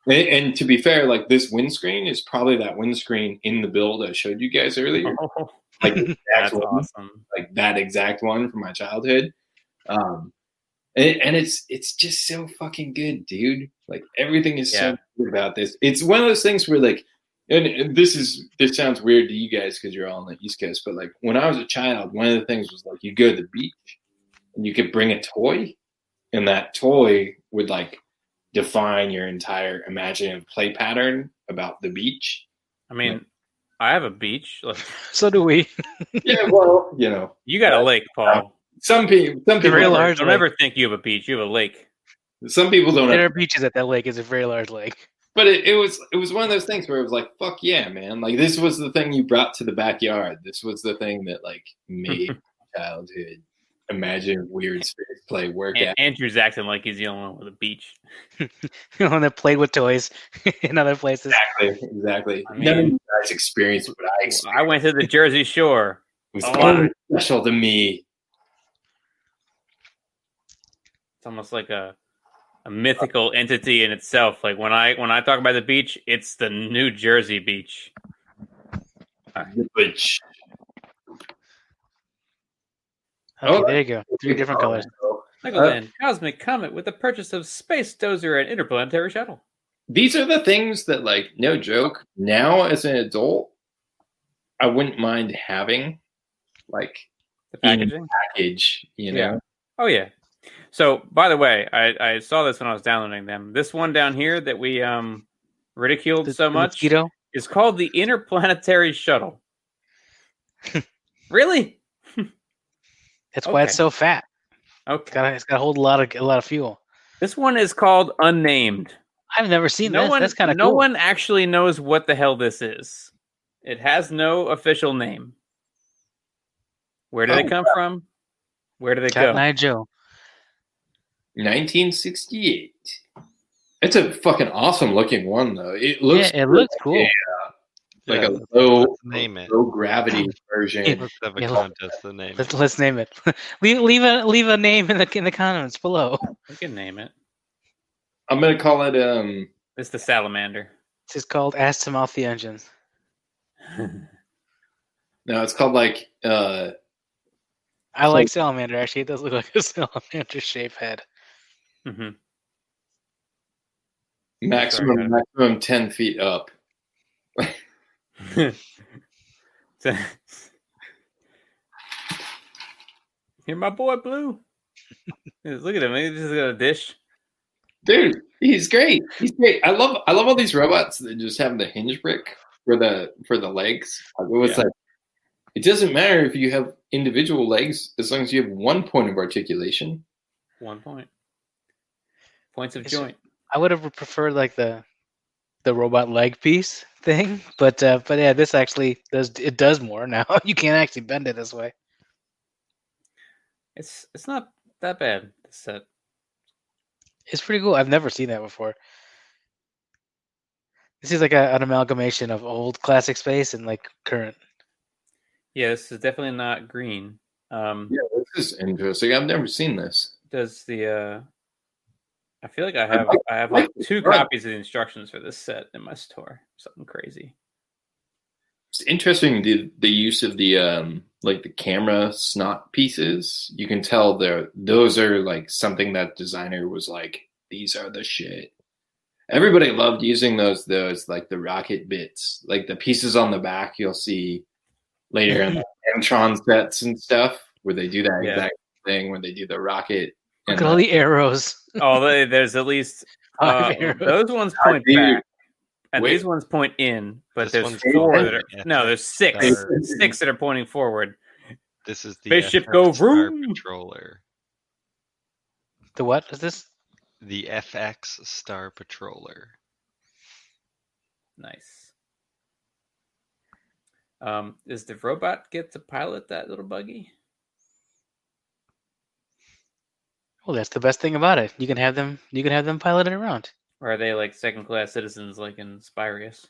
C: and, and to be fair, like this windscreen is probably that windscreen in the build I showed you guys earlier.
A: Oh,
C: Like the
A: that's
C: exact one.
A: awesome.
C: like that exact one from my childhood. Um, and, and it's it's just so fucking good, dude. Like everything is
A: Yeah.
C: so good about this. It's one of those things where like, and, and this is this sounds weird to you guys because you're all on the East Coast, but like when I was a child, one of the things was like you go to the beach and you could bring a toy, and that toy would like define your entire imaginative play pattern about
B: (laughs)
C: the beach.
A: I mean, I have a beach. Like,
B: (laughs) So do we.
C: yeah, well, you know,
A: You got a lake, Paul.
C: some people, some
B: The
C: people,
B: real
C: don't-
B: large
A: Don't
B: lake.
A: ever think you have a beach. You have a lake.
C: some people don't.
B: There are beaches at that lake. It's a very large lake. (laughs)
C: but it, it was it was one of those things where it was like fuck yeah man like this was the thing you brought to the backyard this was the thing that like made childhood imagine weird space play work
A: An-
C: out
A: Andrew's acting like he's the only one with a beach.
B: You know, and they played with toys (laughs) in other places.
C: exactly exactly
A: I
C: I
A: mean-
C: none of you guys experienced what i experienced
A: I went to the Jersey Shore.
C: it was
A: Oh,
C: always special to me
A: It's almost like a a mythical entity in itself. Like when I when I talk about the beach, it's the New Jersey beach.
C: which
B: Okay,
C: Oh.
B: there you go. Three different colors.
A: Legoland, cosmic comet with the purchase of space dozer and interplanetary shuttle.
C: these are the things that like no joke now as an adult i wouldn't mind having like
A: The
C: Mm.
A: packaging.
C: package you know
A: Yeah. Oh yeah. So by the way, I, I saw this when I was downloading them. This one down here that we um ridiculed so
B: The
A: much
B: Mosquito.
A: is called the Interplanetary
B: (laughs)
A: Shuttle. really?
B: That's why
A: Okay.
B: it's so fat. It's
A: Okay.
B: got it's got a whole lot of a lot of fuel.
A: This one is called Unnamed.
B: I've never seen
A: No
B: this.
A: one
B: That's kind of
A: no
B: cool.
A: one actually knows what the hell this is. It has no official name. Where did it
C: Oh,
A: come from? Where did it
B: Cat
A: go?
B: and I Joe.
C: 1968. It's a fucking awesome looking one though. It
B: Yeah,
C: looks
B: it looks cool.
C: yeah, (laughs) like
D: Yeah,
C: a
D: let's-
C: low,
D: let's name it.
C: low gravity version.
D: Let's have a
B: Yeah, let's-
D: contest to name
B: Let's,
D: it.
B: let's name it. (laughs) leave leave a leave a name in the in the comments below.
A: We can name it.
C: I'm gonna call it um
A: It's the salamander.
B: This is called Ass to Mouth the Engine.
C: no, it's called like uh
B: I like salamander. Actually, it does look like a (laughs) salamander shaped head.
A: hmm
C: maximum
A: Sorry,
C: maximum ten feet up.
A: so, (laughs) Here, my boy Blue. Look at him. He just got a dish.
C: Dude, he's great. He's great. I love I love all these robots that just have the hinge brick for the for the legs. Like, it was
A: Yeah.
C: like it doesn't matter if you have individual legs as long as you have one point of articulation.
A: One point. Points of
B: It's-
A: joint.
B: I would have preferred like the the robot leg piece thing, but uh, but yeah, this actually does it does more now. (laughs) you can't actually bend it this way.
A: It's it's not that bad. This set.
B: It's pretty cool. I've never seen that before. This is like a, an amalgamation of old classic space and like current.
A: Yeah, this is definitely not green. Um,
C: Yeah, this is interesting. I've never seen this.
A: Does the uh, I feel like I
C: I
A: have
C: like-
A: I have
C: I like
A: like
C: this
A: two
C: art.
A: copies of the instructions for this set in my store. Something crazy.
C: It's interesting the the use of the um like the camera snot pieces. You can tell they're those are like something that designer was like, these are the shit. Everybody loved using those those like the rocket bits, like the pieces on the back you'll see later
A: (laughs)
C: in the Antron sets and stuff, where they do that
A: Yeah.
C: exact thing when they do the rocket
B: Look
C: and
B: at all
C: the-
B: the arrows. (laughs)
A: Oh, they- there's at least uh, (laughs)
B: Five arrows.
A: those ones point
C: dude.
A: back, and
C: Wait.
A: these ones point in. But
D: This
A: there's
D: one's
A: four
D: going
A: that are
D: in, yeah.
A: no, there's six,
D: Or-
A: six that are pointing forward.
D: This is the
A: Spaceship
D: FF
A: go
D: Star
A: vroom.
D: Patroller.
B: The what is this?
D: The FX Star Patroller.
A: Nice. Um, does the robot get to pilot that little buggy?
B: Well, Oh, that's the best thing about it. You can have them. You can have them pilot it around.
A: Or are they like second class citizens like in Spirius?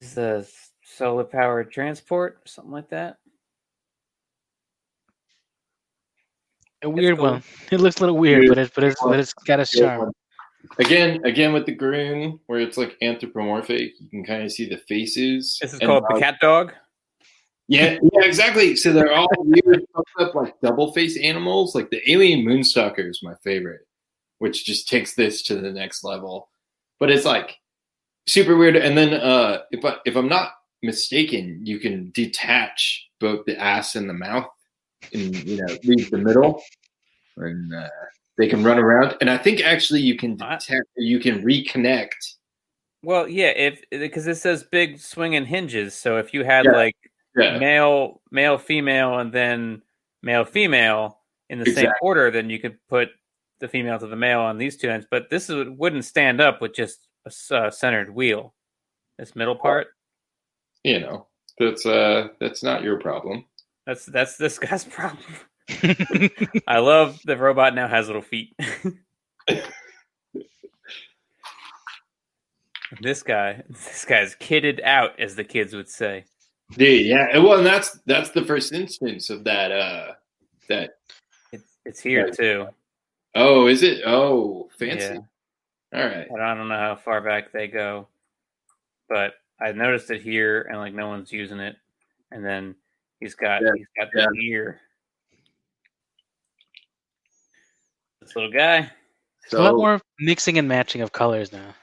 A: Is the solar powered transport something like that?
B: A weird
A: cool.
B: one. (laughs) It looks a little weird,
C: Weird.
B: but it's but it's but it's got its charm.
C: Again, again with the groon, where it's like anthropomorphic, you can kind of see the faces.
A: This is
C: and
A: called the cat dog.
C: Yeah, yeah, exactly. So they're all (laughs) weird, fucked up, like double face animals. Like the alien moonstalker is my favorite, which just takes this to the next level. But it's like super weird. And then, uh, if I, if I'm not mistaken, you can detach both the ass and the mouth, and you know leave the middle, and uh, they can run around. And I think actually you can
A: Ah.
C: detach, you can reconnect.
A: Well, yeah, if because it says big swinging hinges, so if you had
C: Yeah.
A: like
C: Yeah,
A: male, male, female, and then male, female in the same
C: Exactly.
A: order, then you could put the female to the male on these two ends. But this is, wouldn't stand up with just a s- uh, centered wheel. This middle part.
C: you know that's uh that's not your problem.
A: That's that's this guy's (laughs)
C: (laughs)
A: problem. I love the robot now has little feet.
C: (laughs)
A: (laughs) this guy, this guy's kitted out, as the kids would say.
C: Dude, yeah. and Well, and that's that's the first instance of that. Uh, that
A: It's it's here too.
C: oh, is it? Oh, fancy.
A: Yeah.
C: All right.
A: And I don't know how far back they go, but I noticed it here, and like no one's using it. And then he's got
C: Yeah,
A: he's got the ear. This little guy.
B: There's a lot
C: So-
B: more mixing and matching of colors now.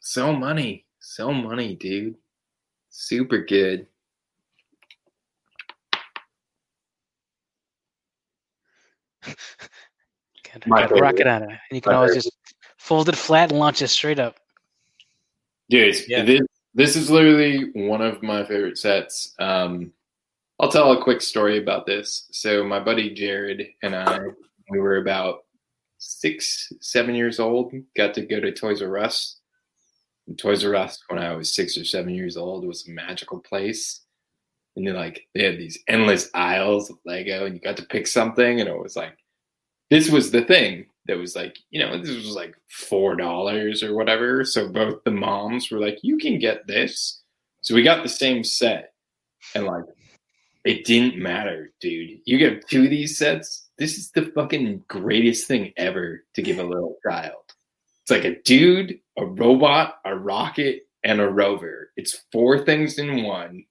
C: So money, so money, dude. Super good.
B: Got,
C: My
B: got a rocket
C: favorite.
B: on it, and you can
C: My
B: always
C: favorite.
B: just fold it flat and launch it straight up.
C: Dude, it's-
A: Yeah.
C: this, this is literally one of my favorite sets. Um, I'll tell a quick story about this. So, my buddy Jared and I, we were about six, seven years old, got to go to Toys R Us. And Toys R Us, when I was six or seven years old, was a magical place. And they like they had these endless aisles of Lego, and you got to pick something, and it was like this was the thing that was like, you know, this was like four dollars or whatever. So both the moms were like, "You can get this." So we got the same set, and like, it didn't matter, dude. You get two of these sets. This is the fucking greatest thing ever to give a little child. It's like a dude, a robot, a rocket, and a rover. It's four things in one,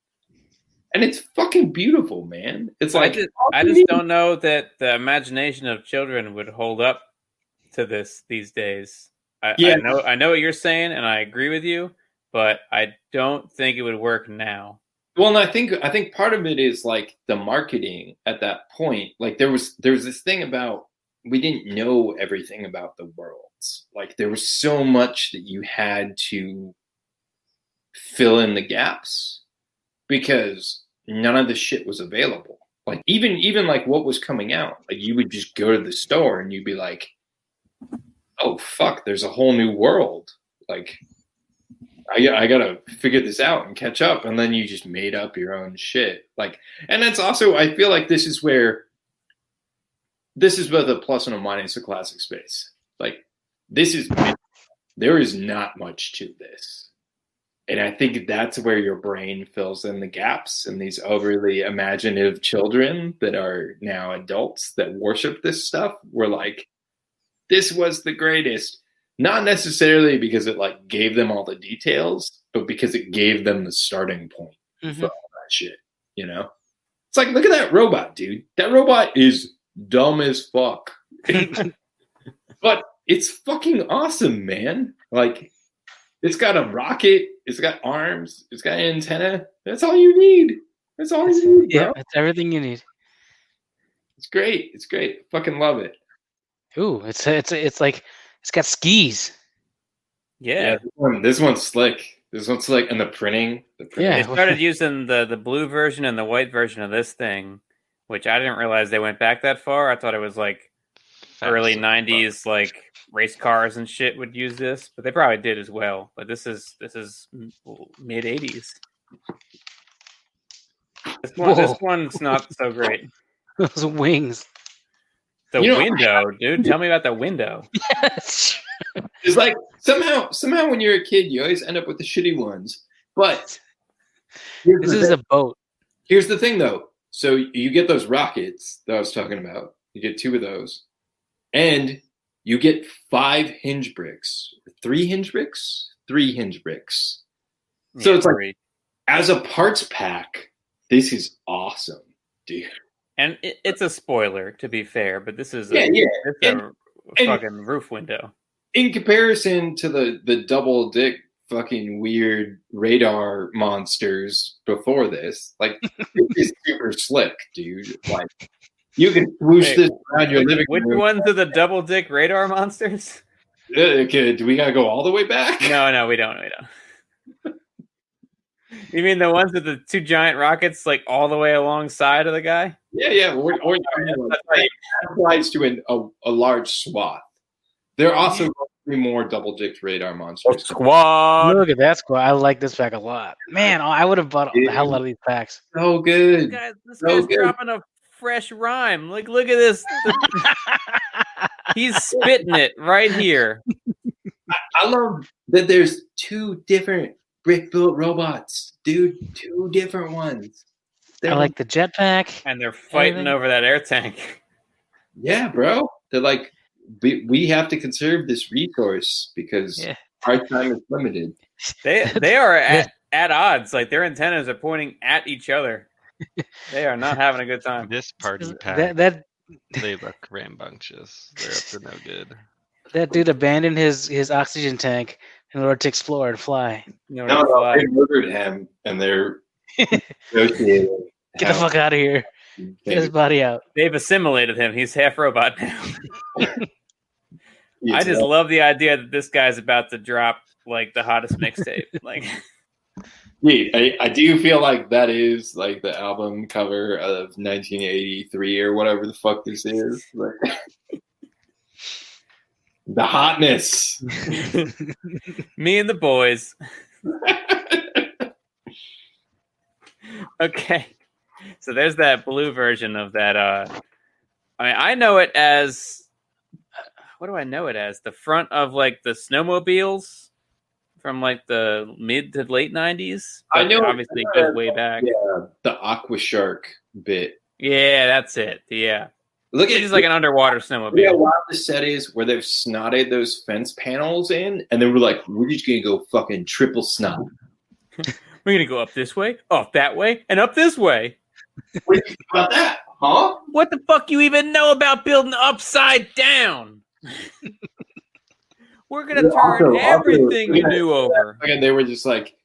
C: and it's fucking beautiful, man. It's
A: I
C: like
A: just- I just don't know that the imagination of children would hold up to this these days. I,
C: Yeah.
A: I know I know what you're saying and I agree with you, but I don't think it would work now.
C: Well, and I think I think part of it is like the marketing at that point. Like there was there was this thing about we didn't know everything about the worlds. Like there was so much that you had to fill in the gaps because none of the shit was available. Like even even like what was coming out, like you would just go to the store and you'd be like, "Oh fuck, there's a whole new world." Like I, I gotta figure this out and catch up, and then you just made up your own shit. Like, and that's also I feel like this is where this is both a plus and a minus of classic space. Like, this is there is not much to this, and I think that's where your brain fills in the gaps and these overly imaginative children that are now adults that worship this stuff were like, this was the greatest not necessarily because it like gave them all the details, but because it gave them the starting point
B: Mhm.
C: for all that shit. You know, it's like look at that robot, dude. That robot is dumb as fuck, but it's fucking awesome, man. Like, it's got a rocket, it's got arms, it's got an antenna. That's all you need. That's all you need, bro.
B: Yeah, that's everything you need.
C: It's great. It's great. Fucking love it.
B: Ooh, it's it's it's like it's got skis. (laughs)
C: Yeah,
A: Yeah.
C: this, one, this one's slick. This one's slick, and the printing. The printing.
A: They
B: Yeah.
A: started using the, the blue version and the white version of this thing, which I didn't realize they went back that far. I thought it was like early '90s, like race cars and shit would use this, but they probably did as well. But this is this is mid '80s. This, one, this
B: Whoa.
A: one's not so great.
C: (laughs)
B: Those wings. (laughs)
A: The
C: You know-
A: window, dude. Tell me about the window.
C: It's like somehow, somehow, when you're a kid, you always end up with the shitty ones. But here's,
B: this
C: the,
B: is
C: thing.
B: a boat.
C: here's the thing, though. So you get those rockets that I was talking about. You get two of those, and you get five hinge bricks, three hinge bricks, three hinge bricks. (laughs) So it's like-
A: great.
C: As a parts pack, this is awesome, dude.
A: and it, it's a spoiler to be fair, but this is a,
C: Yeah, yeah.
A: this is a
C: and-
A: fucking roof window.
C: in comparison to the the double dick fucking weird radar monsters before this,
A: (laughs)
C: like it's super slick, dude. Like you can swoosh
A: Wait,
C: this around your
A: Which-
C: living
A: Which
C: room.
A: ones are the double dick radar monsters?
C: Uh, Okay, do we gotta go all the way back?
A: (laughs) No, no, we don't. We don't. You mean the ones with the two giant rockets, like all the way alongside of the guy?
C: (laughs) Yeah, yeah. We're, we're,
A: (laughs) That's right.
C: that applies to an, a, a large swath. There are also three more double dick radar monsters.
A: Oh, Squad.
B: Look at that squad. I like this pack a lot. Man, I would have bought the hell out of these packs.
C: So good.
A: Guys, this
C: So
A: guy's
C: good.
A: dropping a fresh rhyme. Like, look at this. (laughs) He's spitting it right here.
C: I love that there's two different brick built robots, dude. Two different ones.
B: I like the jetpack.
A: And they're fighting
B: Anything?
A: over that air tank.
C: yeah, bro. They're like, we, we have to conserve this resource because
B: Yeah.
C: our time is limited.
A: (laughs) They they are at, at odds. Like their antennas are pointing at each other. They are not having a good time.
D: This party pack,
B: That that
D: they look rambunctious. They're up to no good.
B: that dude abandoned his his oxygen tank in order to explore and fly.
A: You know,
C: No,
A: it's
C: no,
A: like-
C: they murdered him,
B: (laughs)
C: and they're negotiating.
B: Get the
C: how
B: fuck out of here.
C: to
B: Get his
C: take
B: body out.
A: They've assimilated him. He's half robot now.
C: these
A: I just
C: robots.
A: love the idea that this guy's about to drop like the hottest mixtape. Like
C: Dude, I, I do feel like that is like the album cover of 1983 or whatever the fuck this is. Like,
B: (laughs)
C: the hotness.
A: me and the boys. okay. So there's that blue version of that uh I mean I know it as what do I know it as? The front of like the snowmobiles from like the mid to late nineties.
C: I know-
A: obviously
C: I
A: it
C: know
A: goes way back. Yeah,
C: yeah. The aqua shark bit.
A: that's it. Yeah.
C: Look
A: It's
C: at
A: just like an underwater snowmobile.
C: look at how wild the set is where they've snotted those fence panels in, and then we're like, we're just gonna go fucking triple snot.
A: We're gonna go up this way, off that way, and up this way.
C: What do you think about that? Huh?
A: What the fuck you even know about building upside down? (laughs) We're gonna
C: Yeah,
A: turn
C: also- also,
A: everything you
C: yeah.
A: knew over. (laughs)
C: And they were just like,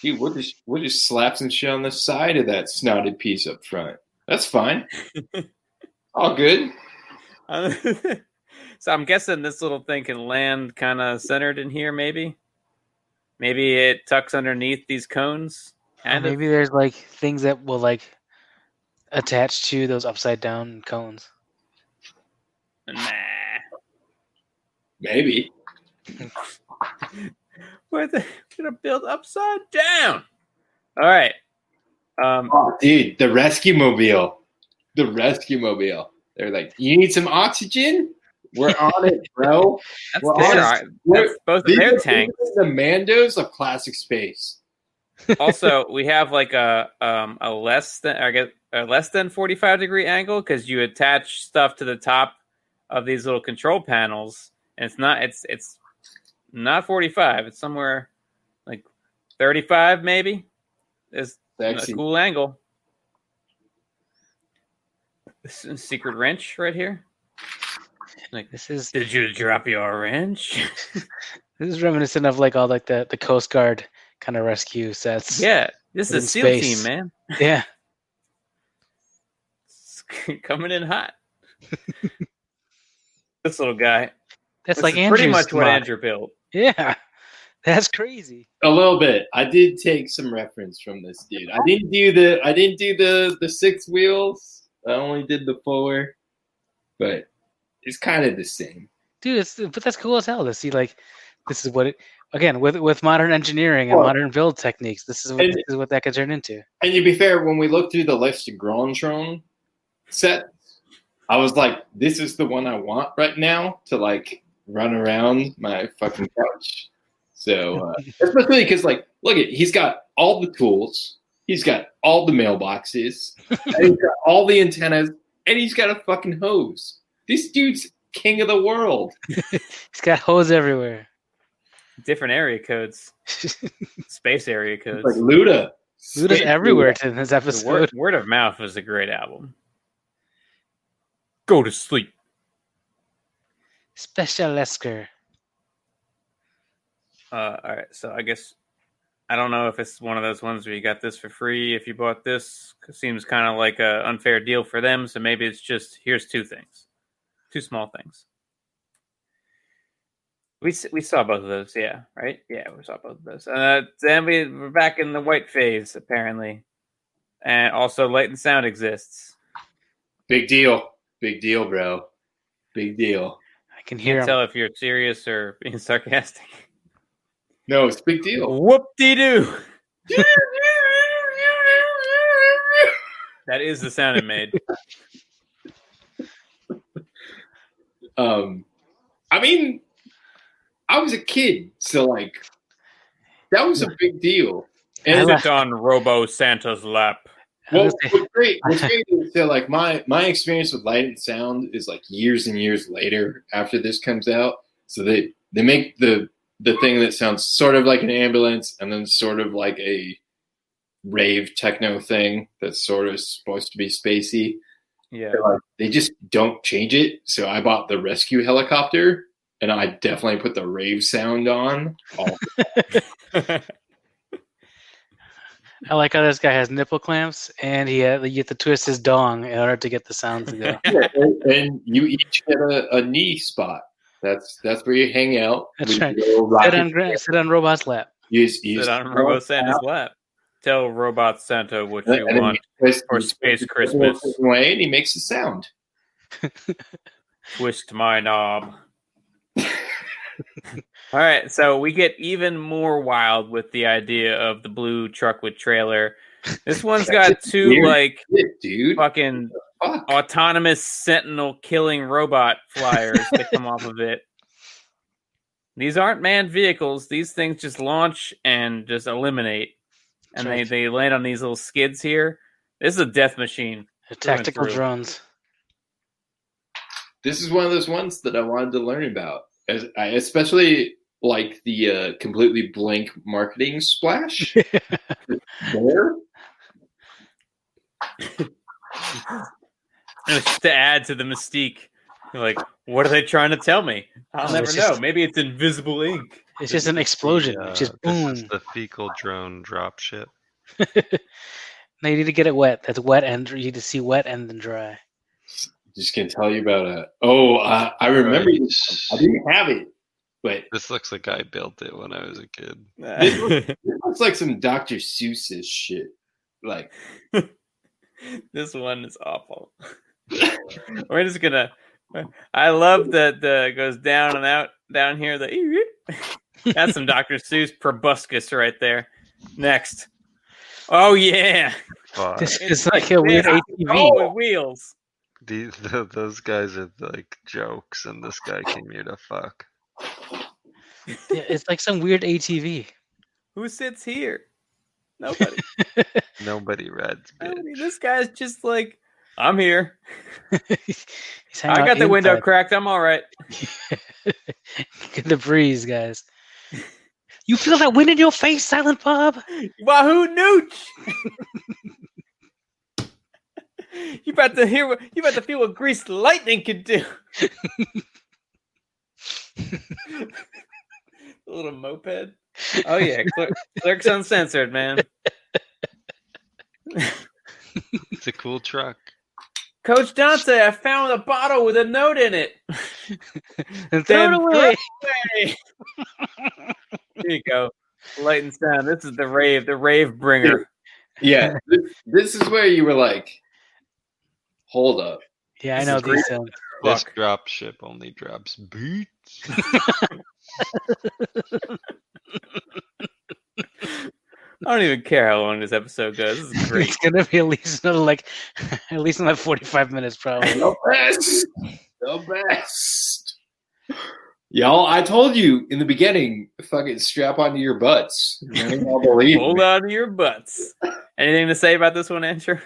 C: Dude, we'll just we'll just slap some shit on the side of that snotted piece up front. That's fine. All good.
A: Um, so I'm guessing this little thing can land kind of centered in here, maybe. Maybe it tucks underneath these cones.
B: And
A: kind of?
B: maybe there's like things that will like attach to those upside down cones.
A: Nah.
C: Maybe.
A: We're, the, we're gonna build upside down. All right. Um,
C: Oh, dude, the rescue mobile. The rescue mobile. They're like, you need some oxygen? We're on it, bro.
A: that's
C: Well,
A: their,
C: honest-
A: that's both of
C: These
A: their
C: are
A: tanks.
C: The Mandos of classic space.
A: also, we have like a um a less than I guess a less than forty five degree angle because you attach stuff to the top of these little control panels, and it's not it's it's not forty five. It's somewhere like thirty five maybe. It's
C: Sexy.
A: a cool angle. This is a secret wrench right here.
B: This is
A: Did you drop your wrench?
B: this is reminiscent of like all like the, the Coast Guard kind of rescue sets.
A: yeah, this is
B: In
A: a SEAL team,
B: space.
A: man.
B: (laughs) Yeah.
A: It's (laughs) coming in
C: (laughs)
A: hot. this little guy.
B: That's
A: This
B: like
A: is pretty
B: Andrew's
A: much what
B: mod.
A: Andrew built.
B: (laughs) Yeah. That's crazy.
C: A little bit. I did take some reference from this dude. I didn't do the I didn't do the the six wheels. I only did the four, but it's kind of the same.
B: Dude, it's but that's cool as hell to see like this is what it again with with modern engineering and
C: Well-
B: modern build techniques, this is what
C: And-
B: this is what that could turn into.
C: And to be fair, when we looked through the Lex Grandron set, I was like, "This is the one I want right now to like run around my fucking couch." So,
B: (laughs)
C: uh, especially because like, look at he's got all the tools, he's got all the
B: (laughs)
C: mailboxes, and he's got all the antennas, and he's got a fucking hose. This dude's king of the world.
B: It's got holes everywhere. (laughs)
A: Different area codes, space area
C: It's
A: codes.
C: like
B: Luda's
C: Luda. Sweet
B: everywhere in this
A: The
B: episode.
A: word, word of mouth was a great album. Go to sleep.
B: Special Esker.
A: Uh, all right, so I guess I don't know if it's one of those ones where you got this for free if you bought this. 'cause seems kind of like a unfair deal for them. So maybe it's just here's two things, two small things. We s- we saw both of those, yeah, right, yeah, we saw both of those. Uh, then we we're back in the white phase apparently, and also light and sound exists.
C: Big deal. Big deal, bro. Big deal.
B: I can hear him.
A: Tell if you're serious or (laughs) being sarcastic.
C: No, it's a big deal.
A: Whoop de doo. That is the sound it made.
C: Um, I mean, I was a kid, so like that was a big deal.
B: (laughs) I
C: And
B: like-
A: Sit on Robo Santa's lap.
B: I
C: what,
B: was gonna say-
C: what's
B: (laughs)
C: great, what's great is that like my my experience with light and sound is like years and years later after this comes out. So they they make the the thing that sounds sort of like an ambulance and then sort of like a rave techno thing that's sort of supposed to be spacey.
A: Yeah.
C: they just don't change it. So I bought the rescue helicopter, and I definitely put the rave
A: (laughs)
C: sound on. Oh,
B: I like how this guy has nipple clamps and he had, you have to twist his dong in order to get the sound to
A: (laughs)
B: go.
C: and you each get a, a knee spot. That's that's where you hang out.
B: That's
C: with
B: right.
C: your little
B: sit
C: rocket
B: on gra- sit on robot's lap.
C: You just- you
A: Sit
C: just-
A: on Robo Santa's lap. Tell Robot Santa what you
C: and then
A: want
C: you twist-
A: for
C: you
A: Space
C: twist it
A: Christmas.
C: a certain Way, and he makes a sound.
A: Twist my
C: (laughs)
A: knob. All right, so we get even more wild with the idea of the blue truck with trailer. This
C: (laughs)
A: one's got two
C: Weird.
A: like
C: Yeah, dude.
A: fucking
C: Fuck.
A: autonomous sentinel killing robot flyers that come off of it. These aren't manned vehicles. These things just launch and just eliminate. And
B: That's
A: they, they land on these little skids here. This is a death machine. (laughs)
B: They're tactical
A: through.
B: drones.
C: this is one of those ones that I wanted to learn about, As, I especially like the uh, completely blank
A: (laughs)
C: marketing splash. there,
A: Just to add to the mystique. You're like, what are they trying to tell me? I'll
B: Oh,
A: never
B: it's
A: know.
B: just-
A: Maybe it's invisible
B: (laughs)
A: ink. (laughs)
B: It's just an (laughs) explosion.
D: The, uh,
B: It's just
D: this is
B: boom.
D: the fecal drone drop ship.
B: Now you need to get it wet. That's wet and you need to see wet and then dry.
C: Just gonna tell you about a. Oh, uh, I remember.
D: Right.
C: this. I didn't have it, but
D: This looks like I built it when I was a kid.
C: it looks like some Dr. Seuss's shit. Like
A: (laughs) this one is awful. (laughs) We're just gonna. I love that the goes down and out down here. The (laughs) that's some Dr. Seuss proboscis right there. Next. Oh yeah,
D: Fuck.
B: This is like a weird
A: Yeah.
B: ATV.
A: oh with wheels.
D: These, th those guys are like jokes, and this guy came here to fuck.
B: Yeah, It's like some weird ATV.
A: Who sits here? Nobody. (laughs)
D: Nobody rides,
A: Nobody.
D: bitch.
A: This guy's just like, I'm here.
B: He's hanging
A: I
B: out
A: got the window
B: inside.
A: cracked. I'm all right.
B: (laughs) Get the
A: (laughs)
B: breeze, guys. You feel that wind in your face, Silent Bob?
A: (laughs) Wahoo nooch! you about to hear? What, you about to feel what greased lightning can (laughs) do? A little moped. Oh yeah, Clerk, Clerks Uncensored, man.
D: It's a cool truck.
A: Coach Dante, I found a bottle with a note in it.
B: And throw
A: Then
B: it
A: throw
B: away.
A: Hey. Here you go. Light and sound. This is the rave, the rave bringer.
C: yeah, this, this is where you were like, hold up.
B: Yeah, I
A: This
B: know
A: is great.
B: these sounds.
D: This
A: Fuck.
D: drop ship only drops boots.
A: I don't even care how long this episode goes. This is great. (laughs)
B: (laughs) It's gonna be at least another like (laughs) at least another forty five minutes probably.
C: The best. The best. Y'all, I told you in the beginning, fucking strap onto your butts. I think I'll believe me.
A: Hold on to your butts. Anything to say about this one, Andrew?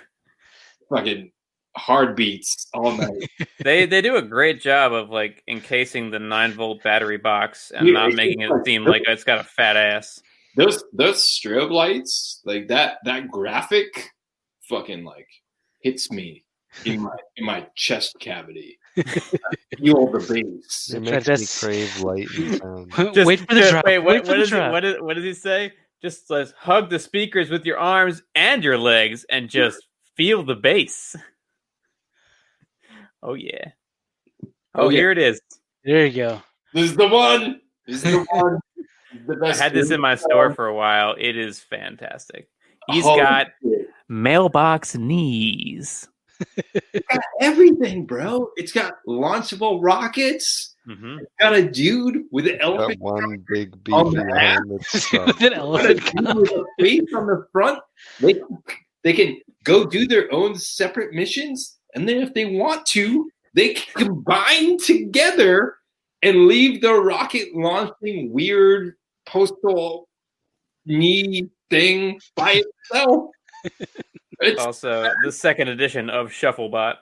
C: fucking hard beats all night.
A: They they do a great job of like encasing the nine volt battery box and
C: Yeah,
A: not
C: it's-
A: making it
C: it's like-
A: seem like it's got a fat ass.
C: those those strobe lights, like that that graphic fucking like hits me in my in my chest
A: (laughs)
C: cavity. Feel the bass.
F: It
B: So
F: makes
B: that's-
F: me crave light (laughs) and sound.
A: Just-
B: wait for the
A: just-
B: drop.
A: Wait, what,
B: wait for
A: what
B: the
A: is he,
B: drop.
A: what, is, what does he say? Just let's hug the speakers with your arms and your legs and just feel the bass. (laughs) Oh yeah. Oh,
C: Oh, yeah.
A: here it is.
B: There you
D: (laughs)
B: go.
C: This is the one. This
A: (laughs)
C: is the one. The
A: I
C: best
A: had this in my store for a while. It is fantastic. He's
B: Oh.
A: got
C: shit.
A: mailbox knees.
C: everything, bro. It's got launchable rockets.
A: hmm
C: It's got a dude with an
F: Got Oh,
C: elephant.
F: one big beefy
C: On the ass.
F: hand (laughs) that's
B: (laughs)
F: stuck.
B: With an
C: Got a
B: elephant
C: dude with a face on the front. They they can go do their own separate missions, and then if they want to, they can combine together and leave the rocket launching weird postal knee thing by itself. It's
A: Also, the second edition of Shufflebot.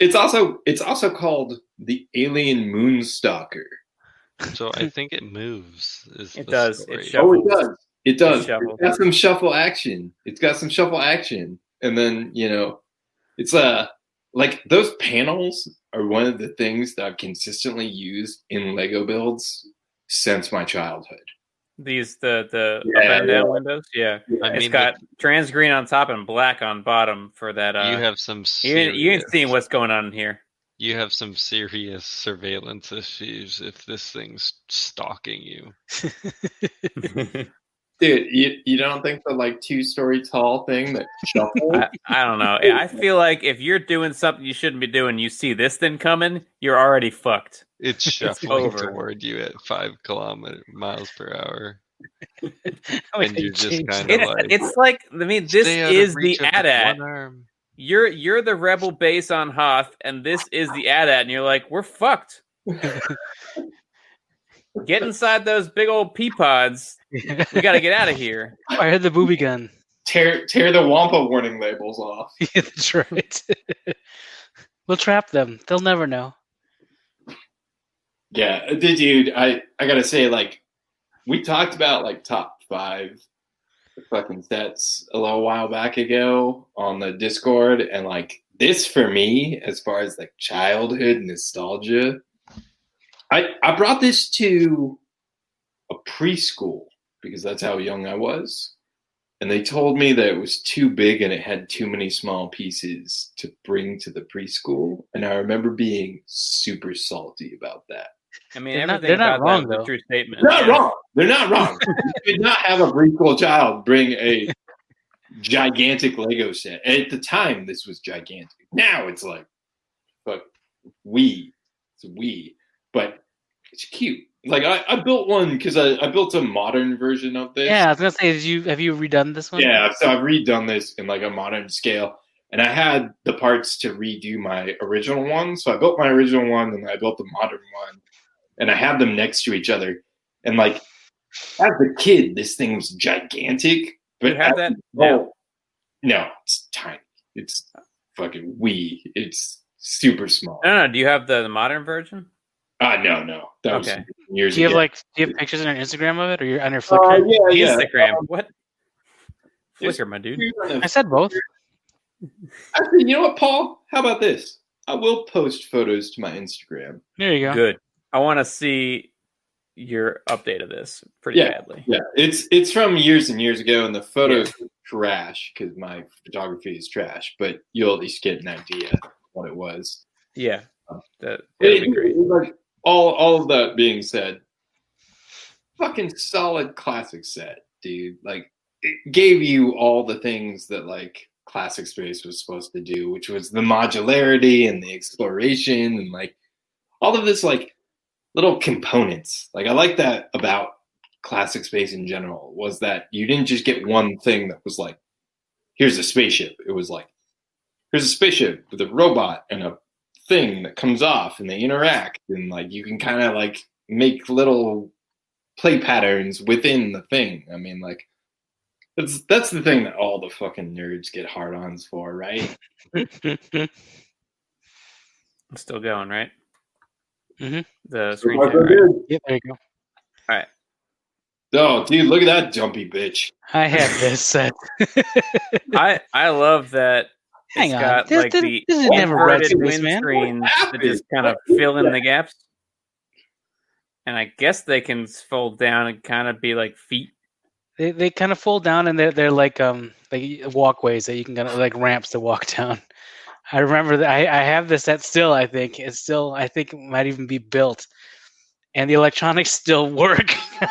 C: It's also it's also called the Alien Moonstalker.
D: So I think it moves. Is
A: It
D: the
A: does. It
D: Story.
A: shuffles.
C: Oh, it does. It does.
A: shuffle.
C: It's got some shuffle action. It's got some shuffle action, and then you know, it's uh like those panels are one of the things that I've consistently used in Lego builds since my childhood.
A: These the the
C: Yeah,
A: up and down
C: yeah.
A: windows. Yeah,
D: I
A: it's
D: mean,
A: got trans green on top and black on bottom for that. Uh,
D: you
A: you
D: have some.
A: you,
D: Serious,
A: ain't seeing what's going on in here.
D: You have some serious surveillance issues if this thing's stalking you.
B: (laughs)
A: (laughs)
C: Dude, you, you don't think the like two story tall thing that (laughs) shuffles?
A: I, I don't know. I feel like if you're doing something you shouldn't be doing, you see this thing coming, you're already fucked. (laughs)
D: It's shuffling
A: over.
D: toward you at five kilometer miles per hour,
B: How
D: and
B: they
D: you're just
B: changed
D: kind
B: it.
D: of
A: It's
D: like,
A: it's like I mean, this
D: "Stay out of
A: is the
D: reach of
A: AT-AT.
D: one arm."
A: You're you're the rebel base on Hoth, and this is the AT-AT, and you're like, we're fucked. get inside those big old pea pods. We got to get out of here.
B: I heard
A: (laughs)
B: the booby gun. (laughs)
C: tear tear the Wampa warning labels off.
B: yeah, that's right. (laughs) we'll trap them. They'll never know.
C: Yeah, uh, dude, dude, I I gotta say, like, we talked about like top five fucking sets a little while back ago on the Discord, and like this for me, as far as like childhood nostalgia, I I brought this to a preschool because that's how young I was, and they told me that it was too big and it had too many small pieces to bring to the preschool, and I remember being super salty about that.
A: I mean,
B: They're not-
A: everything
B: they're not
A: about that
B: wrong,
A: was
B: though.
A: a true statement.
C: They're not
A: Yeah.
C: wrong. They're
A: (laughs)
C: not wrong. you could not have a preschool child bring a gigantic Lego set. And at the time, this was gigantic. Now it's like, but we, it's we, but it's cute. Like I, I built one because I, I built a modern version of this.
B: Yeah, I was gonna say, did you have you redone this one?
C: Yeah, so I've redone this in like a modern scale, and I had the parts to redo my original one. So I built my original one, and I built the modern one, and I had them next to each other. And like as a kid, this thing was gigantic,
A: You
C: but
A: have
C: as
A: that
C: an
A: now.
C: adult- no, it's tiny. It's fucking wee. It's super small.
A: No, no. Do you have the, the modern version?
C: Ah, no, no, that was
A: Okay.
C: years
B: Do you have
C: ago.
B: like do you have pictures on your Instagram of it or your on your
C: Uh,
B: Flickr?
C: yeah, yeah. Um,
A: Instagram. what?
C: it's-
A: Flickr, my dude.
B: I said both.
C: Actually, you know what, Paul? How about this? I will post photos to my Instagram.
B: There you go.
A: Good. I want to see your update of this pretty badly.
C: Yeah, it's it's from years and years ago, and the photos are trash because my photography is trash. But you'll at least get an idea of what it was.
A: Yeah. That would be
C: It-
A: great.
C: like, all all of that being said, fucking solid classic set, dude. Like it gave you all the things that like classic space was supposed to do, which was the modularity and the exploration and like all of this like little components. Like I like that about classic space in general was that you didn't just get one thing that was like here's a spaceship. It was like here's a spaceship with a robot and a thing that comes off and they interact and like you can kind of like make little play patterns within the thing i mean like that's that's the thing that all the fucking nerds get hard ons for right
B: (laughs)
A: I'm still going, right?
B: Mhm.
A: The screen share, right?
B: Yeah, there you go.
C: oh dude look at that jumpy bitch (laughs)
B: I have this set. (laughs)
A: I I love that.
B: Hang
A: it's
B: on.
A: got
B: this,
A: like
B: this,
A: the
B: this is never red
A: inverted
B: space, man.
A: windscreen
C: What
A: that just kind of fill in the
C: (laughs)
A: gaps. And I guess they can fold down and kind of be like feet.
B: They, they kind of fold down and they're they're like um like walkways that you can kind of like ramps to walk (laughs) down. I remember that I, I have this set still. I think it's still I think it might even be built, and the electronics (laughs) still work. on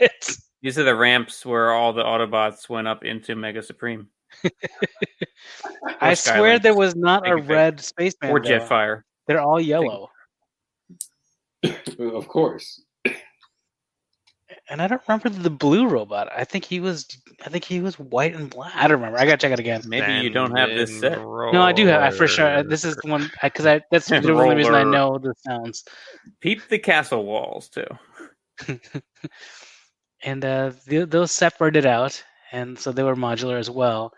B: it.
A: These are the ramps where all the Autobots went up into Mega Supreme
B: I
A: Or
B: swear
A: Skylink.
B: there was not
A: Take
B: a
A: your pick.
B: red spaceman.
A: or
B: though.
A: Jetfire.
B: They're all yellow,
C: of course
B: and I don't remember the blue robot. I think he was I think he was white and black. I don't remember. I gotta check it again.
A: Maybe you don't have this set.
B: No, I do have. I for sure. uh, This is the one because I,
A: (laughs)
B: that's the only reason I
A: Roller.
B: know the sounds.
A: Peep the castle walls too.
B: and uh, th- those separated out, and so they were modular as well.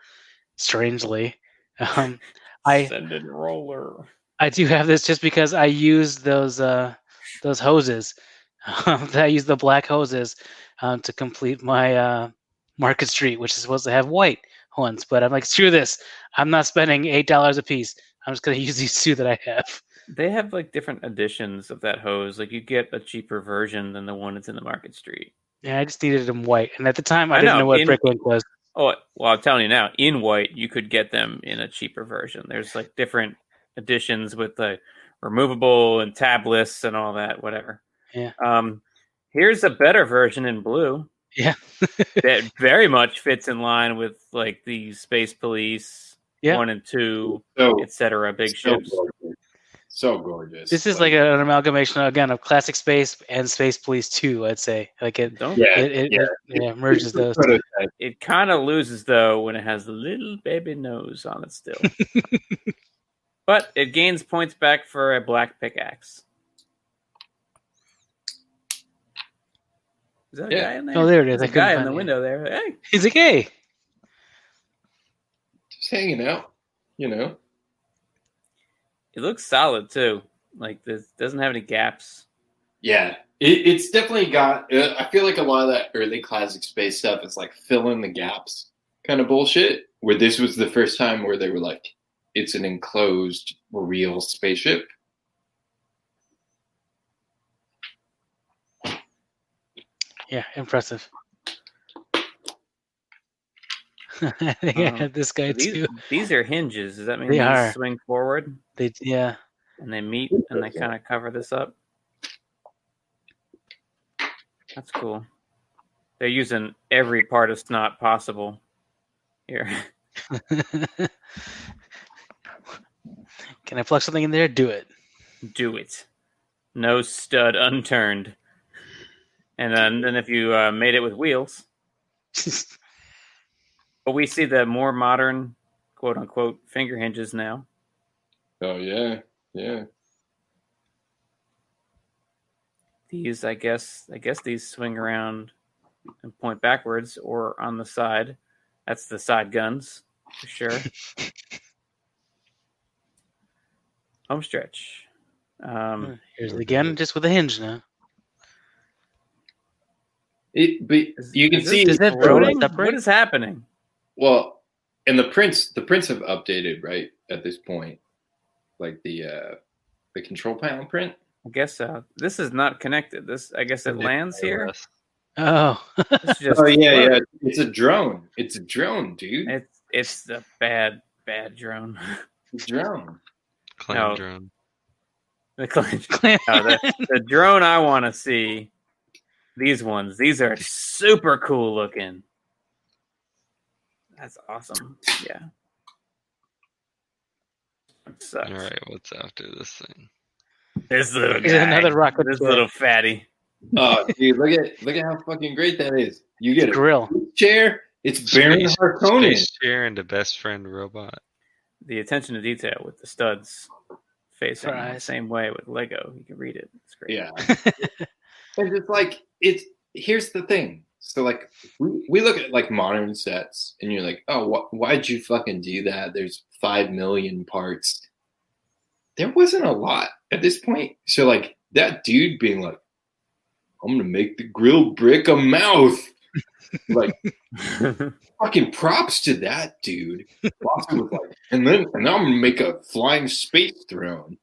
B: Strangely, (laughs) um, I
A: Ascendant roller.
B: I do have this just because I use those uh, those hoses. (laughs) Um, I use the black hoses um, to complete my uh, Market Street, which is supposed to have white ones. But I'm like, screw this! I'm not spending eight dollars a piece. I'm just gonna (laughs) use these two that I have.
A: They have like different editions of that hose. Like you get a cheaper version than the one that's in the market street.
B: Yeah, I just needed them white, and at the time I,
A: I
B: didn't
A: know,
B: know what
A: in-
B: Bricklink was.
A: Oh well, I'm telling you now, in white you could get them in a cheaper version. There's like different editions with the removable and tabless and all that, whatever.
B: Yeah.
A: Um here's a better version in blue.
B: Yeah. (laughs)
A: that very much fits in line with like the space police
B: Yeah.
A: one and two,
C: so
A: etc. Big
C: so
A: ships.
C: gorgeous. so gorgeous
B: This is like an amalgamation again of classic space and Space Police Two. I'd say like it
A: Don't
C: yeah
B: it, it,
C: yeah.
B: it yeah,
A: (laughs)
B: merges those.
C: Prototype.
A: It kind of loses though when it has the little baby nose on it still. but it gains points back for a black pickaxe. Is that a
C: Yeah.
A: guy in there?
B: Oh, there it is.
A: There's
B: I
A: a guy
B: couldn't
A: in
B: find
A: the
B: it.
A: window there. Hey,
B: He's like, hey,
C: just hanging out you know
A: it looks solid too. Like this doesn't have any gaps.
C: Yeah, it, it's definitely got. Uh, I feel like a lot of that early classic space stuff is like fill in the gaps kind of bullshit. Where this was the first time where they were like, it's an enclosed real spaceship.
B: Yeah, impressive. (laughs) I think I
A: Um,
B: had this guy
A: These,
B: too.
A: these are hinges. Does that mean
B: They
A: they,
B: are.
A: swing forward
B: They, yeah, (laughs)
A: and they meet and they kind of cover this up? That's cool. They're using every part of snot possible here. (laughs)
B: Can I plug something in there? Do it. (laughs)
A: do it. No stud unturned. And then, then if you uh, made it with wheels, but we see the more modern, quote unquote, finger hinges now.
C: Oh yeah, yeah.
A: These, I guess, I guess these swing around and point backwards or on the side. That's the side guns for
C: (laughs)
A: sure. Home stretch. Um,
B: Here's it again, just with a hinge now.
C: It, but
A: is-
C: you can
A: is this
C: see.
B: is it
A: floating?
B: separate?
A: What is happening?
C: Well, and the prints, the prints have updated right at this point, like the uh the control panel print.
A: I guess so. This is not connected. This, I guess, it lands here.
B: Oh, (laughs)
A: It's just
C: (laughs) Oh yeah, yeah. It's a drone. It's a drone, dude.
A: It's it's the bad bad drone. (laughs)
C: It's a drone.
D: Clam
A: No.
D: drone.
A: the, clan- no,
B: (laughs)
A: the, the drone I want to see. These ones. These are super cool looking. That's awesome. Yeah. That sucks.
D: All right, what's after this thing?
A: This little
B: Here's
A: guy,
B: another rocket
A: This
B: ship.
A: little fatty.
C: Oh, dude, look at look at how fucking great that is. You get a
B: grill.
C: chair. It's Baron
D: Space-
C: Harkonnen.
D: Space chair and a best friend robot.
A: The attention to detail with the studs facing the
B: Surprise.
A: same way with Lego. You can read it. It's great.
C: Yeah. and it's like it's here's the thing. So like we, we look at like modern sets and you're like, oh, wh- why'd you fucking do that? There's five million parts. There wasn't a lot at this point. So like that dude being like, I'm gonna make the grill brick a mouth. like fucking props to that dude. Lawson was like, and then and now I'm gonna make a flying space throne.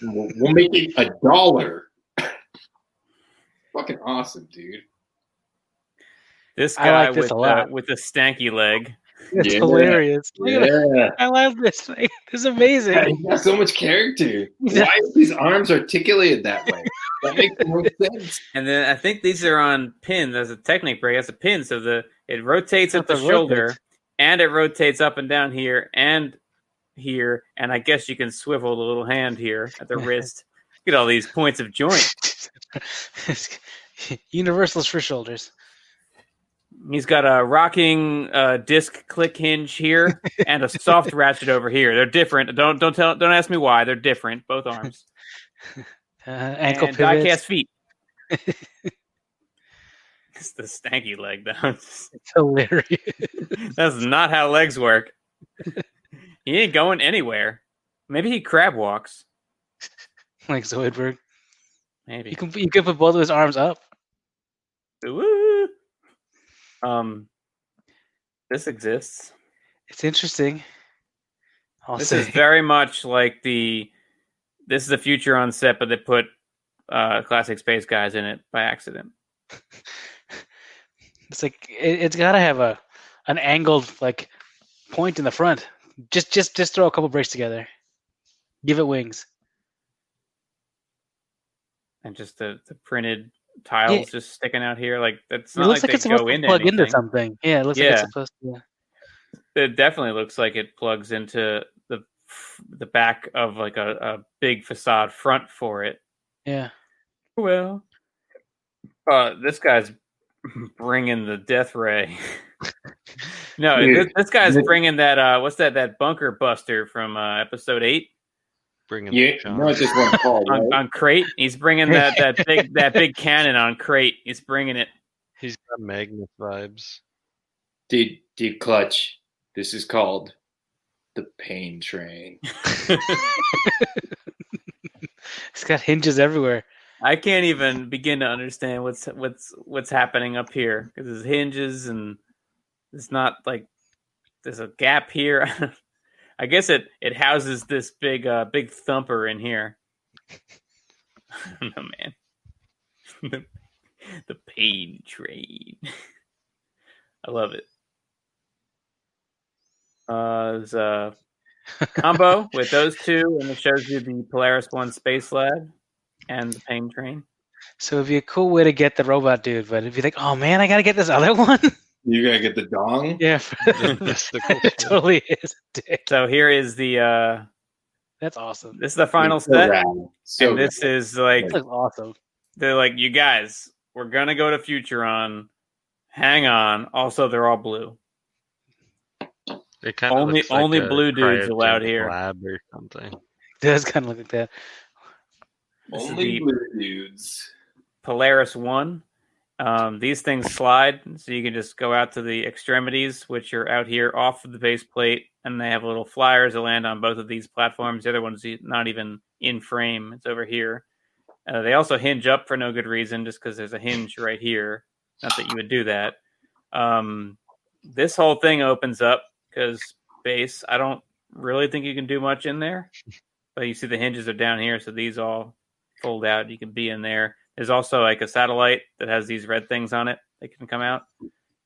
C: We'll, we'll make it a dollar. (laughs) fucking awesome, dude.
A: This
B: I
A: guy
B: like this
A: with
B: a
A: the,
B: lot.
A: with the stanky leg.
B: It's
C: Yeah.
B: hilarious. Look at that.
C: Yeah,
B: I love this (laughs) thing. This is amazing.
C: he got so much character. Why is his arms articulated that way? That makes
A: (laughs)
C: no sense.
A: And then I think these are on pins. There's a Technic break. That's a pin. So the it rotates at
B: Oh,
A: the
B: it rotates.
A: shoulder, and it rotates up and down here and here. And I guess you can swivel the little hand here at
B: (laughs)
A: the wrist. Look at all these points of joint. (laughs)
B: (laughs) Universals for shoulders.
A: He's got a rocking uh, disc click hinge
B: (laughs)
A: here and a soft ratchet over here. They're different. Don't don't tell. Don't ask me why. They're different.
B: (laughs)
A: Both arms.
B: Uh, ankle
A: and diecast
B: pivots. (laughs)
A: feet. (laughs) it's the stanky leg though. (laughs)
B: It's hilarious.
A: That's not how legs
B: (laughs)
A: work. he ain't going anywhere. Maybe he crab walks.
B: Like Zoidberg.
A: Maybe.
B: You can you can put both of his arms up.
A: Woo! Um, this exists.
B: It's interesting. I'll
A: This
B: say.
A: is very much like the. This is the future on set, but they put uh, classic space guys in it by accident.
B: It's like it, it's got to have a an angled like point in the front. Just just just throw a couple breaks together. Give it wings.
A: And just the, the printed tiles
B: Yeah.
A: just sticking out here, like that's
B: it
A: not
B: looks
A: like,
B: like it's
A: they
B: supposed
A: go
B: to
A: into
B: plug
A: anything.
B: into something. Yeah, it looks like it's
A: Yeah.
B: supposed to. yeah.
A: It definitely looks like it plugs into the the back of like a, a big facade front for it.
B: Yeah.
A: Well, uh, this guy's bringing the death ray. (laughs) no,
C: Dude.
A: this, this guy's
C: This-
A: bringing that. Uh, what's that? That bunker buster from uh, episode eight
D: Bringing
C: Yeah,
D: the
C: no, it's just one call.
A: on,
C: Right?
A: on crate. He's bringing that that big that big
C: (laughs)
A: cannon on crate. He's bringing it.
D: He's got Magnus
A: (laughs)
D: vibes.
C: Dude, dude, clutch. This is called the pain train.
B: It's got hinges everywhere.
A: I can't even begin to understand what's what's what's happening up here because there's hinges and it's not like there's a gap here. (laughs) I guess it it houses this big uh big thumper in here. (laughs) I don't know, man. (laughs) the, the pain train. I love it. Uh, there's a combo with those two, and it shows you the Polaris One Space Lab and the Pain Train.
B: So it'd be a cool way to get the robot dude, but it'd be like, oh man, I gotta get this other (laughs) one.
C: You gotta get the dong. (laughs)
B: yeah, (laughs)
D: That's the cool
B: it
D: story.
B: totally is a dick.
A: So here is the uh
B: That's awesome.
A: this is the final
C: So
A: set,
C: rad. So
A: and this is like
B: That looks awesome.
A: they're like, you guys, we're gonna go to Futuron. Hang on. Also, they're all blue.
D: It kinda
A: Only-
D: looks like
A: only
D: a
A: blue dudes allowed
D: cryogenic
A: here.
D: Lab or something.
B: It does kind of look like that.
A: This is
C: only
A: the-
C: blue dudes.
A: Polaris One. Um, these things slide, so you can just go out to the extremities, which are out here off of the base plate, and they have little flyers that land on both of these platforms. The other one's e- not even in frame; it's over here. Uh, they also hinge up for no good reason, just because there's a hinge right here. Not that you would do that. Um, this whole thing opens up because base. I don't really think you can do much in there, but you see the hinges are down here, so these all fold out. You can be in there. There's also like a satellite that has these red things on it that can come out.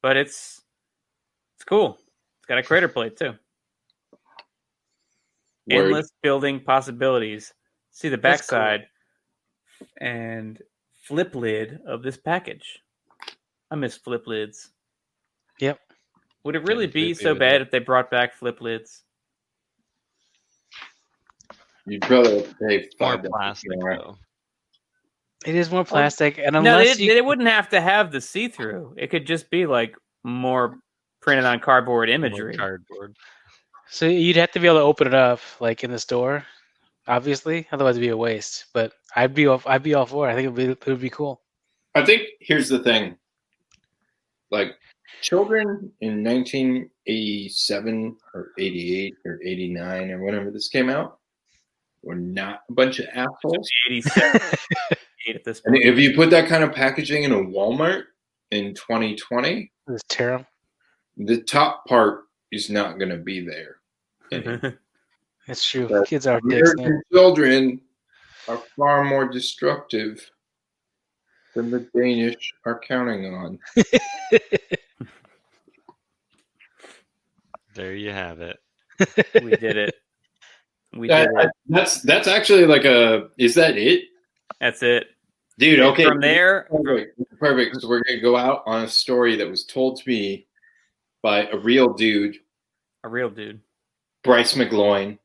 A: But it's it's cool. It's got a crater plate too.
C: Word.
A: Endless building possibilities. See the
B: That's cool.
A: backside and flip lid of this package. I miss flip lids.
B: Yep.
A: Would it really
D: Didn't
A: be
D: think they
A: so
D: would
A: bad
D: do-
A: if they brought back flip lids?
C: You'd probably pay
D: More
C: five dollars
D: plastic
C: more.
D: though.
B: It is more plastic, and
A: No, they,
B: unless you,
A: they wouldn't have to have the see through. It could just be like more printed on cardboard
D: More
A: imagery.
D: Cardboard.
B: so you'd have to be able to open it up, like in the store, obviously. Otherwise, it'd be a waste. But I'd be all, I'd be all for it. I think it'd be, it would be cool.
C: I think here's the thing. Like children in 1987 or 88 or 89 or whenever this came out were not a bunch of assholes.
A: 87 eight at this
C: And
A: point.
C: if you put that kind of packaging in a Walmart in 2020,
B: It's terrible.
C: the top part is not going to be there.
D: Mm-hmm.
B: It's true.
C: But
B: Kids are dicks now.
C: American children are far more destructive than the Danish are counting on.
D: There you have it.
A: (laughs) we did it. We
C: That-
A: did it.
C: That's that's actually like a is that it?
A: That's it.
C: Dude, okay.
A: From there,
C: Perfect. Perfect. So we're gonna go out on a story that was told to me by a real dude,
A: a real dude.
C: Bryce McGloin,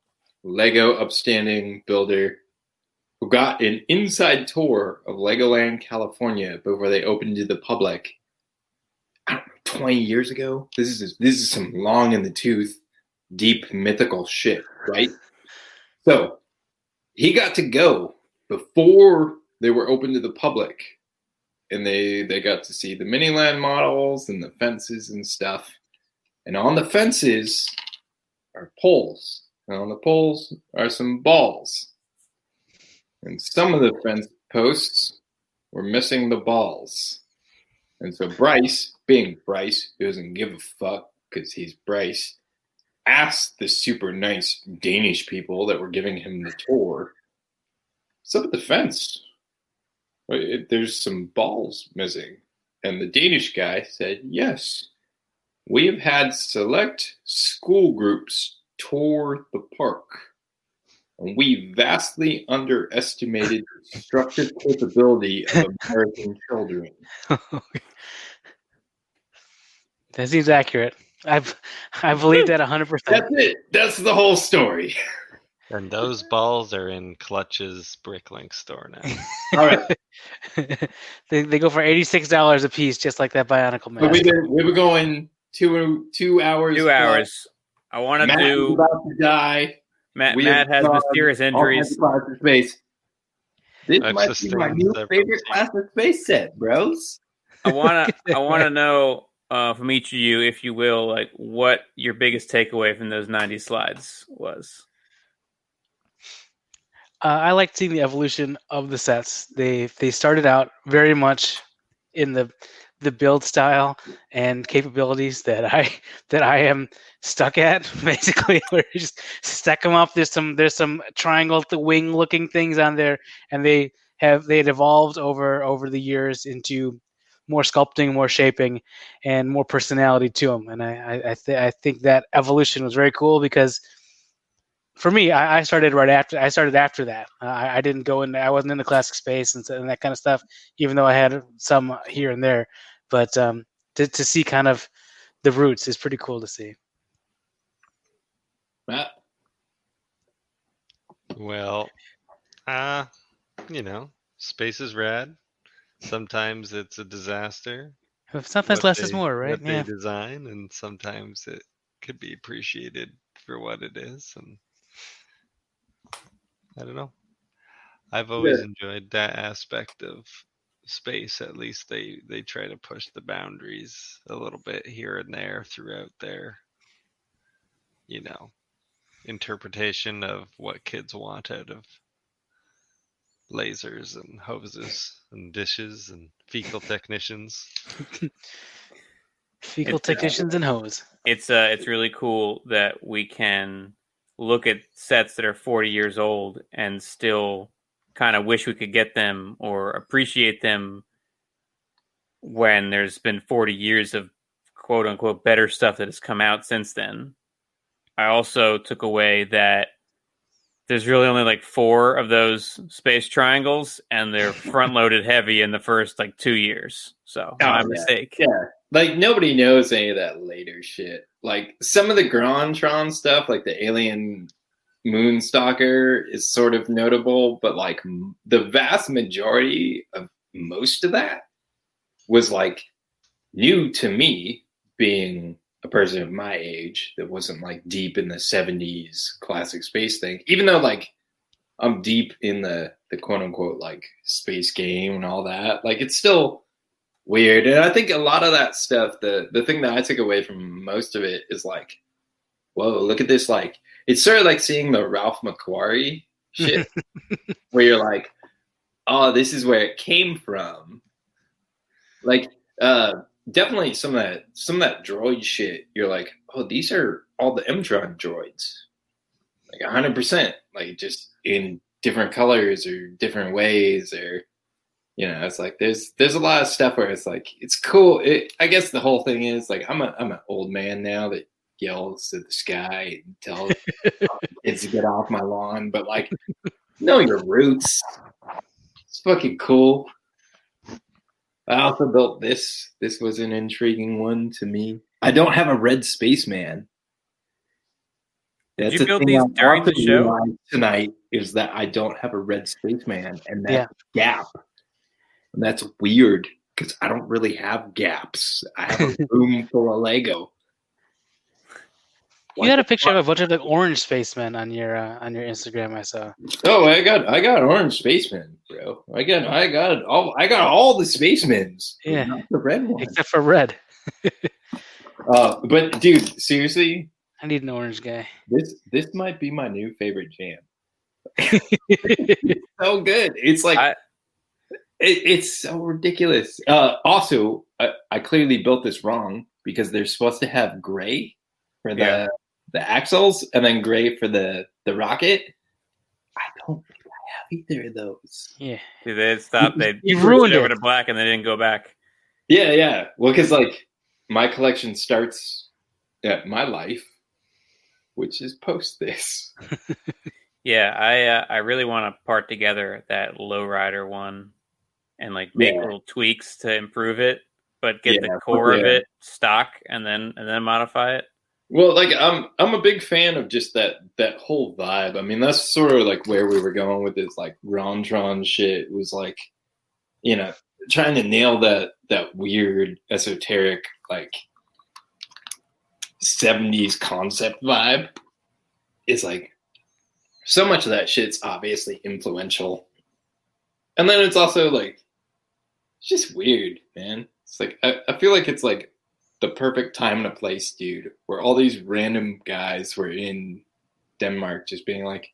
C: Lego upstanding builder, who got an inside tour of Legoland, California before they opened to the public. I don't know, 20 years ago. This is this is some long in the tooth, deep mythical shit, right? So he got to go before they were open to the public. And they they got to see the miniland models and the fences and stuff. And on the fences are poles. And on the poles are some balls. And some of the fence posts were missing the balls. And so Bryce, being Bryce, who doesn't give a fuck because he's Bryce, asked the super nice Danish people that were giving him the tour, What's up with the fence? Wait, There's some balls missing. And the Danish guy said, Yes, we have had select school groups tour the park, and we vastly underestimated the destructive capability of American (laughs) children.
B: (laughs) that seems accurate. I I believe that 100. percent
C: That's it. That's the whole story. (laughs)
D: And those balls are in Clutch's Bricklink store now.
A: (laughs)
C: All right,
B: (laughs) they, they go for 86 dollars a piece, just like that Bionicle
C: but
B: mask.
C: we did, we were going two two hours.
A: Two hours. I want to
C: Matt is
A: do.
C: about to die.
A: Matt,
C: we
A: Matt
C: have
A: has
C: gone
A: mysterious injuries.
C: All kinds of classic space. This
D: I've
C: might be
D: sustained
C: my new
D: several
C: favorite
D: tears.
C: classic space set, bros.
A: I
C: (laughs)
A: want to. I want to know uh, from each of you, if you will, like what your biggest takeaway from those ninety slides was.
B: uh, I liked seeing the evolution of the sets. They they started out very much in the the build style and capabilities that I (laughs) that I am stuck at. (laughs) Basically, where you just stack them up. There's some there's some triangle to wing looking things on there, and they have they had evolved over over the years into more sculpting, more shaping, and more personality to them. And I I, I, th- I think that evolution was very cool because for me, I, I started right after. I started after that. Uh, I, I didn't go in. I wasn't in the classic space and, so- and that kind of stuff. Even though I had some here and there, but um, to to see kind of the roots is pretty cool to see.
C: Matt,
D: Well, uh, you know, space is rad. Sometimes it's a disaster.
B: Sometimes
D: what
B: less is
D: they-
B: more, right?
D: What
B: Yeah.
D: they design, and sometimes it could be appreciated for what it is, and I don't know. I've always enjoyed that aspect of space. At least they they try to push the boundaries a little bit here and there throughout their, you know, interpretation of what kids want out of lasers and hoses and dishes and fecal technicians.
B: Fecal
A: It's, uh,
B: technicians and hose.
A: it's uh it's really cool that we can look at sets that are 40 years old and still kind of wish we could get them or appreciate them when there's been 40 years of quote unquote better stuff that has come out since then i also took away that there's really only like four of those space triangles and they're front loaded heavy in the first like two years so
C: Oh,
A: my
C: yeah.
A: mistake
C: Yeah. like nobody knows any of that later shit. Like some of the Grontron stuff, like the alien Moonstalker, is sort of notable, but like m- the vast majority of most of that was like new to me, being a person of my age that wasn't like deep in the '70s classic space thing. Even though like I'm deep in the the quote unquote like space game and all that, like it's still weird. And I think a lot of that stuff, the the thing that I took away from most of it is like, whoa, look at this! Like it's sort of like seeing the Ralph McQuarrie shit, where you're like, oh, this is where it came from. Like, uh, definitely some of that some of that droid shit. You're like, oh, these are all the Mtron droids, like hundred percent, like just in different colors or different ways or you know, it's like there's there's a lot of stuff where it's like it's cool. It, I guess the whole thing is like I'm a I'm an old man now that yells at the sky and
A: (laughs)
C: tells kids to get off my lawn, but like know your roots. It's fucking cool. I also built this. This was an intriguing one to me. I don't have a red spaceman. That's
A: you
C: the
A: build
C: thing
A: these
C: I
A: during
C: also
A: the show?
C: realized tonight is that I don't have a red spaceman, and that
B: Yeah.
C: gap. And that's weird because I don't really have gaps. I have
A: (laughs)
C: a room full of Lego.
B: You had a picture of a bunch of like orange spacemen on your uh, on your Instagram. I saw.
C: Oh, I got I got orange spacemen, bro. I got I got all I got all the spacemans.
B: Yeah.
C: not the red one.
B: except for red.
C: Uh, but dude, seriously,
B: I need an orange guy.
C: this this might be my new favorite jam. so good. It's like
A: I-
C: it, it's so ridiculous. Uh, also, I, I clearly built this wrong because they're supposed to have gray for the
A: Yeah.
C: the axles and then gray for the the rocket. I don't think I have either of those.
B: yeah,
A: Dude, they stopped. They
B: You
A: switched
B: ruined
A: over
B: it.
A: to black, and they didn't go back.
C: Yeah, yeah. Well, because like my collection starts at my life, which is post this.
A: Yeah, I uh, I really want to part together that lowrider one, and like make
C: Yeah.
A: little tweaks to improve it, but get
C: Yeah,
A: the core of
C: yeah.
A: it stock, and then and then modify it.
C: Well, like I'm I'm a big fan of just that that whole vibe. I mean, that's sort of like where we were going with this like Rontron shit was like, you know, trying to nail that that weird esoteric like 70s concept vibe is like so much of that shit's obviously influential. And then it's also like it's just weird, man. It's like I, I feel like it's like the perfect time and a place, dude, where all these random guys were in Denmark just being like,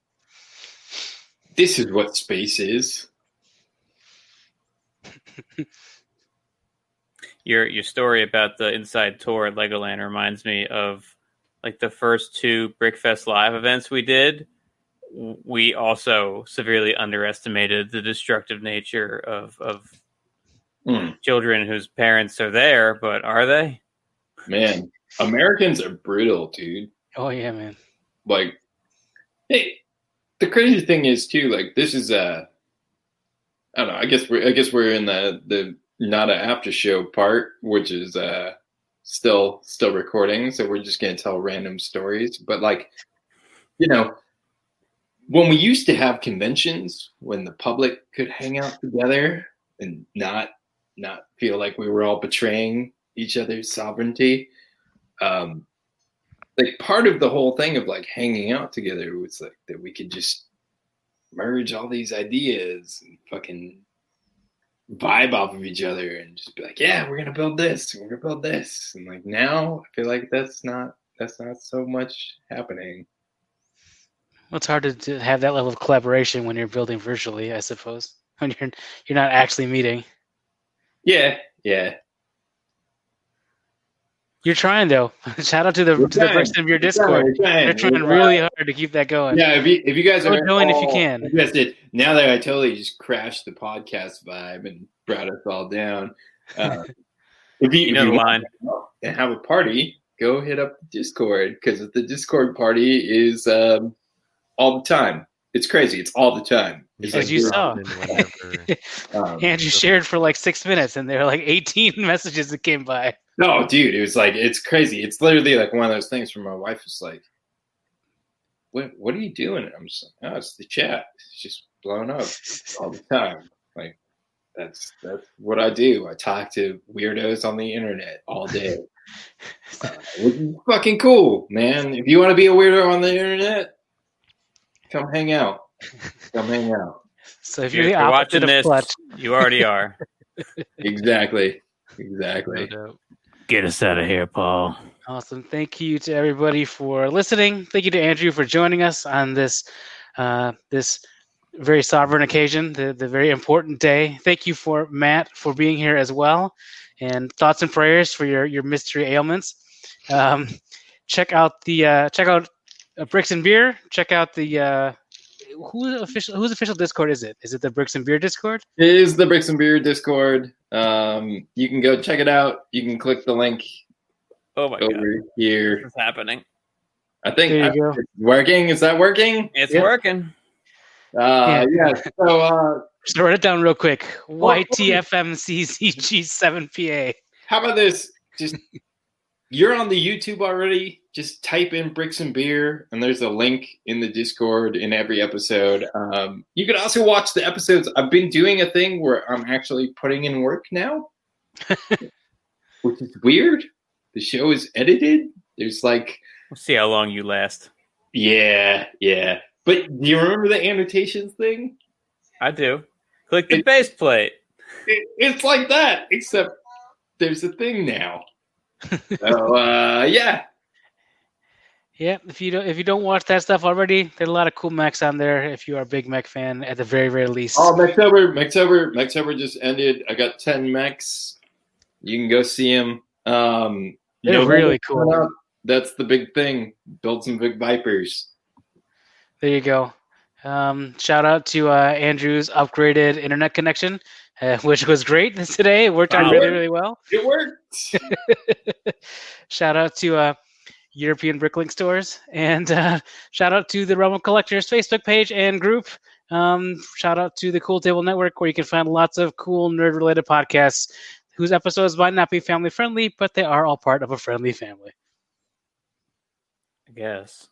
C: This is what space is.
A: your your story about the inside tour at Legoland reminds me of like the first two Brickfest live events we did. We also severely underestimated the destructive nature of of
C: Hmm,
A: children whose parents are there, but are they?
C: man, Americans are brutal, dude.
B: Oh yeah, man.
C: like hey the crazy thing is too like this is uh i don't know i guess we're i guess we're in the the not a after show part which is uh still still recording so we're just gonna tell random stories but like you know when we used to have conventions when the public could hang out together and not not feel like we were all betraying each other's sovereignty um like part of the whole thing of like hanging out together was like that we could just merge all these ideas and fucking vibe off of each other and just be like, yeah, we're gonna build this, we're gonna build this, and like now I feel like that's not that's not so much happening.
B: Well, it's hard to, to have that level of collaboration when you're building virtually, I suppose. When you're you're not actually meeting.
C: Yeah, yeah.
B: You're trying though. (laughs) Shout out to the
C: We're
B: to the
C: trying.
B: person of your
C: Yeah,
B: Discord.
C: we're trying.
B: They're trying
C: We're
B: really hard to keep that going.
C: Yeah, if you if you guys
B: Go
C: are
B: join if you can.
C: You guys did. Now that I totally just crashed the podcast vibe and brought us all down.
B: (laughs)
C: Uh, if
A: You know
C: if
A: the line.
C: and have a party, go hit up Discord because the Discord party is um, all the time. It's crazy. It's all the time. It's
B: As
C: like
B: you
C: you're-
B: saw.
D: Robin, whatever.
C: um,
B: Andrew shared for like six minutes, and there were like 18 (laughs) messages that came by. (laughs)
C: no, dude, it was like it's crazy. It's literally like one of those things where my wife is like, "What? What are you doing?" And I'm just like, "Oh, it's the chat. It's just blown up all the time." Like that's that's what I do. I talk to weirdos on the internet all day. Uh, which is fucking cool, man. If you want to be a weirdo on the internet, come hang out. Come hang out.
B: So if
A: If you're,
B: you're, the
A: if you're
B: opposite
A: watching
B: of
A: this,
B: clutch,
A: you
B: (laughs)
A: already are.
C: Exactly.
G: No
C: Exactly.
G: doubt.
A: Get us out of here, Paul.
B: Awesome. Thank you to everybody for listening. Thank you to Andrew for joining us on this uh, this very sovereign occasion, the, the very important day. Thank you for Matt for being here as well. And thoughts and prayers for your, your mystery ailments. Um, check out the uh, check out uh, Bricks and Beer. Check out the uh, who official whose official Discord is it? Is it the Bricks and Beer Discord?
C: It is the Bricks and Beer Discord. Um, you can go check it out. You can click the link
A: Oh my god,
C: over here.
A: what's happening?
C: I think
B: There you go.
C: it's working. Is that working?
A: It's
B: Yeah.
A: working.
C: Uh, yeah. So uh,
B: Just write it down real quick.
C: Well,
B: YTFMCCG7PA.
C: How about this? Just you're on the YouTube already. Just type in bricks and beer, and there's a link in the Discord in every episode. Um, you could also watch the episodes. I've been doing a thing where I'm actually putting in work now, which is weird. The show is edited. There's like,
A: We'll see how long you last.
C: yeah, yeah. But do you remember the annotations thing?
A: I do. Click the
C: It-
A: base plate.
C: it, it's like that, except there's a thing now. so uh, yeah,
B: Yeah, if you don't if you don't watch that stuff already, there's a lot of cool mechs on there. If you are a big mech fan, at the very very least,
C: Oh, Mechtober, Mechtober, Mechtober just ended. I got 10 mechs. You can go see them. Um,
B: They're
C: November's
B: really cool.
C: coming up. That's the big thing. Build some big Vipers.
B: there you go. Um, shout out to uh, Andrew's upgraded internet connection, uh, (laughs) which was great today. It worked out
A: Wow.
B: really really well.
C: It worked.
B: shout out to uh, European Bricklink stores and uh, (laughs) shout out to the Realm of Collectors Facebook page and group. Um, shout out to the Cool Table Network where you can find lots of cool nerd related podcasts whose episodes might not be family friendly, but they are all part of a friendly family.
A: I guess.